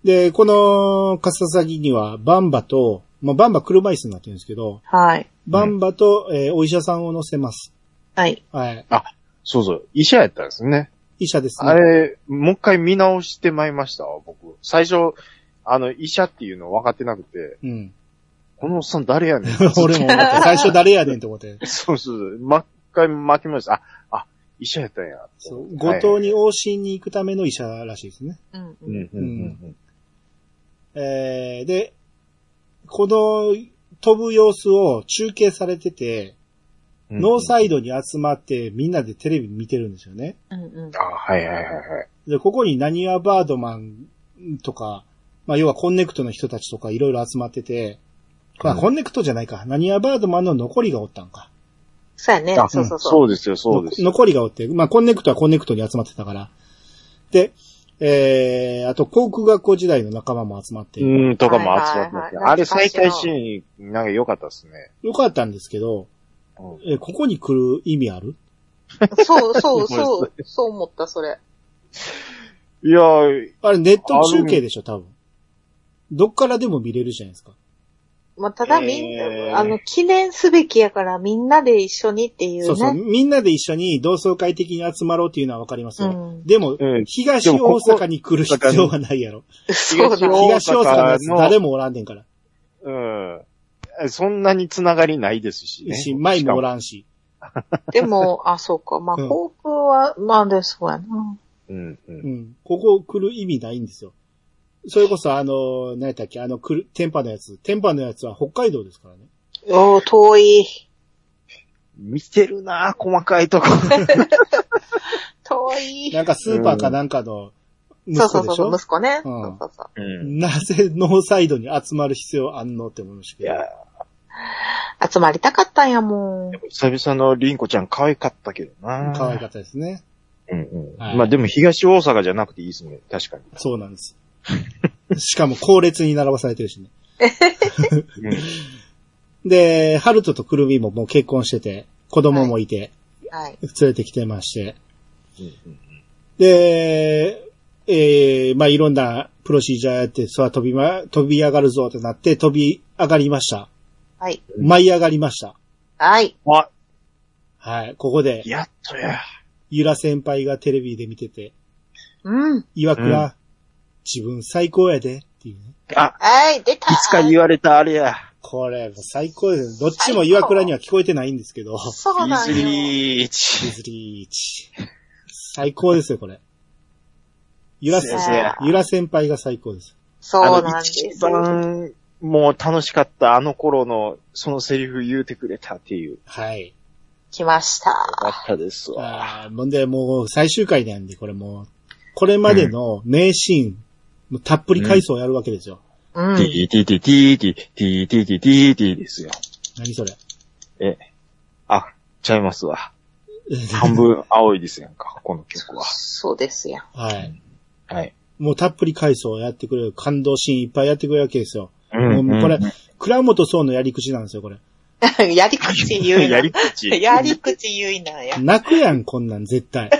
[SPEAKER 1] で、この、カササギには、バンバと、まあ、バンバ車椅子になってるんですけど、
[SPEAKER 2] はい。
[SPEAKER 1] バンバと、えーお医者さんを乗せます。
[SPEAKER 2] はい。
[SPEAKER 1] はい。
[SPEAKER 3] そうそう。医者やったんですね。
[SPEAKER 1] 医者ですね。
[SPEAKER 3] あれ、もう一回見直してまいりましたわ、僕。最初、あの、医者っていうの分かってなくて、
[SPEAKER 1] うん。
[SPEAKER 3] このおっさん誰やねん。
[SPEAKER 1] 俺も思った。最初誰やねんと思って。
[SPEAKER 3] そうそう。もう一回巻きました。あ、あ、医者やったんや。
[SPEAKER 1] そう。後藤に
[SPEAKER 3] はい
[SPEAKER 1] 往診に行くための医者らしいですね。
[SPEAKER 2] うん
[SPEAKER 3] う
[SPEAKER 2] うんん。
[SPEAKER 3] うんうん
[SPEAKER 1] えー、で、この飛ぶ様子を中継されてて、
[SPEAKER 3] うん。
[SPEAKER 1] ノーサイ
[SPEAKER 3] ド。
[SPEAKER 1] ドに集まってみんなでテレビ見てるんですよね。
[SPEAKER 2] うんうん。
[SPEAKER 3] あ、はいはいはいはい。
[SPEAKER 1] で、ここにナニワバードマンとか、まあ要はコンネクトの人たちとかいろいろ集まってて、まあ
[SPEAKER 3] うん
[SPEAKER 1] コンネクトじゃないか。ナニワバードマンの残りがおったんか。
[SPEAKER 2] そうやね
[SPEAKER 3] あ。
[SPEAKER 2] そうそう
[SPEAKER 3] そ
[SPEAKER 2] そう
[SPEAKER 3] ですよ、そうですよ。
[SPEAKER 1] 残りがおって、まあコンネクトはコンネクトに集まってたから。で、えー、あと、航空学校時代の仲間も集まって、
[SPEAKER 3] うん、とかも集まってますね。
[SPEAKER 2] はいはいはい
[SPEAKER 3] あれ再開シーン、なんか良かったですね。
[SPEAKER 1] よかったんですけど、
[SPEAKER 3] うん
[SPEAKER 1] えーここに来る意味ある
[SPEAKER 2] そうそうそう、そう思った、それ。
[SPEAKER 3] いやー、
[SPEAKER 1] あれ、ネット中継でしょ、多分。どっからでも見れるじゃないですか。
[SPEAKER 2] まあ、ただみんな、
[SPEAKER 3] えー
[SPEAKER 2] あの、記念すべきやからみんなで一緒にっていうね。
[SPEAKER 1] そうそう。みんなで一緒に同窓会的に集まろうっていうのはわかりますよ。
[SPEAKER 2] うん
[SPEAKER 1] でも、
[SPEAKER 3] うん
[SPEAKER 1] 東大阪に来る必要はないやろ。
[SPEAKER 2] そう
[SPEAKER 3] 東
[SPEAKER 2] だ
[SPEAKER 3] 大阪に
[SPEAKER 1] 東大阪のやつ誰もおらんねんから。
[SPEAKER 3] うん。そんなにつながりないですしね。
[SPEAKER 1] し、前もお
[SPEAKER 3] ん。
[SPEAKER 1] らんし。
[SPEAKER 2] でも、あ、そうか。まあ、
[SPEAKER 1] うん
[SPEAKER 2] 航空は、まあ、で、そうやな。
[SPEAKER 3] うん、う。
[SPEAKER 1] うんん。ここ来る意味ないんですよ。それこそ、あの、何やったっけ、あの、来る、天パのやつ。天パのやつは北海道ですからね。
[SPEAKER 2] おー、遠い。
[SPEAKER 3] 見てるなー細かいとこ。
[SPEAKER 2] 遠い。
[SPEAKER 1] なんかスーパーかなんかの息
[SPEAKER 2] そうそ
[SPEAKER 1] 子
[SPEAKER 2] う
[SPEAKER 1] でし
[SPEAKER 2] そう、
[SPEAKER 1] ょ
[SPEAKER 2] 息子ね。
[SPEAKER 1] うん
[SPEAKER 2] そうそうそう。
[SPEAKER 3] うん。
[SPEAKER 1] なぜノーサイドに集まる必要あんのって思いました
[SPEAKER 3] い
[SPEAKER 1] けど。
[SPEAKER 3] や、
[SPEAKER 2] 集まりたかったんやもん。
[SPEAKER 3] 久々のリンコちゃん可愛かったけどな
[SPEAKER 1] 可愛か
[SPEAKER 3] っ
[SPEAKER 1] ったですね。
[SPEAKER 3] た。うんうん。
[SPEAKER 1] はい
[SPEAKER 3] まあでも東大阪じゃなくていいですね。確かに。
[SPEAKER 1] そうなんです。しかも、後列に並ばされてるしね。
[SPEAKER 3] う
[SPEAKER 1] で、ハルトとくるみももう結婚してて、子供もいて、
[SPEAKER 2] はい。
[SPEAKER 1] 連れてきてまして。
[SPEAKER 3] んうん
[SPEAKER 1] で、えー、まあいろんなプロシージャーやって、そら飛びま、飛び上がるぞってなって、飛び上がりました。
[SPEAKER 2] はい。
[SPEAKER 3] うん
[SPEAKER 1] 舞い上がりました。
[SPEAKER 2] はい。
[SPEAKER 3] うん。あ、
[SPEAKER 1] はい。ここで、
[SPEAKER 3] やっとや。
[SPEAKER 1] ゆら先輩がテレビで見てて、
[SPEAKER 2] うん。
[SPEAKER 1] 岩倉、
[SPEAKER 3] う
[SPEAKER 1] 自分最高やで、っていうね。
[SPEAKER 3] あ、
[SPEAKER 2] はい、出た。
[SPEAKER 3] いつか言われたあれや。
[SPEAKER 1] これ、最高です。どっちも岩倉には聞こえてないんですけど。
[SPEAKER 2] そうなん
[SPEAKER 3] ビズ
[SPEAKER 2] よ。
[SPEAKER 3] リー
[SPEAKER 1] ディ
[SPEAKER 3] チ。
[SPEAKER 1] ズリーチ。最高ですよ、これ。ゆら
[SPEAKER 3] 先
[SPEAKER 1] 先
[SPEAKER 3] 生
[SPEAKER 1] ゆら先輩が最高です。
[SPEAKER 2] そうな
[SPEAKER 3] あの
[SPEAKER 2] んです
[SPEAKER 3] 一。番、もう楽しかったあの頃の、そのセリフ言うてくれたっていう。よ
[SPEAKER 1] はい。
[SPEAKER 2] 来ました。
[SPEAKER 3] かったですわ。
[SPEAKER 1] あーもんで、もう最終回なんで、これもう、これまでの名シーン、もうたっぷり回想やるわけですよ。
[SPEAKER 2] うん。
[SPEAKER 3] ティティティティティティティティティティですよ。
[SPEAKER 1] 何それ。
[SPEAKER 3] あ、ちゃいますわ。 半分青いですやんか、この曲は。
[SPEAKER 2] そうですやん。
[SPEAKER 1] はい。
[SPEAKER 3] はい。
[SPEAKER 1] もうたっぷり回想やってくれる、感動シーンいっぱいやってくれるわけですよ。
[SPEAKER 3] う
[SPEAKER 1] もうこれ、倉本総のやり口なんですよ、これ。
[SPEAKER 2] やり口言うな。
[SPEAKER 3] やり 口。
[SPEAKER 2] やり口言いなんや。
[SPEAKER 1] 泣くやん、こんなん絶 対。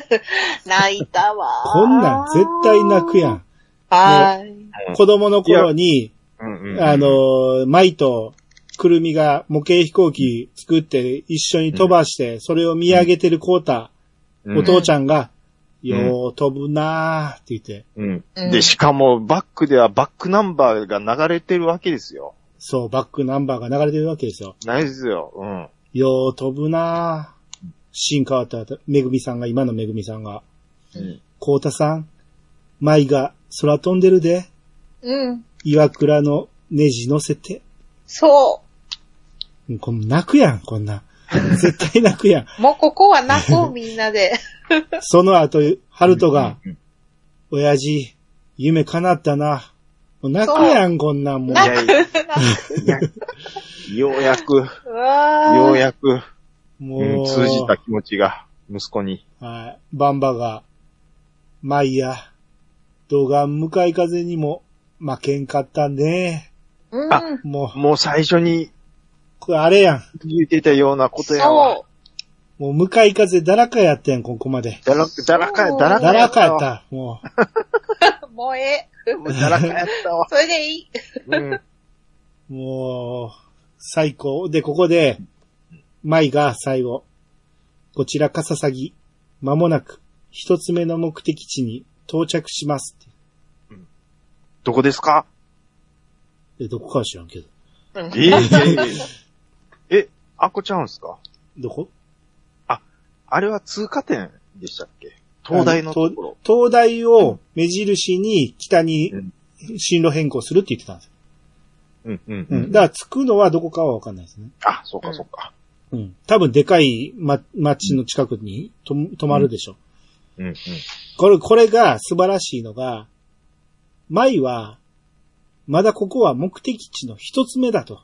[SPEAKER 2] 泣いたわ。
[SPEAKER 1] こんなん絶対泣くやん。
[SPEAKER 2] はーい。
[SPEAKER 1] 子供の頃に、
[SPEAKER 3] うんうんうん
[SPEAKER 1] あ、の、舞とくるみが模型飛行機作って一緒に飛ばして、それを見上げてるコータ、
[SPEAKER 3] うん
[SPEAKER 1] お父ちゃんが、
[SPEAKER 3] ん
[SPEAKER 1] よう飛ぶなーって言って、
[SPEAKER 3] うん
[SPEAKER 2] うん
[SPEAKER 3] で、しかも、バックではバックナンバーが流れてるわけですよ。
[SPEAKER 1] そう、バックナンバーが流れてるわけですよ。
[SPEAKER 3] ないですよ。うん。
[SPEAKER 1] よう飛ぶなー。シーン変わった、めぐみさんが、今のめぐみさんが、
[SPEAKER 3] うん
[SPEAKER 1] コータさん、舞が空飛んでるで、
[SPEAKER 2] うん。
[SPEAKER 1] 岩倉のネジ乗せて、
[SPEAKER 2] そ
[SPEAKER 1] うんこん泣くやん、こん なん。絶対泣くやん。
[SPEAKER 2] う。もうここは泣こう、みんな で。
[SPEAKER 1] その後、ハルトが、
[SPEAKER 3] うん
[SPEAKER 1] 親父、夢叶ったな。もう泣くやん、こんなんもう
[SPEAKER 3] い。やいや
[SPEAKER 2] う
[SPEAKER 3] いやようやく、
[SPEAKER 2] わー
[SPEAKER 3] ようやく、う
[SPEAKER 1] も
[SPEAKER 3] ん
[SPEAKER 1] う、
[SPEAKER 3] 通じた気持ちが、息子に。
[SPEAKER 1] はい。バンバが、マイヤ、動画向かい風にも負けんかったね。
[SPEAKER 3] あ
[SPEAKER 2] うん。
[SPEAKER 1] もう、
[SPEAKER 3] もう最初に
[SPEAKER 1] これあれやん。
[SPEAKER 3] 言ってたようなことやわ。
[SPEAKER 2] そ
[SPEAKER 1] もう向かい風だらかやったやん、ここまで。
[SPEAKER 3] だら、だらかや、だらか
[SPEAKER 1] だ
[SPEAKER 3] や
[SPEAKER 1] ら
[SPEAKER 3] った
[SPEAKER 1] かやっ
[SPEAKER 3] わ。
[SPEAKER 1] た。もう、
[SPEAKER 2] う。もうええ。
[SPEAKER 3] だらかやった わ。
[SPEAKER 2] それでいい。
[SPEAKER 3] うん。
[SPEAKER 1] もう、最高。で、ここで、舞が最後、こちらカササギ、間もなく、一つ目の目的地に到着しますって。
[SPEAKER 3] どこですか
[SPEAKER 1] で、どこかは知らんけど。
[SPEAKER 2] うん
[SPEAKER 3] ええいやいやいやえ、あっこちゃうんすか
[SPEAKER 1] どこ
[SPEAKER 3] あれは通過点でしたっけ東大のところ。
[SPEAKER 1] 東大を目印に北に進路変更するって言ってたんですよ。
[SPEAKER 3] うんうん
[SPEAKER 1] うん。だから、着くのはどこかはわかんないですね。
[SPEAKER 3] あ、そうかそうか。
[SPEAKER 1] うん。多分、でかい、ま、町の近くにと止まるでしょ。
[SPEAKER 3] うんうん。
[SPEAKER 1] これ、これが素晴らしいのが、舞は、まだここは目的地の一つ目だと。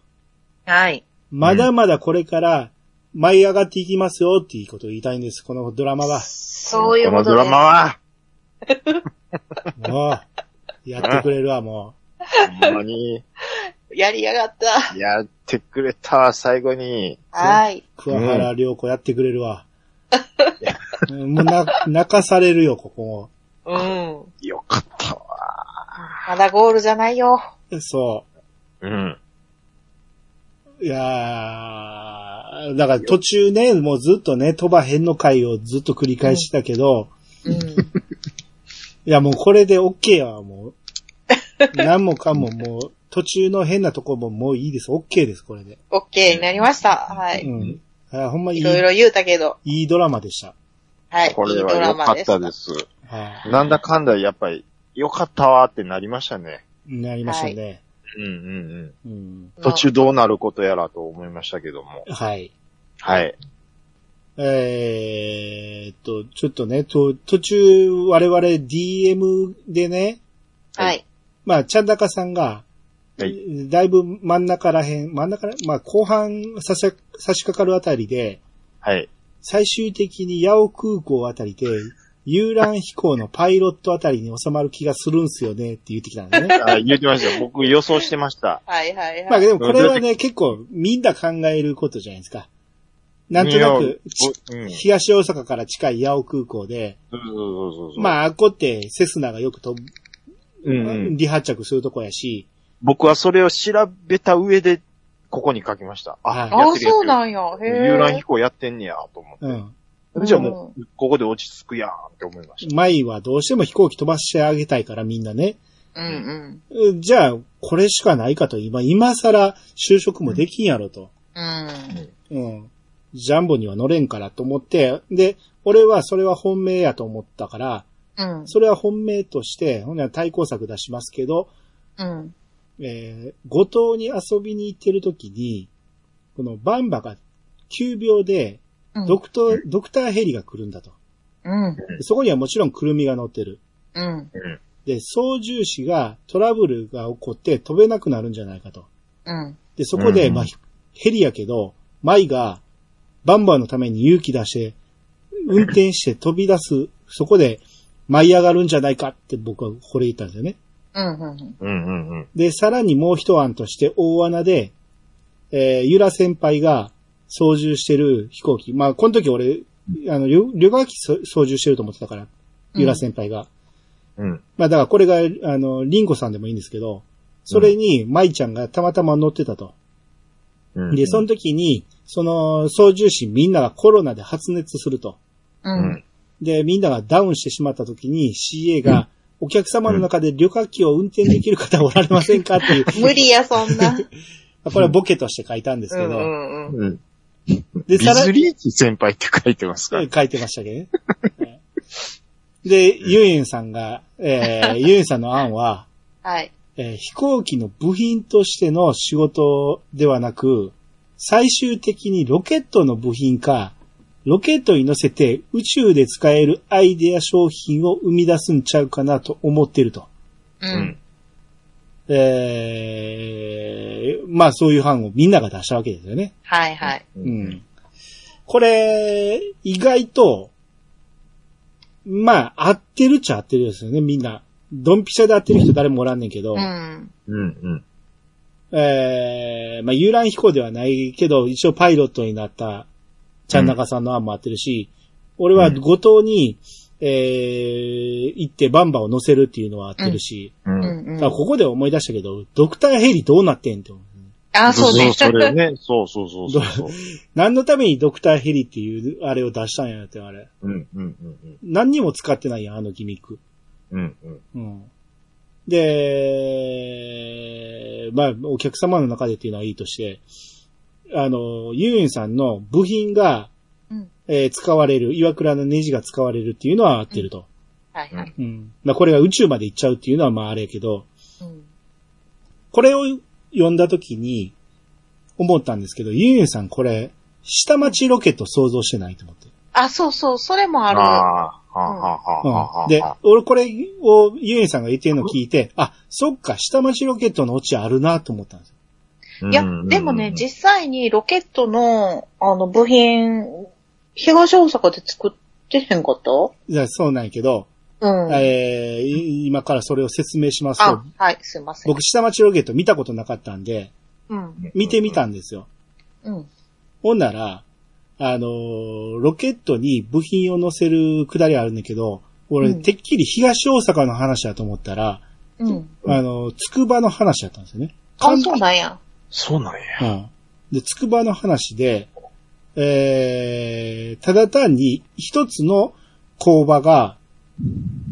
[SPEAKER 2] はい。
[SPEAKER 1] まだまだこれから舞い上がっていきますよっていうことを言いたいんです、このドラマは。
[SPEAKER 2] そういう
[SPEAKER 3] こ
[SPEAKER 2] こ
[SPEAKER 3] の
[SPEAKER 2] と
[SPEAKER 3] ドラマは、
[SPEAKER 1] もう、やってくれるわ、も
[SPEAKER 3] ほんまに、
[SPEAKER 2] やりやがった。
[SPEAKER 3] やってくれた、最後に。
[SPEAKER 2] はい。
[SPEAKER 1] う。桑原良子やってくれるわ。 うんもうな、泣かされるよ、ここも。
[SPEAKER 2] うん。
[SPEAKER 3] よかったわ。
[SPEAKER 2] まだゴールじゃないよ。
[SPEAKER 1] そ
[SPEAKER 3] うん。
[SPEAKER 1] う。いやーだから途中ね、もうずっとね、飛ばへんの回をずっと繰り返したけど、
[SPEAKER 2] うん。
[SPEAKER 1] いやもうこれで OK やわ、もう。何もかももう、途中の変なとこももういいです。OK です、これで。
[SPEAKER 2] オッケーになりました。はい。
[SPEAKER 1] うん。あほんまいい、
[SPEAKER 2] い
[SPEAKER 1] い
[SPEAKER 2] ろいろ言うたけど。
[SPEAKER 1] いドラマでした。
[SPEAKER 2] はい。
[SPEAKER 3] これは
[SPEAKER 2] い
[SPEAKER 3] い
[SPEAKER 2] ドラ
[SPEAKER 3] 良か
[SPEAKER 2] マ。
[SPEAKER 3] ったですす。
[SPEAKER 1] は
[SPEAKER 3] なんだかんだやっぱり、良かったわってなりましたね。
[SPEAKER 1] い。なりましたね。
[SPEAKER 3] うんうんうん。
[SPEAKER 1] うん。
[SPEAKER 3] 途中どうなることやらと思いましたけども。
[SPEAKER 1] はい。
[SPEAKER 3] はい。
[SPEAKER 1] えーっと、ちょっとね、と途中我々 DM でね、
[SPEAKER 2] はい。
[SPEAKER 1] まあ、ちゃんだかさんが、
[SPEAKER 3] はい。
[SPEAKER 1] だいぶ真ん中らへん、真ん中ら、まあ、後半差し、差し掛かるあたりで、
[SPEAKER 3] はい。
[SPEAKER 1] 最終的に八尾空港あたりで、遊覧飛行のパイロットあたりに収まる気がするんすよねって言ってきたん でね。
[SPEAKER 3] あ言ってましたよ。僕予想してました。
[SPEAKER 2] はいはい
[SPEAKER 1] まあ
[SPEAKER 2] はい。
[SPEAKER 1] でもこれはね、結構みんな考えることじゃないですか。なんとなく、ち
[SPEAKER 3] いや。うん。そう
[SPEAKER 1] 東大阪から近い八尾空港で、
[SPEAKER 3] そうそうそう。あ、
[SPEAKER 1] まあ、あっこってセスナがよく飛ぶ、
[SPEAKER 3] うんうん。
[SPEAKER 1] 離発着するとこやし、
[SPEAKER 3] 僕はそれを調べた上で、ここに書きました。
[SPEAKER 1] はい
[SPEAKER 3] あ、や
[SPEAKER 2] あ
[SPEAKER 3] っ
[SPEAKER 2] あ、
[SPEAKER 3] てるや
[SPEAKER 2] そうな
[SPEAKER 3] って
[SPEAKER 2] んや。
[SPEAKER 3] る
[SPEAKER 2] へえ。
[SPEAKER 3] 遊覧飛行やってんねや、と思って。
[SPEAKER 1] うん。
[SPEAKER 2] うん
[SPEAKER 3] じゃあもう、ここで落ち着くやんって思いました。
[SPEAKER 1] 舞はどうしても飛行機飛ばしてあげたいからみんなね。
[SPEAKER 2] うん
[SPEAKER 1] うんじゃあ、これしかないかと、今、今更就職もできんやろと。
[SPEAKER 2] うん。
[SPEAKER 1] うん。ジャンボには乗れんからと思って、で、俺はそれは本命やと思ったから、
[SPEAKER 2] うん。うん。
[SPEAKER 1] それは本命として、ほんなら対抗策出しますけど、
[SPEAKER 2] うん。
[SPEAKER 1] えー、後藤に遊びに行ってる時に、このバンバが急病で、
[SPEAKER 2] うん。
[SPEAKER 1] ドクト、ドクターヘリが来るんだと。
[SPEAKER 2] うん。
[SPEAKER 1] でそこにはもちろんクルミが乗ってる。
[SPEAKER 2] うん。
[SPEAKER 3] うん。
[SPEAKER 1] で、操縦士がトラブルが起こって飛べなくなるんじゃないかと。
[SPEAKER 2] うん。
[SPEAKER 1] で、そこで、
[SPEAKER 3] うん
[SPEAKER 1] まあ、ヘリやけど、マイが、バンバーのために勇気出して、運転して飛び出す、そこで、舞い上がるんじゃないかって僕はこれ言ったんですよね。
[SPEAKER 2] うん。うん。
[SPEAKER 3] うんうんうん。
[SPEAKER 1] で、さらにもう一案として、大穴で、えー、ゆら先輩が操縦してる飛行機。まあ、この時俺、あの、旅旅客機そ操縦してると思ってたから、ゆら先輩が。
[SPEAKER 3] うん。
[SPEAKER 1] まあだからこれが、あの、リンゴさんでもいいんですけど、それに、舞ちゃんがたまたま乗ってたと。
[SPEAKER 3] うん。
[SPEAKER 1] で、その時に、その、操縦士みんながコロナで発熱すると。
[SPEAKER 2] う。
[SPEAKER 3] うんん。
[SPEAKER 1] で、みんながダウンしてしまった時に CA が、お客様の中で旅客機を運転できる方おられませんかっていう、
[SPEAKER 2] 無理や、そんな。
[SPEAKER 1] これはボケとして書いたんです
[SPEAKER 2] う
[SPEAKER 1] け
[SPEAKER 2] んう
[SPEAKER 1] ど、
[SPEAKER 2] んうん。
[SPEAKER 3] うん。
[SPEAKER 1] で、
[SPEAKER 3] ビ
[SPEAKER 1] さら
[SPEAKER 3] ズリーチ先輩って書いてますから。
[SPEAKER 1] 書いてましたけどね。 はいで、ユエンさんが、え ー、ユエンさんの案は、
[SPEAKER 2] はい。
[SPEAKER 1] えー飛行機の部品としての仕事ではなく、最終的にロケットの部品か、ロケットに乗せて宇宙で使えるアイデア商品を生み出すんちゃうかなと思ってると。
[SPEAKER 2] う
[SPEAKER 3] うんん。。
[SPEAKER 1] えー、まあそういう案をみんなが出したわけですよね。
[SPEAKER 2] はいはい。
[SPEAKER 3] う
[SPEAKER 1] うん。これ、意外と、まあ合ってるっちゃ合ってるですよね、みんな。ドンピシャで合ってる人誰もおらんねんけど。
[SPEAKER 2] うん。
[SPEAKER 3] うんうん。
[SPEAKER 1] えー、まあ、遊覧飛行ではないけど、一応パイロットになった、ちゃんなかさんの案もあってるし、俺は後藤に、えー、行ってバンバを乗せるっていうのは合ってるし、
[SPEAKER 3] う。
[SPEAKER 2] うんん
[SPEAKER 1] だ
[SPEAKER 2] う
[SPEAKER 1] から
[SPEAKER 2] ん。
[SPEAKER 1] ここで思い出したけど、ドクターヘリどうなってんって思う。
[SPEAKER 2] あ、そうね。
[SPEAKER 3] それね。そうそうそうそう。
[SPEAKER 1] 何のためにドクターヘリっていう、あれを出したんやって、あれ。
[SPEAKER 3] うんうんうん
[SPEAKER 1] 何にも使ってないやん、あのギミック。
[SPEAKER 3] うん。うんうん。
[SPEAKER 1] うん。で、まあ、お客様の中でっていうのはいいとして、あの、ユーユンさんの部品が、
[SPEAKER 2] うん
[SPEAKER 1] えー使われる、岩倉のネジが使われるっていうのは合ってると。
[SPEAKER 2] はいはい。
[SPEAKER 1] うん。まあ、これが宇宙まで行っちゃうっていうのはまああれやけど、
[SPEAKER 2] うん。
[SPEAKER 1] これを読んだ時に思ったんですけど、ユーユンさんこれ、下町ロケット想像してないと思って。
[SPEAKER 2] あ、そうそう。それもあ
[SPEAKER 3] ああ、
[SPEAKER 2] る。
[SPEAKER 3] はあはあは
[SPEAKER 1] う
[SPEAKER 3] あ。
[SPEAKER 1] ん。で、俺これをユーユンさんが言ってるのを聞いて、あ、そっか、下町ロケットのオチあるなと思ったんですよ
[SPEAKER 3] うん
[SPEAKER 2] いや、でもね、、実際にロケットの、あの、部品、東大阪で作ってへんかった
[SPEAKER 1] いや、そうなんやけど、
[SPEAKER 2] うん。
[SPEAKER 1] えーい今からそれを説明しますと
[SPEAKER 2] あ、、はい、すいません。
[SPEAKER 1] 僕、下町ロケット見たことなかったんで、
[SPEAKER 2] うん。
[SPEAKER 1] 見てみたんですよ。
[SPEAKER 2] うん。
[SPEAKER 1] ほんなら、あのーロケットに部品を乗せるくだりあるんだけど、俺、
[SPEAKER 2] うん
[SPEAKER 1] てっきり東大阪の話だと思ったら、
[SPEAKER 2] うん。
[SPEAKER 3] うん
[SPEAKER 1] あのー、つくばの話だったんですよね。
[SPEAKER 2] あ、そうなんや。
[SPEAKER 3] そうなんや。
[SPEAKER 1] うん。で、つくばの話で、えー、ただ単に一つの工場が、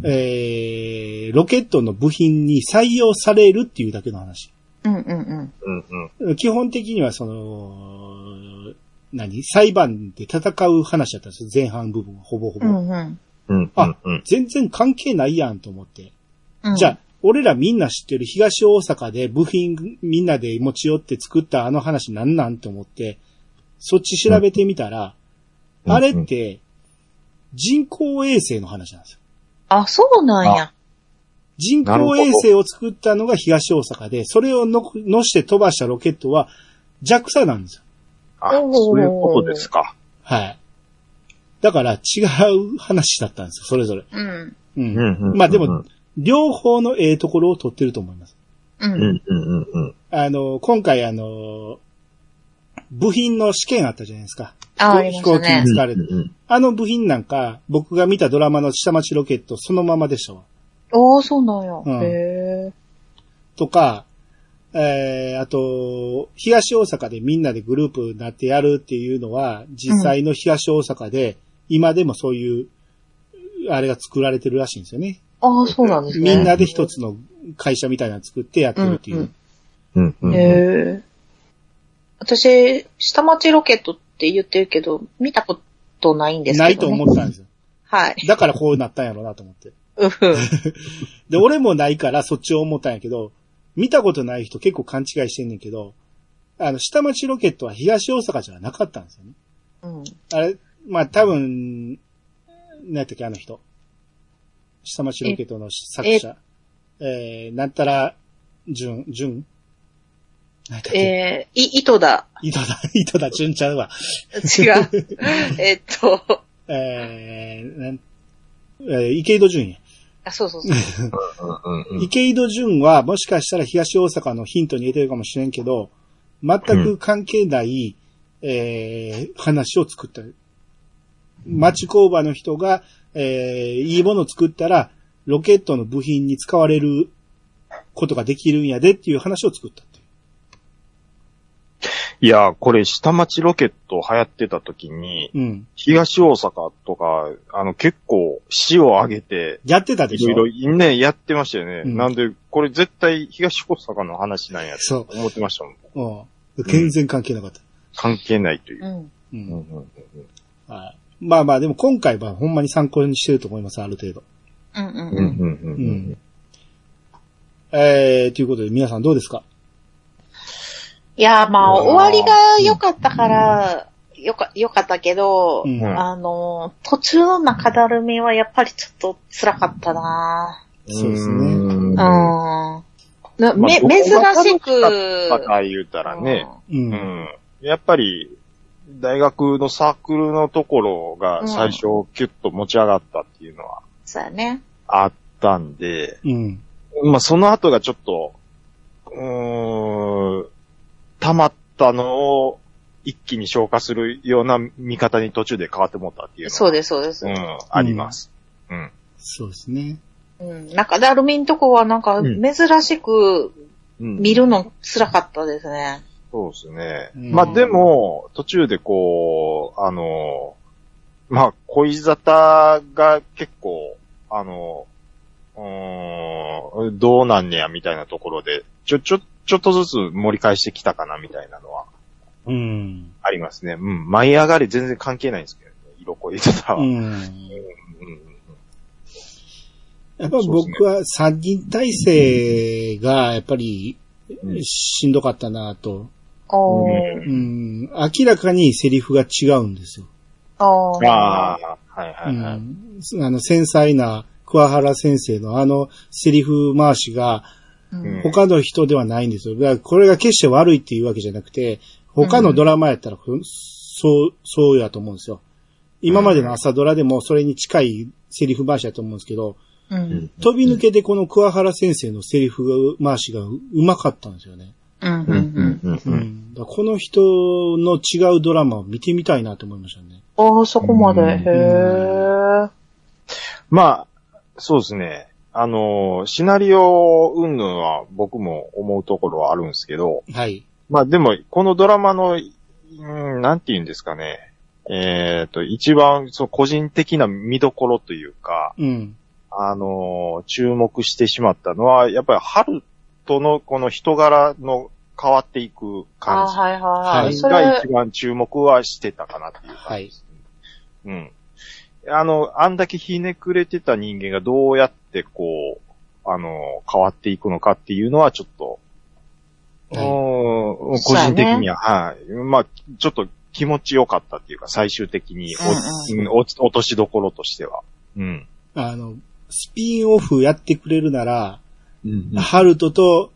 [SPEAKER 1] えー、ロケットの部品に採用されるっていうだけの話。
[SPEAKER 2] うんうんうん。
[SPEAKER 3] うんうん。
[SPEAKER 1] 基本的にはその、何裁判で戦う話だったんですよ。前半部分はほぼほぼ。
[SPEAKER 2] うんうん
[SPEAKER 3] うんう
[SPEAKER 1] あ
[SPEAKER 3] んうん。
[SPEAKER 1] 全然関係ないやんと思って。
[SPEAKER 2] うん。
[SPEAKER 1] じゃあ、俺らみんな知ってる東大阪で部品みんなで持ち寄って作ったあの話なんなんと思って、そっち調べてみたら、
[SPEAKER 3] うん
[SPEAKER 1] あれって人工衛星の話なんですよ。
[SPEAKER 2] あ、そうなんや。
[SPEAKER 1] 人工衛星を作ったのが東大阪で、それをののして飛ばしたロケットは JAXA なんですよ。
[SPEAKER 3] あ、
[SPEAKER 2] おー
[SPEAKER 3] そういうことですか。
[SPEAKER 1] はい。だから違う話だったんですよ、それぞれ。
[SPEAKER 2] うん。
[SPEAKER 1] う。
[SPEAKER 3] うんんうんうん
[SPEAKER 1] まあでも、両方のええところを取ってると思います。
[SPEAKER 2] う。
[SPEAKER 3] うんんうんうんうん。
[SPEAKER 1] あの、今回あの、部品の試験あったじゃないですか。
[SPEAKER 2] あ、ありま
[SPEAKER 1] 飛行
[SPEAKER 2] した
[SPEAKER 1] 機
[SPEAKER 2] ね
[SPEAKER 1] に。使われ
[SPEAKER 3] うん
[SPEAKER 1] る。
[SPEAKER 3] うん
[SPEAKER 1] あの部品なんか、僕が見たドラマの下町ロケットそのままでしたわ。
[SPEAKER 2] ああ、そうなんや。
[SPEAKER 1] うん
[SPEAKER 2] へえ。
[SPEAKER 1] とか、えー、あと、東大阪でみんなでグループになってやるっていうのは、実際の東大阪で、今でもそういう、あれが作られてるらしいんですよね。
[SPEAKER 2] ああ、そうなんですね。
[SPEAKER 1] みんなで一つの会社みたいなの作ってやってるっていう。
[SPEAKER 2] うん
[SPEAKER 3] うんうんうん。
[SPEAKER 2] へえ。私、下町ロケットって言ってるけど、見たことないんですけど、
[SPEAKER 1] な
[SPEAKER 2] ね。
[SPEAKER 1] いと思ったんですよ。
[SPEAKER 2] はい。
[SPEAKER 1] だからこうなったんやろうなと思って。
[SPEAKER 2] うん
[SPEAKER 1] で、俺もないからそっちを思ったんやけど、見たことない人結構勘違いしてんねんけど、あの、下町ロケットは東大阪じゃなかったんですよね。
[SPEAKER 2] うん。
[SPEAKER 1] あれ、まあ多分、何やったっけ、あの人。下町ロケットの作者。えー、なんたら、純、純何やったっけ、
[SPEAKER 2] えー、い、糸だ。
[SPEAKER 1] 糸だ、糸だ、純ちゃうわ。
[SPEAKER 2] 違う。えっと、
[SPEAKER 1] えー、なん、えー、池井戸純や。
[SPEAKER 2] あ、そうそうそう。
[SPEAKER 3] うんうんうん
[SPEAKER 1] 池井戸潤はもしかしたら東大阪のヒントに入れてるかもしれんけど、全く関係ない、えー、話を作った。町工場の人が、えー、いいものを作ったら、ロケットの部品に使われることができるんやでっていう話を作ったっていう。
[SPEAKER 3] いや、これ、下町ロケット流行ってた時に、
[SPEAKER 1] うん。
[SPEAKER 3] 東大阪とか、あの、結構、市を挙げて、
[SPEAKER 1] やってたで
[SPEAKER 3] い
[SPEAKER 1] しょ
[SPEAKER 3] ろいろ、ね、やってましたよね。
[SPEAKER 1] うん
[SPEAKER 3] なんで、これ絶対、東大阪の話なんやと
[SPEAKER 1] そ
[SPEAKER 3] 思ってましたもん。
[SPEAKER 1] う。うん。全然関係なかった。
[SPEAKER 3] 関係ないというう。
[SPEAKER 1] う
[SPEAKER 2] ん。
[SPEAKER 3] うん
[SPEAKER 1] ん。
[SPEAKER 3] うんうん
[SPEAKER 1] はいまあまあ、でも今回はほんまに参考にしてると思います、ある程度。
[SPEAKER 2] うんうん
[SPEAKER 3] う
[SPEAKER 2] うんん。
[SPEAKER 3] うんうん
[SPEAKER 1] う
[SPEAKER 3] うん
[SPEAKER 1] ん。えー、ということで皆さんどうですか
[SPEAKER 2] いや、まあ、終わりが良かったから、よか、良かったけど、
[SPEAKER 1] うん
[SPEAKER 2] あの、途中の中だるみはやっぱりちょっと辛かったな
[SPEAKER 1] そうですね
[SPEAKER 2] う。
[SPEAKER 3] うんん。
[SPEAKER 2] な
[SPEAKER 3] まあ
[SPEAKER 2] め、
[SPEAKER 3] どこ
[SPEAKER 2] 珍
[SPEAKER 3] が
[SPEAKER 2] しく。
[SPEAKER 3] 戦い言うたらね、
[SPEAKER 1] う。
[SPEAKER 3] うんん。やっぱり、大学のサークルのところが最初キュッと持ち上がったっていうのは
[SPEAKER 2] そうやね。
[SPEAKER 3] あったんで、
[SPEAKER 1] うん。
[SPEAKER 3] まあその後がちょっと、うーん、溜まったのを一気に消化するような見方に途中で変わってもったっていうの
[SPEAKER 2] そうです、そうです。
[SPEAKER 3] う。ん、あります。うん。
[SPEAKER 1] そうですね。
[SPEAKER 2] うん。なんか、ダルミンとこはなんか、
[SPEAKER 3] うん
[SPEAKER 2] 珍しく
[SPEAKER 3] うん
[SPEAKER 2] 見るの辛かったですね。
[SPEAKER 3] そうですね。
[SPEAKER 1] うん
[SPEAKER 3] まあでも、途中でこう、あの、まあ、恋沙汰が結構、あの、うーん、どうなんねや、みたいなところで、ちょ、ちょ、ちょっとずつ盛り返してきたかな、みたいなのは
[SPEAKER 1] うん。
[SPEAKER 3] ありますね。うん、舞い上がり全然関係ないんですけどね、色恋沙汰は。
[SPEAKER 1] う
[SPEAKER 3] うん
[SPEAKER 1] ん。
[SPEAKER 3] うん
[SPEAKER 1] やっぱ僕は三人体制がやっぱり
[SPEAKER 3] うん
[SPEAKER 1] しんどかったなと。
[SPEAKER 2] お
[SPEAKER 3] う
[SPEAKER 2] ー。
[SPEAKER 1] うん。明らかにセリフが違うんですよ。
[SPEAKER 2] お
[SPEAKER 3] うん、ああ、はいは
[SPEAKER 1] う
[SPEAKER 3] いはい。
[SPEAKER 1] ん。あの、繊細な桑原先生のあのセリフ回しが
[SPEAKER 2] うん
[SPEAKER 1] 他の人ではないんですよ。だからこれが決して悪いっていうわけじゃなくて、他のドラマやったらふそう、そうやと思うんですよ。今までの朝ドラでもそれに近いセリフ回しやと思うんですけど、
[SPEAKER 2] うん。
[SPEAKER 1] 飛び抜けてこの桑原先生のセリフ回しがうまかったんですよね。
[SPEAKER 2] うん。うんん。
[SPEAKER 3] ううんう
[SPEAKER 1] うんんだからこの人の違うドラマを見てみたいなと思いましたね。
[SPEAKER 2] ああ、そこまで。
[SPEAKER 3] うん
[SPEAKER 2] へえ。
[SPEAKER 3] まあ、そうですね。あの、シナリオ云々は僕も思うところはあるんですけど、
[SPEAKER 1] はい。
[SPEAKER 3] まあでも、このドラマの、うんなんて言うんですかね。えっ、と、一番、そう、個人的な見どころというか、
[SPEAKER 1] うん。
[SPEAKER 3] あのー注目してしまったのは、やっぱり春とのこの人柄の変わっていく
[SPEAKER 2] あ
[SPEAKER 3] 感
[SPEAKER 2] あ、はいはいは。
[SPEAKER 1] はい
[SPEAKER 3] じ
[SPEAKER 2] そ
[SPEAKER 3] が
[SPEAKER 2] れ
[SPEAKER 3] 一、番注目はしてたかなっていう感じです、ねうん。あの、あんだけひねくれてた人間がどうやってこう、あのー変わっていくのかっていうのはちょっと、
[SPEAKER 1] はいう
[SPEAKER 3] ーん個
[SPEAKER 2] そうやね
[SPEAKER 3] 人的には、はい。まあ、ちょっと気持ちよかったっていうか、最終的にお、うん落ち落としどころとしては。うん。
[SPEAKER 1] あの、スピンオフやってくれるなら、
[SPEAKER 3] うん
[SPEAKER 1] ハルトと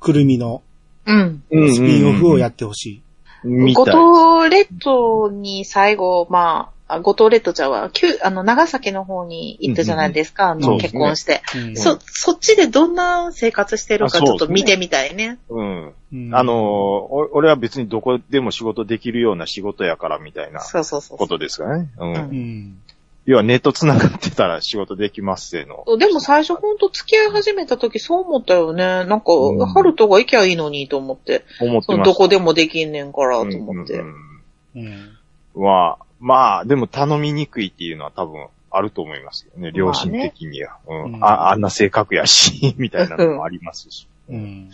[SPEAKER 1] くるみの
[SPEAKER 2] うん。
[SPEAKER 1] スピンオフをや
[SPEAKER 3] っ
[SPEAKER 1] ってほしい。
[SPEAKER 3] み
[SPEAKER 2] 五
[SPEAKER 3] たい。
[SPEAKER 2] 島列島に最後、まあ、あ五島列島じゃは、旧あの、長崎の方に行ったじゃないですか、
[SPEAKER 1] ん
[SPEAKER 2] あ
[SPEAKER 1] そう
[SPEAKER 2] の、
[SPEAKER 1] です
[SPEAKER 2] 結
[SPEAKER 3] ね
[SPEAKER 2] 婚して。
[SPEAKER 1] うん
[SPEAKER 2] そ、そっちでどんな生活してるか
[SPEAKER 3] あ
[SPEAKER 2] ち
[SPEAKER 3] そう
[SPEAKER 2] ょ
[SPEAKER 3] で
[SPEAKER 2] っ
[SPEAKER 3] すね
[SPEAKER 2] と見てみたいね。
[SPEAKER 3] うん。
[SPEAKER 1] うん
[SPEAKER 3] あのー、お俺は別にどこでも仕事できるような仕事やからみたいな
[SPEAKER 2] そうそうそう
[SPEAKER 3] こ
[SPEAKER 2] そ
[SPEAKER 3] とですかね。うん。
[SPEAKER 2] うん
[SPEAKER 1] うん。
[SPEAKER 3] 要はネット繋がってたら仕事できますせの。
[SPEAKER 2] う。でも最初ほんと付き合い始めた時そう思ったよね。なんか
[SPEAKER 3] うん、
[SPEAKER 2] ハルトが行きゃいいのにと思って。
[SPEAKER 3] 思って
[SPEAKER 2] その
[SPEAKER 3] ました。
[SPEAKER 2] どこでもできんねんからと
[SPEAKER 3] うん
[SPEAKER 2] 思って
[SPEAKER 3] うん。うん
[SPEAKER 1] うん。
[SPEAKER 3] は、まあ、でも頼みにくいっていうのは多分あると思いますよね。良心的には。
[SPEAKER 1] ね
[SPEAKER 3] うん。あ、あんな性格やし、 みたいなのもありますし。
[SPEAKER 1] うん。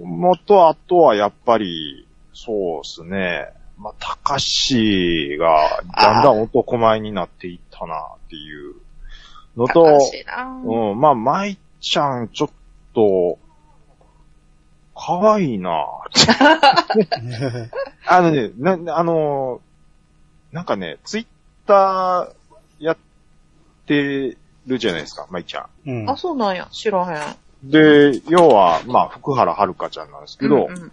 [SPEAKER 3] もと、あとはやっぱり、そうですね。まあ、たかしが、だんだん男前になっていったな、っていうのと
[SPEAKER 2] 悲、しいな
[SPEAKER 3] うん、まあ、舞ちゃん、ちょっと、可愛いな。あのね、な、あのー、なんかね、ツイッターやってるじゃないですか、舞ちゃん。
[SPEAKER 1] うん
[SPEAKER 2] あ、そうなんや。知らへん。
[SPEAKER 3] で、要は、まあ、福原遥ちゃんなんですけど、
[SPEAKER 2] うんうんうん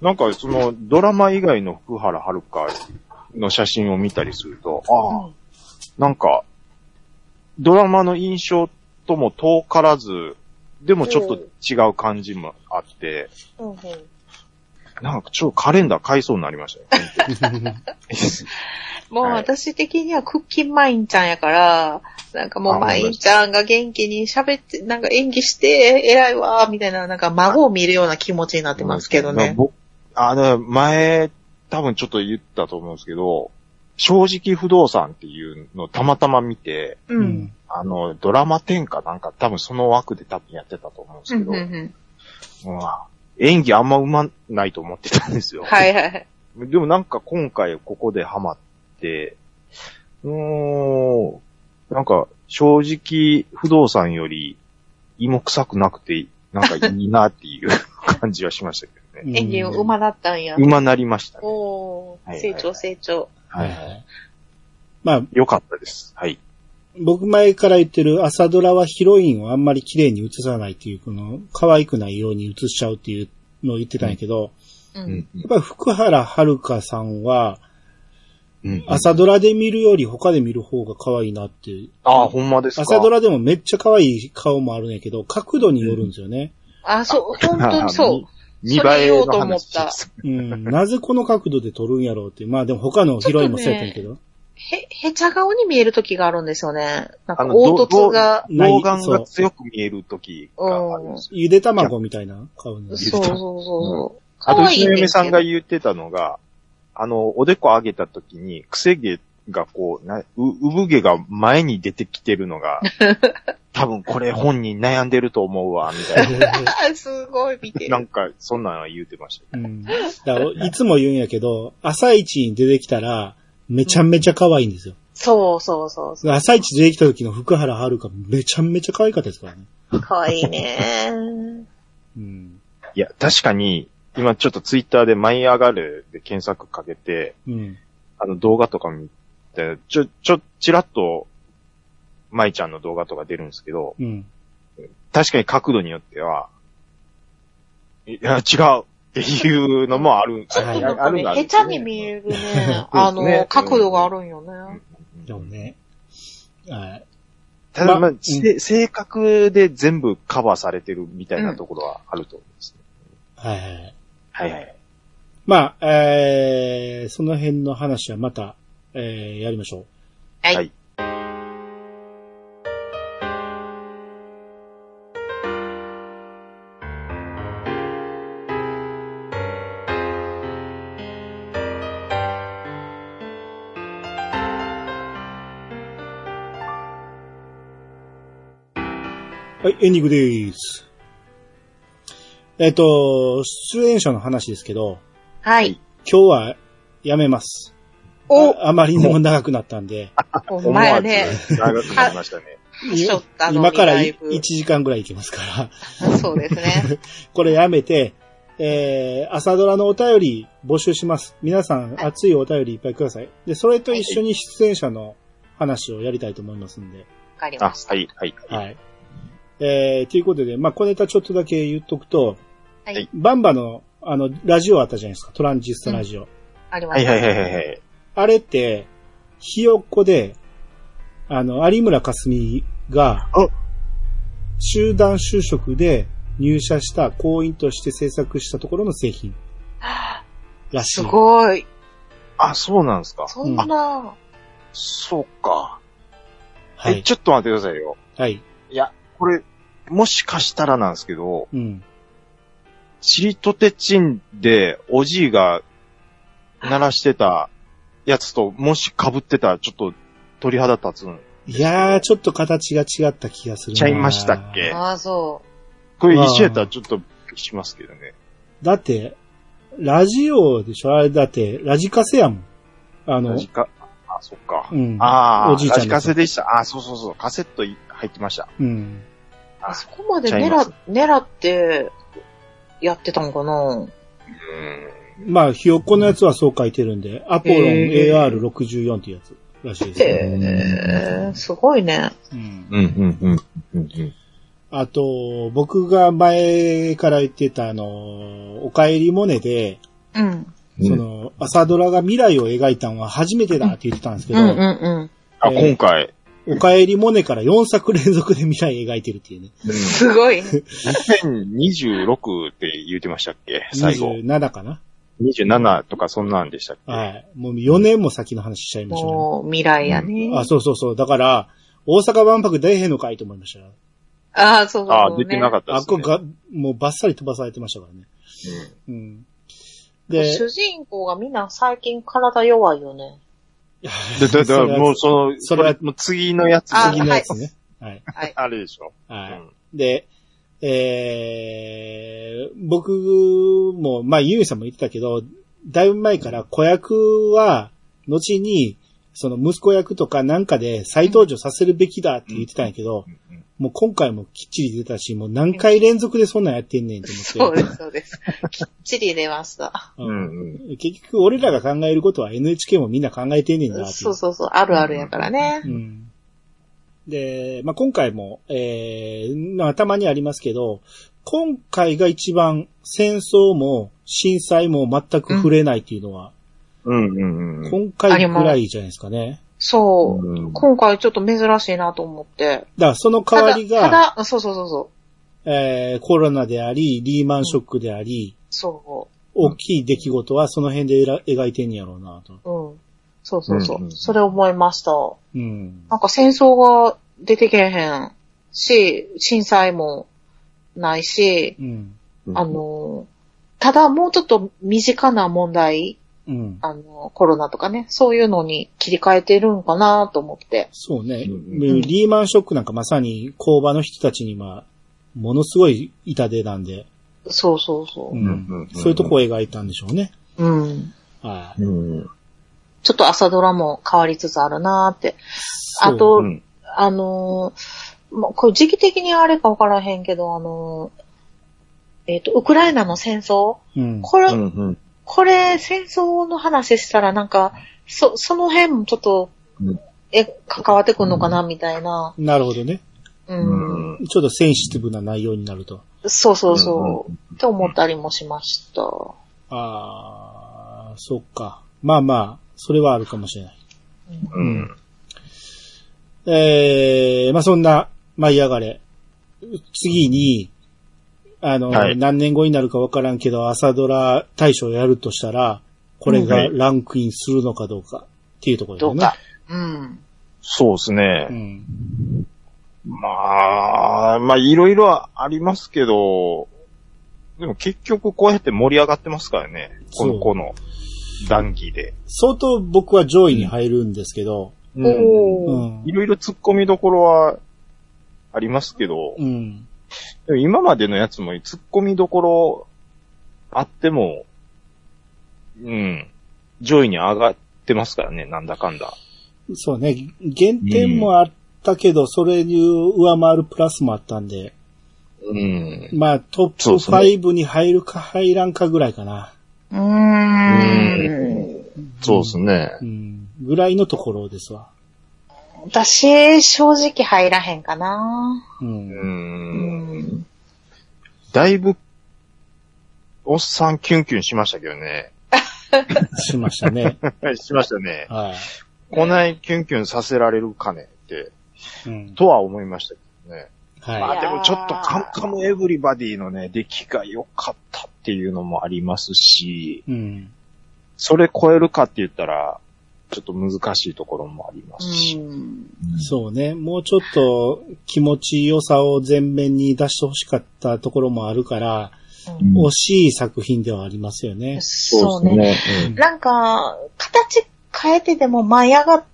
[SPEAKER 3] なんかそのドラマ以外の福原遥の写真を見たりすると、ああ、なんか、ドラマの印象とも遠からず、でもちょっと違う感じもあって、
[SPEAKER 2] うんうん
[SPEAKER 3] なんかちょっとカレンダー買いそうになりましたよ。
[SPEAKER 2] もう
[SPEAKER 3] はい
[SPEAKER 2] 私的にはクッキーマインちゃんやから、なんかも
[SPEAKER 3] あ
[SPEAKER 2] うマインちゃんが元気に喋って、なんか演技して、偉いわー、みたいな、なんか孫を見るような気持ちになってますけど
[SPEAKER 3] なんか
[SPEAKER 2] ね。
[SPEAKER 3] 僕。あの、前、多分ちょっと言ったと思うんですけど、正直不動産っていうのをたまたま見て、
[SPEAKER 2] う。
[SPEAKER 1] うんん。
[SPEAKER 3] あの、ドラマ10かなんか多分その枠で多分やってたと思うんです
[SPEAKER 2] うん
[SPEAKER 3] け
[SPEAKER 2] うん
[SPEAKER 3] ど、
[SPEAKER 2] うん
[SPEAKER 3] うん演技あんまうまないと思ってたんですよ。
[SPEAKER 2] はいはいはい。
[SPEAKER 3] でもなんか今回ここでハマって、うーん、なんか正直不動産より芋臭くなくて、なんかいいなっていう感じはしましたけ どね。
[SPEAKER 2] 演技を馬だったんや。
[SPEAKER 3] 馬なりましたね。
[SPEAKER 2] おー、
[SPEAKER 3] はいはい
[SPEAKER 2] 成
[SPEAKER 3] はい
[SPEAKER 2] 長成長。
[SPEAKER 1] はいはい。まあ、
[SPEAKER 3] よかったです。はい。
[SPEAKER 1] 僕前から言ってる朝ドラはヒロインをあんまり綺麗に映さないっていう、この可愛くないように映しちゃうっていうのを言ってたんやけど、
[SPEAKER 2] う
[SPEAKER 3] うん
[SPEAKER 2] ん。
[SPEAKER 1] やっぱり福原遥さんは
[SPEAKER 3] うん
[SPEAKER 1] 朝ドラで見るより他で見る方が可愛いなっていう。
[SPEAKER 3] ああ、ほんまですか。
[SPEAKER 1] 朝ドラでもめっちゃ可愛い顔もあるんやけど、角度によるんですよね。
[SPEAKER 2] あ、そう、本当にそう。
[SPEAKER 3] 見見
[SPEAKER 2] それ
[SPEAKER 3] 栄え
[SPEAKER 2] 言お
[SPEAKER 3] の
[SPEAKER 2] うと思っ
[SPEAKER 3] 話
[SPEAKER 2] た
[SPEAKER 3] です。
[SPEAKER 1] うん。なぜこの角度で撮るんやろうって。まあでも他のヒロインもそうやったんやけど。
[SPEAKER 2] へ、へちゃ顔に見える時があるんですよね。なん
[SPEAKER 3] あ
[SPEAKER 2] か
[SPEAKER 3] の
[SPEAKER 2] 凹凸が。
[SPEAKER 1] ない
[SPEAKER 3] 老眼が強く見える時があるんですよ
[SPEAKER 1] ゆで卵みたいな顔になる。
[SPEAKER 2] そうそうそうそう。
[SPEAKER 3] あと、
[SPEAKER 2] 可
[SPEAKER 3] う
[SPEAKER 2] 愛
[SPEAKER 3] ち
[SPEAKER 2] い
[SPEAKER 3] の
[SPEAKER 2] ねけど
[SPEAKER 3] 嫁さんが言ってたのが、あの、おでこ上げた時に、くせ毛がこう、なう、産毛が前に出てきてるのが、多分これ本人悩んでると思うわ、みたい
[SPEAKER 2] あすごい見て
[SPEAKER 3] な。な
[SPEAKER 2] る。
[SPEAKER 3] んか、そんなんは言うてましたけ
[SPEAKER 1] うん。だからいつも言うんやけど、朝一に出てきたら、めちゃめちゃ可愛いんですよ。
[SPEAKER 2] そうそうそうそ
[SPEAKER 1] 朝一出てきた時の福原遥、めちゃめちゃ可愛かったですからね。
[SPEAKER 2] う。可愛いね。
[SPEAKER 1] うん。
[SPEAKER 3] ど。いや、確かに、今ちょっとツイッターで舞い上がるで検索かけて、
[SPEAKER 1] うん。
[SPEAKER 3] あの動画とか見て、ちょ、ちょ、ちらっと、舞ちゃんの動画とか出るんですけど、
[SPEAKER 1] うん。
[SPEAKER 3] 確かに角度によっては、いや、違うっていうのもある、
[SPEAKER 2] ちょっとなんか
[SPEAKER 3] あるんだ
[SPEAKER 2] ね、へ ちゃに見えるね。
[SPEAKER 3] うん
[SPEAKER 2] あ
[SPEAKER 3] ね
[SPEAKER 2] の、角度があるんよね。
[SPEAKER 1] でもね、はい。
[SPEAKER 3] ただ、まあ
[SPEAKER 1] ま、
[SPEAKER 3] せ性格で全部カバーされてるみたいなところはあると思うんですね。
[SPEAKER 1] はいはい。
[SPEAKER 3] はいはい。
[SPEAKER 1] まあ、えー、その辺の話はまた、えー、やりましょう。
[SPEAKER 2] はい。
[SPEAKER 3] はい
[SPEAKER 1] はい、エンディングです。えっ、と、出演者の話ですけど、
[SPEAKER 2] はい。
[SPEAKER 1] 今日はやめます。
[SPEAKER 2] お、
[SPEAKER 1] ああまりにも長くなったんで、
[SPEAKER 2] お前ね、
[SPEAKER 3] 長くなりましたね。
[SPEAKER 2] はしょったの
[SPEAKER 1] 今
[SPEAKER 2] に
[SPEAKER 1] から
[SPEAKER 2] だい
[SPEAKER 1] 1
[SPEAKER 2] ぶ。
[SPEAKER 1] 時間ぐらいいけますから、
[SPEAKER 2] そうですね。
[SPEAKER 1] これやめて、えー、朝ドラのお便り募集します。皆さん熱いお便りいっぱいください。で、それと一緒に出演者の話をやりたいと思いますんで。
[SPEAKER 2] わかり
[SPEAKER 3] あ
[SPEAKER 2] まし、た。
[SPEAKER 3] はい、はい。はい
[SPEAKER 1] はい。えー、ということで、まあ、小ネタちょっとだけ言っとくと、
[SPEAKER 2] はい
[SPEAKER 1] バンバの、あの、ラジオあったじゃないですか、トランジスタラジオ。
[SPEAKER 2] ありま
[SPEAKER 3] は
[SPEAKER 2] し
[SPEAKER 3] い、
[SPEAKER 2] た。
[SPEAKER 3] はい、はい、はい。
[SPEAKER 1] あれって、ひよっこで、あの、有村架純が
[SPEAKER 3] あ、
[SPEAKER 1] 集団就職で入社した行員として制作したところの製品らしい。
[SPEAKER 2] すごい。
[SPEAKER 3] あ、そうなんですか。
[SPEAKER 2] そんな、
[SPEAKER 3] そうか。
[SPEAKER 1] は
[SPEAKER 3] え、
[SPEAKER 1] い。
[SPEAKER 3] ちょっと待ってくださいよ。
[SPEAKER 1] はい。
[SPEAKER 3] いや、これ、もしかしたらなんですけど、
[SPEAKER 1] うん。
[SPEAKER 3] チリトテチンで、おじいが鳴らしてたやつと、もし被ってたら、ちょっと鳥肌立つん。
[SPEAKER 1] いやー、ちょっと形が違った気がするな
[SPEAKER 3] ちゃいましたっけ
[SPEAKER 2] ああ、そ
[SPEAKER 3] これ
[SPEAKER 1] うわー
[SPEAKER 3] 一緒やったらちょっとびっくりしますけどね。
[SPEAKER 1] だって、ラジオでしょあれだって、ラジカセやもん。あの
[SPEAKER 3] ラ、ジカ、あ、そっか
[SPEAKER 1] う。ん。
[SPEAKER 3] ああ、
[SPEAKER 1] おじいちゃん
[SPEAKER 3] ラジ
[SPEAKER 1] で
[SPEAKER 3] カ
[SPEAKER 1] すよ
[SPEAKER 3] セでした。あ、そうそうそう。カセットい入ってました。
[SPEAKER 1] うん。
[SPEAKER 2] う。そこまで
[SPEAKER 3] ちゃい
[SPEAKER 2] 狙
[SPEAKER 3] ます
[SPEAKER 2] っ、狙って、やってたんかな
[SPEAKER 3] うん。
[SPEAKER 1] まあ、ひよっこのやつはそう書いてるんで、アポロン
[SPEAKER 2] へ
[SPEAKER 1] AR64 っていうやつらしいですね。
[SPEAKER 2] へえ、すごいね。
[SPEAKER 1] うん
[SPEAKER 3] うん、うん、うん。
[SPEAKER 1] あと、僕が前から言ってたあの、お帰りモネで、
[SPEAKER 2] うん。
[SPEAKER 1] その、朝ドラが未来を描いたのは初めてだって言ってたんですけ
[SPEAKER 2] うん
[SPEAKER 1] ど、
[SPEAKER 2] うんうん。
[SPEAKER 3] あ、
[SPEAKER 1] えー
[SPEAKER 3] 今回。
[SPEAKER 1] お帰りモネから4作連続で未来描いてるっていうね。
[SPEAKER 3] うん
[SPEAKER 2] すごいね。
[SPEAKER 3] 2026って言ってましたっけ最後。
[SPEAKER 1] 27かな
[SPEAKER 3] 27とかそんなんでしたっけ
[SPEAKER 1] はい。もう4年も先の話しちゃいましたね。
[SPEAKER 2] もう、未来やね。
[SPEAKER 1] あ、そうそうそう。だから、大阪万博出えへんのかいと思いましたよ。
[SPEAKER 2] ああ、そうそう
[SPEAKER 3] あ
[SPEAKER 2] そ
[SPEAKER 3] ー、
[SPEAKER 2] う、ね。
[SPEAKER 3] 出てなか
[SPEAKER 2] っ
[SPEAKER 3] った
[SPEAKER 1] あ
[SPEAKER 3] で
[SPEAKER 1] っ
[SPEAKER 3] す
[SPEAKER 1] こ
[SPEAKER 3] ね。
[SPEAKER 1] が、もうバッサリ飛ばされてましたからね。
[SPEAKER 3] うん
[SPEAKER 1] うん。で、
[SPEAKER 2] 主人公がみんな最近体弱いよね。
[SPEAKER 3] で、
[SPEAKER 1] そ
[SPEAKER 3] だ、だ、
[SPEAKER 1] れは
[SPEAKER 3] もうその、
[SPEAKER 1] そ
[SPEAKER 3] そ
[SPEAKER 1] れは
[SPEAKER 3] れ、もう次のやつ、
[SPEAKER 2] あ
[SPEAKER 1] 次のやつね。はい。
[SPEAKER 2] はい。
[SPEAKER 3] あれでしょ。う
[SPEAKER 1] は
[SPEAKER 3] ん
[SPEAKER 1] い。で、えー、僕も、まあ、ゆうさんも言ってたけど、だいぶ前から子役は、後に、その息子役とかなんかで再登場させるべきだって言ってたんやけど、もう今回もきっちり出たし、もう何回連続でそんなんやってんねんと
[SPEAKER 2] そ
[SPEAKER 1] 思っ
[SPEAKER 2] う
[SPEAKER 1] て
[SPEAKER 2] です、そうです。きっちり出ました。
[SPEAKER 3] う
[SPEAKER 1] うんん。
[SPEAKER 3] うん。
[SPEAKER 1] 結局俺らが考えることは NHK もみんな考えてんねんなってい
[SPEAKER 2] そうそうそう、あるあるやからね。
[SPEAKER 1] うんで、まあ、今回も、えー、まあ、たまにありますけど、今回が一番戦争も震災も全く触れないっていうのは、
[SPEAKER 3] うんうんうん。
[SPEAKER 1] 今回くらいじゃないですかね。
[SPEAKER 2] そう。
[SPEAKER 3] うん
[SPEAKER 2] 今回ちょっと珍しいなと思って。
[SPEAKER 1] だからその代
[SPEAKER 2] た
[SPEAKER 1] わ
[SPEAKER 2] だ、
[SPEAKER 1] り
[SPEAKER 2] た
[SPEAKER 1] が、
[SPEAKER 2] だ、あそうそうそうそう。
[SPEAKER 1] えー、コロナであり、リーマンショックであり、
[SPEAKER 2] そ
[SPEAKER 1] 大きい出来事はその辺でえら描いてんやろうなと。
[SPEAKER 2] う。うん。そうそうそう。
[SPEAKER 3] うんうん
[SPEAKER 2] それ思いました。
[SPEAKER 1] うん。
[SPEAKER 2] なんか戦争が出てけへんし、震災もないし、
[SPEAKER 1] うん。
[SPEAKER 2] あ、の、ただもうちょっと身近な問題、
[SPEAKER 1] うん。
[SPEAKER 2] あの、コロナとかね、そういうのに切り替えてるんかなと思って。
[SPEAKER 1] そうね、
[SPEAKER 3] うん
[SPEAKER 1] リーマンショックなんかまさに工場の人たちには、ものすごい痛手なんで、
[SPEAKER 2] そうそうそうう。
[SPEAKER 1] ん
[SPEAKER 3] うん
[SPEAKER 1] そういうとこを描いたんでしょうね。
[SPEAKER 2] うん。
[SPEAKER 1] はい。
[SPEAKER 3] うん。
[SPEAKER 2] ちょっと朝ドラも変わりつつあるなって。あ
[SPEAKER 1] そう、
[SPEAKER 2] と、
[SPEAKER 3] うん
[SPEAKER 2] あのーまあ、これ時期的にあれかわからへんけど、あのーえっ、と、ウクライナの戦争
[SPEAKER 1] うん。
[SPEAKER 2] これ、
[SPEAKER 3] うんうん
[SPEAKER 2] これ、戦争の話したらなんか、そ、その辺もちょっと
[SPEAKER 3] うん、
[SPEAKER 2] え、関わってくんのかな、みたいな。
[SPEAKER 1] なるほどね。
[SPEAKER 2] うん。
[SPEAKER 3] うん。
[SPEAKER 1] ちょっとセンシティブな内容になると。
[SPEAKER 2] そうそうそう。って思ったりもしました。
[SPEAKER 1] あー、そっか。まあまあ、それはあるかもしれない。
[SPEAKER 3] うん。
[SPEAKER 1] えー、まあ、そんな、舞い上がれ。次に、あの、
[SPEAKER 3] はい
[SPEAKER 1] 何年後になるかわからんけど、朝ドラ大賞やるとしたら、これがランクインするのかどうかっていうところだ
[SPEAKER 2] ど
[SPEAKER 1] よ
[SPEAKER 2] う
[SPEAKER 1] ね。
[SPEAKER 2] か。うん。
[SPEAKER 3] そうですね
[SPEAKER 1] う。ん。
[SPEAKER 3] まあ、まあ、いろいろはありますけど、でも結局こうやって盛り上がってますからね。
[SPEAKER 1] そ
[SPEAKER 3] こ
[SPEAKER 1] う
[SPEAKER 3] の子の談義で。
[SPEAKER 1] 相当僕は上位に入るんですけど、う
[SPEAKER 2] お
[SPEAKER 1] ん。
[SPEAKER 2] ー。
[SPEAKER 3] いろいろ突っ込みどころはありますけど、
[SPEAKER 1] うん。
[SPEAKER 3] でも今までのやつも突っ込みどころあっても、うん、上位に上がってますからね、なんだかんだ。
[SPEAKER 1] そうね。減点もあったけど、それに上回るプラスもあったんで、
[SPEAKER 3] うん。
[SPEAKER 1] まあトップ
[SPEAKER 3] そうですね
[SPEAKER 1] 5に入るか入らんかぐらいかな。
[SPEAKER 2] うーん。
[SPEAKER 3] そうですね。
[SPEAKER 1] うん。ぐらいのところですわ。
[SPEAKER 2] 私、正直入らへんかな。
[SPEAKER 1] うん。
[SPEAKER 3] うん。
[SPEAKER 2] ん。
[SPEAKER 3] だいぶ、おっさんキュンキュンしましたけどね。
[SPEAKER 1] しましたね。
[SPEAKER 3] はい、 しましたね。
[SPEAKER 1] は
[SPEAKER 3] こないキュンキュンさせられるかねって、
[SPEAKER 1] い。うん。
[SPEAKER 3] とは思いましたけどね。
[SPEAKER 1] は
[SPEAKER 3] ま
[SPEAKER 1] い。
[SPEAKER 3] あでもちょっとカムカムエブリバディのね、出来が良かったっていうのもありますし、
[SPEAKER 1] うん。
[SPEAKER 3] それ超えるかって言ったら、ちょっと難しいところもありますし。
[SPEAKER 1] そうね。もうちょっと気持ち良さを前面に出してほしかったところもあるから、
[SPEAKER 2] うん
[SPEAKER 1] 惜しい作品ではありますよね。
[SPEAKER 2] そうね。
[SPEAKER 3] ですね。
[SPEAKER 2] なんか、形変えてでも舞い上がっ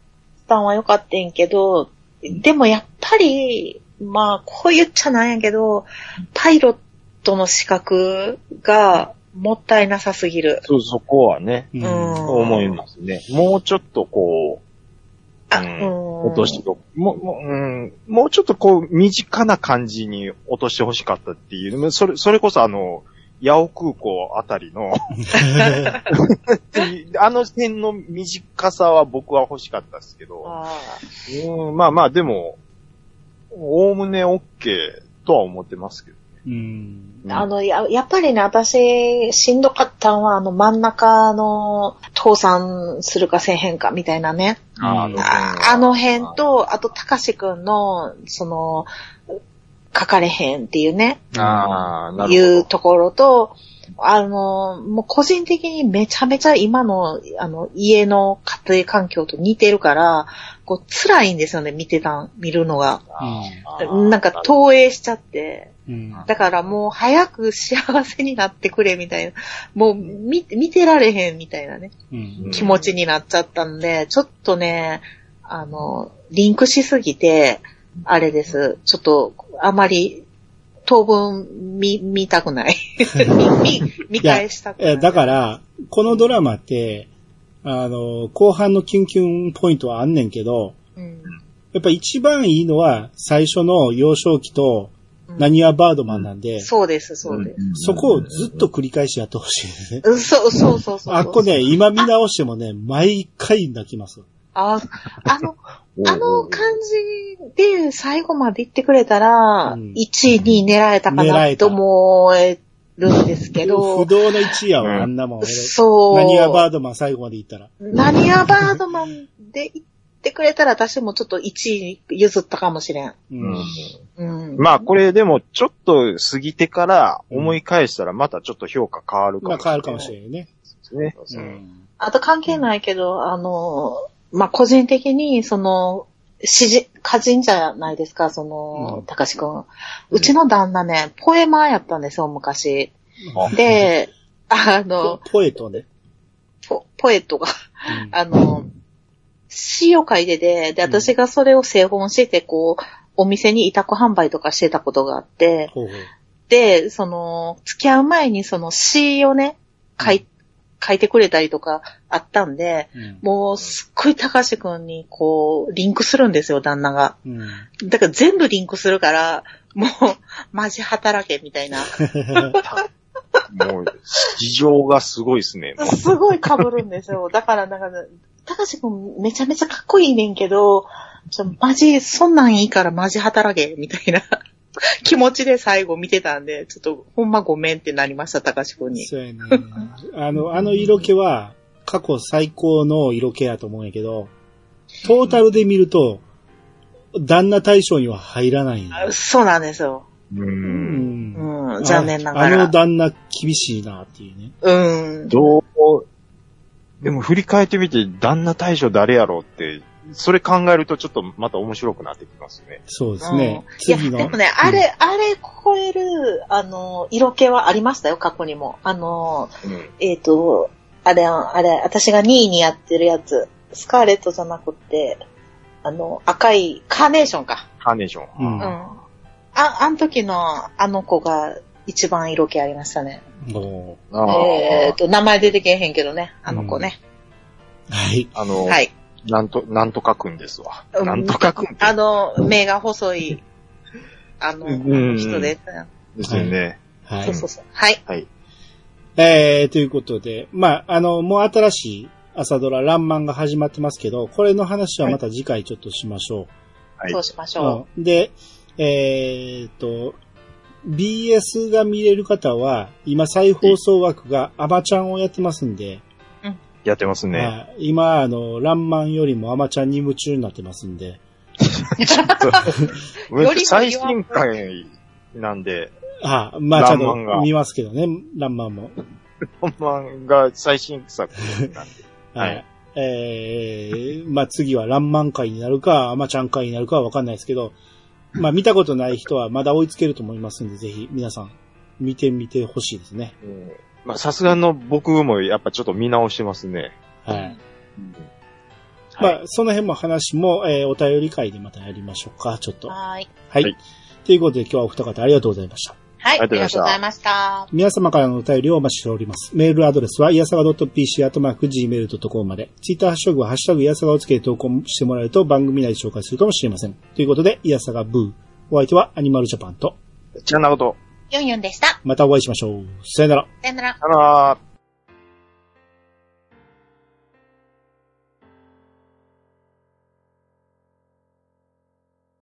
[SPEAKER 2] たんは良かったんやけど、でもやっぱり、まあ、こう言っちゃなんやけど、パイロットの資格がもったいなさすぎる。
[SPEAKER 3] そう、そこはね、
[SPEAKER 1] う。
[SPEAKER 2] うん
[SPEAKER 3] 思いますね。もうちょっとこう、
[SPEAKER 2] あ、
[SPEAKER 3] う
[SPEAKER 2] うんん。
[SPEAKER 3] 落としてど、もう、もう、うん、もうちょっとこう、身近な感じに落としてほしかったっていうまあ、それ、それこそあの、八尾空港あた りの あの辺の短さは僕は欲しかったですけど、
[SPEAKER 2] あ
[SPEAKER 3] うん、まあまあでも、おおむね OK とは思ってますけど。
[SPEAKER 1] うん。
[SPEAKER 3] うん
[SPEAKER 2] ーあの、や、やっぱりね、私、しんどかったんは、あの、真ん中の、倒産するかせえへんか、みたいなね。
[SPEAKER 3] あ
[SPEAKER 1] うん
[SPEAKER 3] の
[SPEAKER 2] ああの辺と、あと、たかしくんの、その、書かれへんっていうね、
[SPEAKER 3] ああ、なる
[SPEAKER 2] い
[SPEAKER 3] ほ
[SPEAKER 2] うところと、あの、もう個人的にめちゃめちゃ今の、あの、家の家庭環境と似てるから、こう、辛いんですよね、見てた、見るのが。
[SPEAKER 3] ど。
[SPEAKER 2] なんか投影しちゃって。
[SPEAKER 1] うん。
[SPEAKER 2] だからもう早く幸せになってくれみたいな。もう見見てられへんみたいなね。
[SPEAKER 1] うん。
[SPEAKER 2] 気持ちになっちゃったんで、ちょっとね、あの、リンクしすぎて、あれです。ちょっと、あまり、当分、見、見たく ない。見、見見返したくない。
[SPEAKER 1] え、だから、このドラマって、あの、後半のキュンキュンポイントはあんねんけど、
[SPEAKER 2] うん、
[SPEAKER 1] やっぱ一番いいのは最初の幼少期と、
[SPEAKER 2] うん
[SPEAKER 1] なにわバードマンなんで、
[SPEAKER 2] そうです、そうです。
[SPEAKER 1] そこをずっと繰り返しやってほしいですね。
[SPEAKER 2] うん、そうそうそうそう。
[SPEAKER 1] あっこね、今見直してもね、毎回泣きます。
[SPEAKER 2] あ。あの、
[SPEAKER 3] うん、
[SPEAKER 2] あの感じで最後まで行ってくれたら、
[SPEAKER 1] うん
[SPEAKER 2] 1位に狙えたか
[SPEAKER 1] 狙
[SPEAKER 2] な
[SPEAKER 1] えた
[SPEAKER 2] と思えるんですけ
[SPEAKER 1] 不
[SPEAKER 2] ど、
[SPEAKER 1] 動の一夜
[SPEAKER 3] う
[SPEAKER 1] は
[SPEAKER 3] ん
[SPEAKER 1] あんなもん。
[SPEAKER 2] そう。
[SPEAKER 1] 何がバードマン最後まで行ったら。
[SPEAKER 2] ナニアバードマンで行ってくれたら私もちょっと1位譲ったかもしれん。
[SPEAKER 1] う
[SPEAKER 3] うん
[SPEAKER 1] ん。
[SPEAKER 2] うん。
[SPEAKER 3] まあこれでもちょっと過ぎてから思い返したらまたちょっと評価変わるか
[SPEAKER 1] まあ
[SPEAKER 3] もしれない。
[SPEAKER 1] 変わるかもしれないね。
[SPEAKER 3] れないです
[SPEAKER 1] う
[SPEAKER 3] ね。
[SPEAKER 1] ん。
[SPEAKER 2] あと関係ないけど、あの、まあ、個人的に、その、詩人、歌人じゃないですか、その、
[SPEAKER 1] うん
[SPEAKER 2] たかしくん。うちの旦那ね、ポエマーやったんですよ、昔。
[SPEAKER 3] あ
[SPEAKER 2] で、あの、
[SPEAKER 1] ポエトね。
[SPEAKER 2] ポポエットが、
[SPEAKER 1] うん
[SPEAKER 2] あの、詩を書いてて、で、私がそれを製本して、こう、お店に委託販売とかしてたことがあって、
[SPEAKER 1] ほうほう
[SPEAKER 2] で、その、付き合う前にその詩をね、書い、書いてくれたりとかあったんで、
[SPEAKER 1] うん
[SPEAKER 2] もうすっごい高志くんにこう、リンクするんですよ、旦那が。
[SPEAKER 1] うん。
[SPEAKER 2] だから全部リンクするから、もう、マジ働けみたいな。
[SPEAKER 3] もう、事情がすごいですね。もう
[SPEAKER 2] すごい被るんです よ。だから、なんかね、高志くんめちゃめちゃかっこいいねんけど、ちょ、マジ、そんなんいいからマジ働け、みたいな 気持ちで最後見てたんで、ちょっと、ほんまごめんってなりました、高志くんに。
[SPEAKER 1] そうやね。あの、あの色気は、過去最高の色気やと思うんやけど、トータルで見ると、旦那対象には入らないんだ。
[SPEAKER 2] そうなんですよ。
[SPEAKER 3] う。
[SPEAKER 1] うんん。
[SPEAKER 2] うん、残念なが
[SPEAKER 1] あ
[SPEAKER 2] ら。
[SPEAKER 1] の旦那厳しいなっていうね。
[SPEAKER 2] うん。
[SPEAKER 3] どう、でも振り返ってみて、旦那大将誰やろうって、それ考えるとちょっとまた面白くなってきますね。
[SPEAKER 1] そうですね。
[SPEAKER 2] うん
[SPEAKER 1] 次の。
[SPEAKER 2] いや、でもね、あれ、あれ超える、あの、色気はありましたよ、過去にも。あの、
[SPEAKER 3] うん。
[SPEAKER 2] えっ、と、あれ、あれ、私が2位にやってるやつ。スカーレットじゃなくって、あの、赤いカーネーションか。
[SPEAKER 3] カーネーション。
[SPEAKER 1] うん
[SPEAKER 2] うん。あ、あの時のあの子が一番色気ありましたね。
[SPEAKER 1] うん。お
[SPEAKER 3] ああ
[SPEAKER 2] えっ、と、名前出てけえへんけどね、あの子ね。
[SPEAKER 1] ーはい。
[SPEAKER 3] あの、
[SPEAKER 2] はい。
[SPEAKER 3] なんと、なんとかくんですわ。
[SPEAKER 2] うん
[SPEAKER 3] なんとかくんって
[SPEAKER 2] あの、目が細い、あの、
[SPEAKER 3] うん
[SPEAKER 2] 人です。
[SPEAKER 3] ですよね。
[SPEAKER 1] は
[SPEAKER 2] そ。
[SPEAKER 1] いう
[SPEAKER 2] そうそう。はい。
[SPEAKER 3] はい。
[SPEAKER 1] えー、ということで、まあ、あの、もう新しい朝ドラ、ランマンが始まってますけど、これの話はまた次回ちょっとしましょ
[SPEAKER 3] はい
[SPEAKER 2] そう。しまし
[SPEAKER 1] う。
[SPEAKER 2] ょ
[SPEAKER 1] うんで、えー、と、BS が見れる方は、今再放送枠がアマちゃんをやってますんで、
[SPEAKER 3] やってますね。
[SPEAKER 1] はい今、あの、ランマンよりもアマちゃんに夢中になってますんで、
[SPEAKER 2] より
[SPEAKER 3] 最新回なんで、
[SPEAKER 1] あまあちゃん
[SPEAKER 3] ランマン
[SPEAKER 1] と
[SPEAKER 3] が
[SPEAKER 1] 見ますけどね、ランマンも。
[SPEAKER 3] 本番が最新作なんで。
[SPEAKER 1] は
[SPEAKER 3] はいい。
[SPEAKER 1] えー、まあ、次は乱漫会になるか、アマちゃん会になるかはわかんないですけど、まあ、見たことない人はまだ追いつけると思いますんで、ぜひ皆さん見てみてほしいですね。
[SPEAKER 3] うんまあ、さすがの僕もやっぱちょっと見直してますね。
[SPEAKER 1] はい。
[SPEAKER 3] はい
[SPEAKER 1] まあ、その辺も話も、えー、お便り会でまたやりましょうか、ちょっ
[SPEAKER 2] う。
[SPEAKER 1] と。は
[SPEAKER 2] はい。
[SPEAKER 1] い。
[SPEAKER 3] はい
[SPEAKER 1] ということで今日はお二方ありがとうございました。
[SPEAKER 2] はい。あ
[SPEAKER 3] あ
[SPEAKER 2] り
[SPEAKER 3] り
[SPEAKER 2] が
[SPEAKER 3] が
[SPEAKER 2] と
[SPEAKER 3] と
[SPEAKER 2] う
[SPEAKER 3] う
[SPEAKER 2] ご
[SPEAKER 3] ご
[SPEAKER 2] ざ
[SPEAKER 3] ざ
[SPEAKER 2] い
[SPEAKER 3] い
[SPEAKER 2] ました。
[SPEAKER 1] 皆様からのお便りをお待ちしております。メールアドレスは、いやさが .pc.pc.com まで。ツイッターハッシュタグは、ハッシュタグいやさがをつけて投稿してもらえると番組内で紹介するかもしれません。ということで、いやさがブー。お相手はアニマルジャパンと、
[SPEAKER 3] じゃあなこと、
[SPEAKER 2] ユンユンでした。
[SPEAKER 1] またお会いしましょう。さよなら。
[SPEAKER 2] さよなら。
[SPEAKER 3] あらー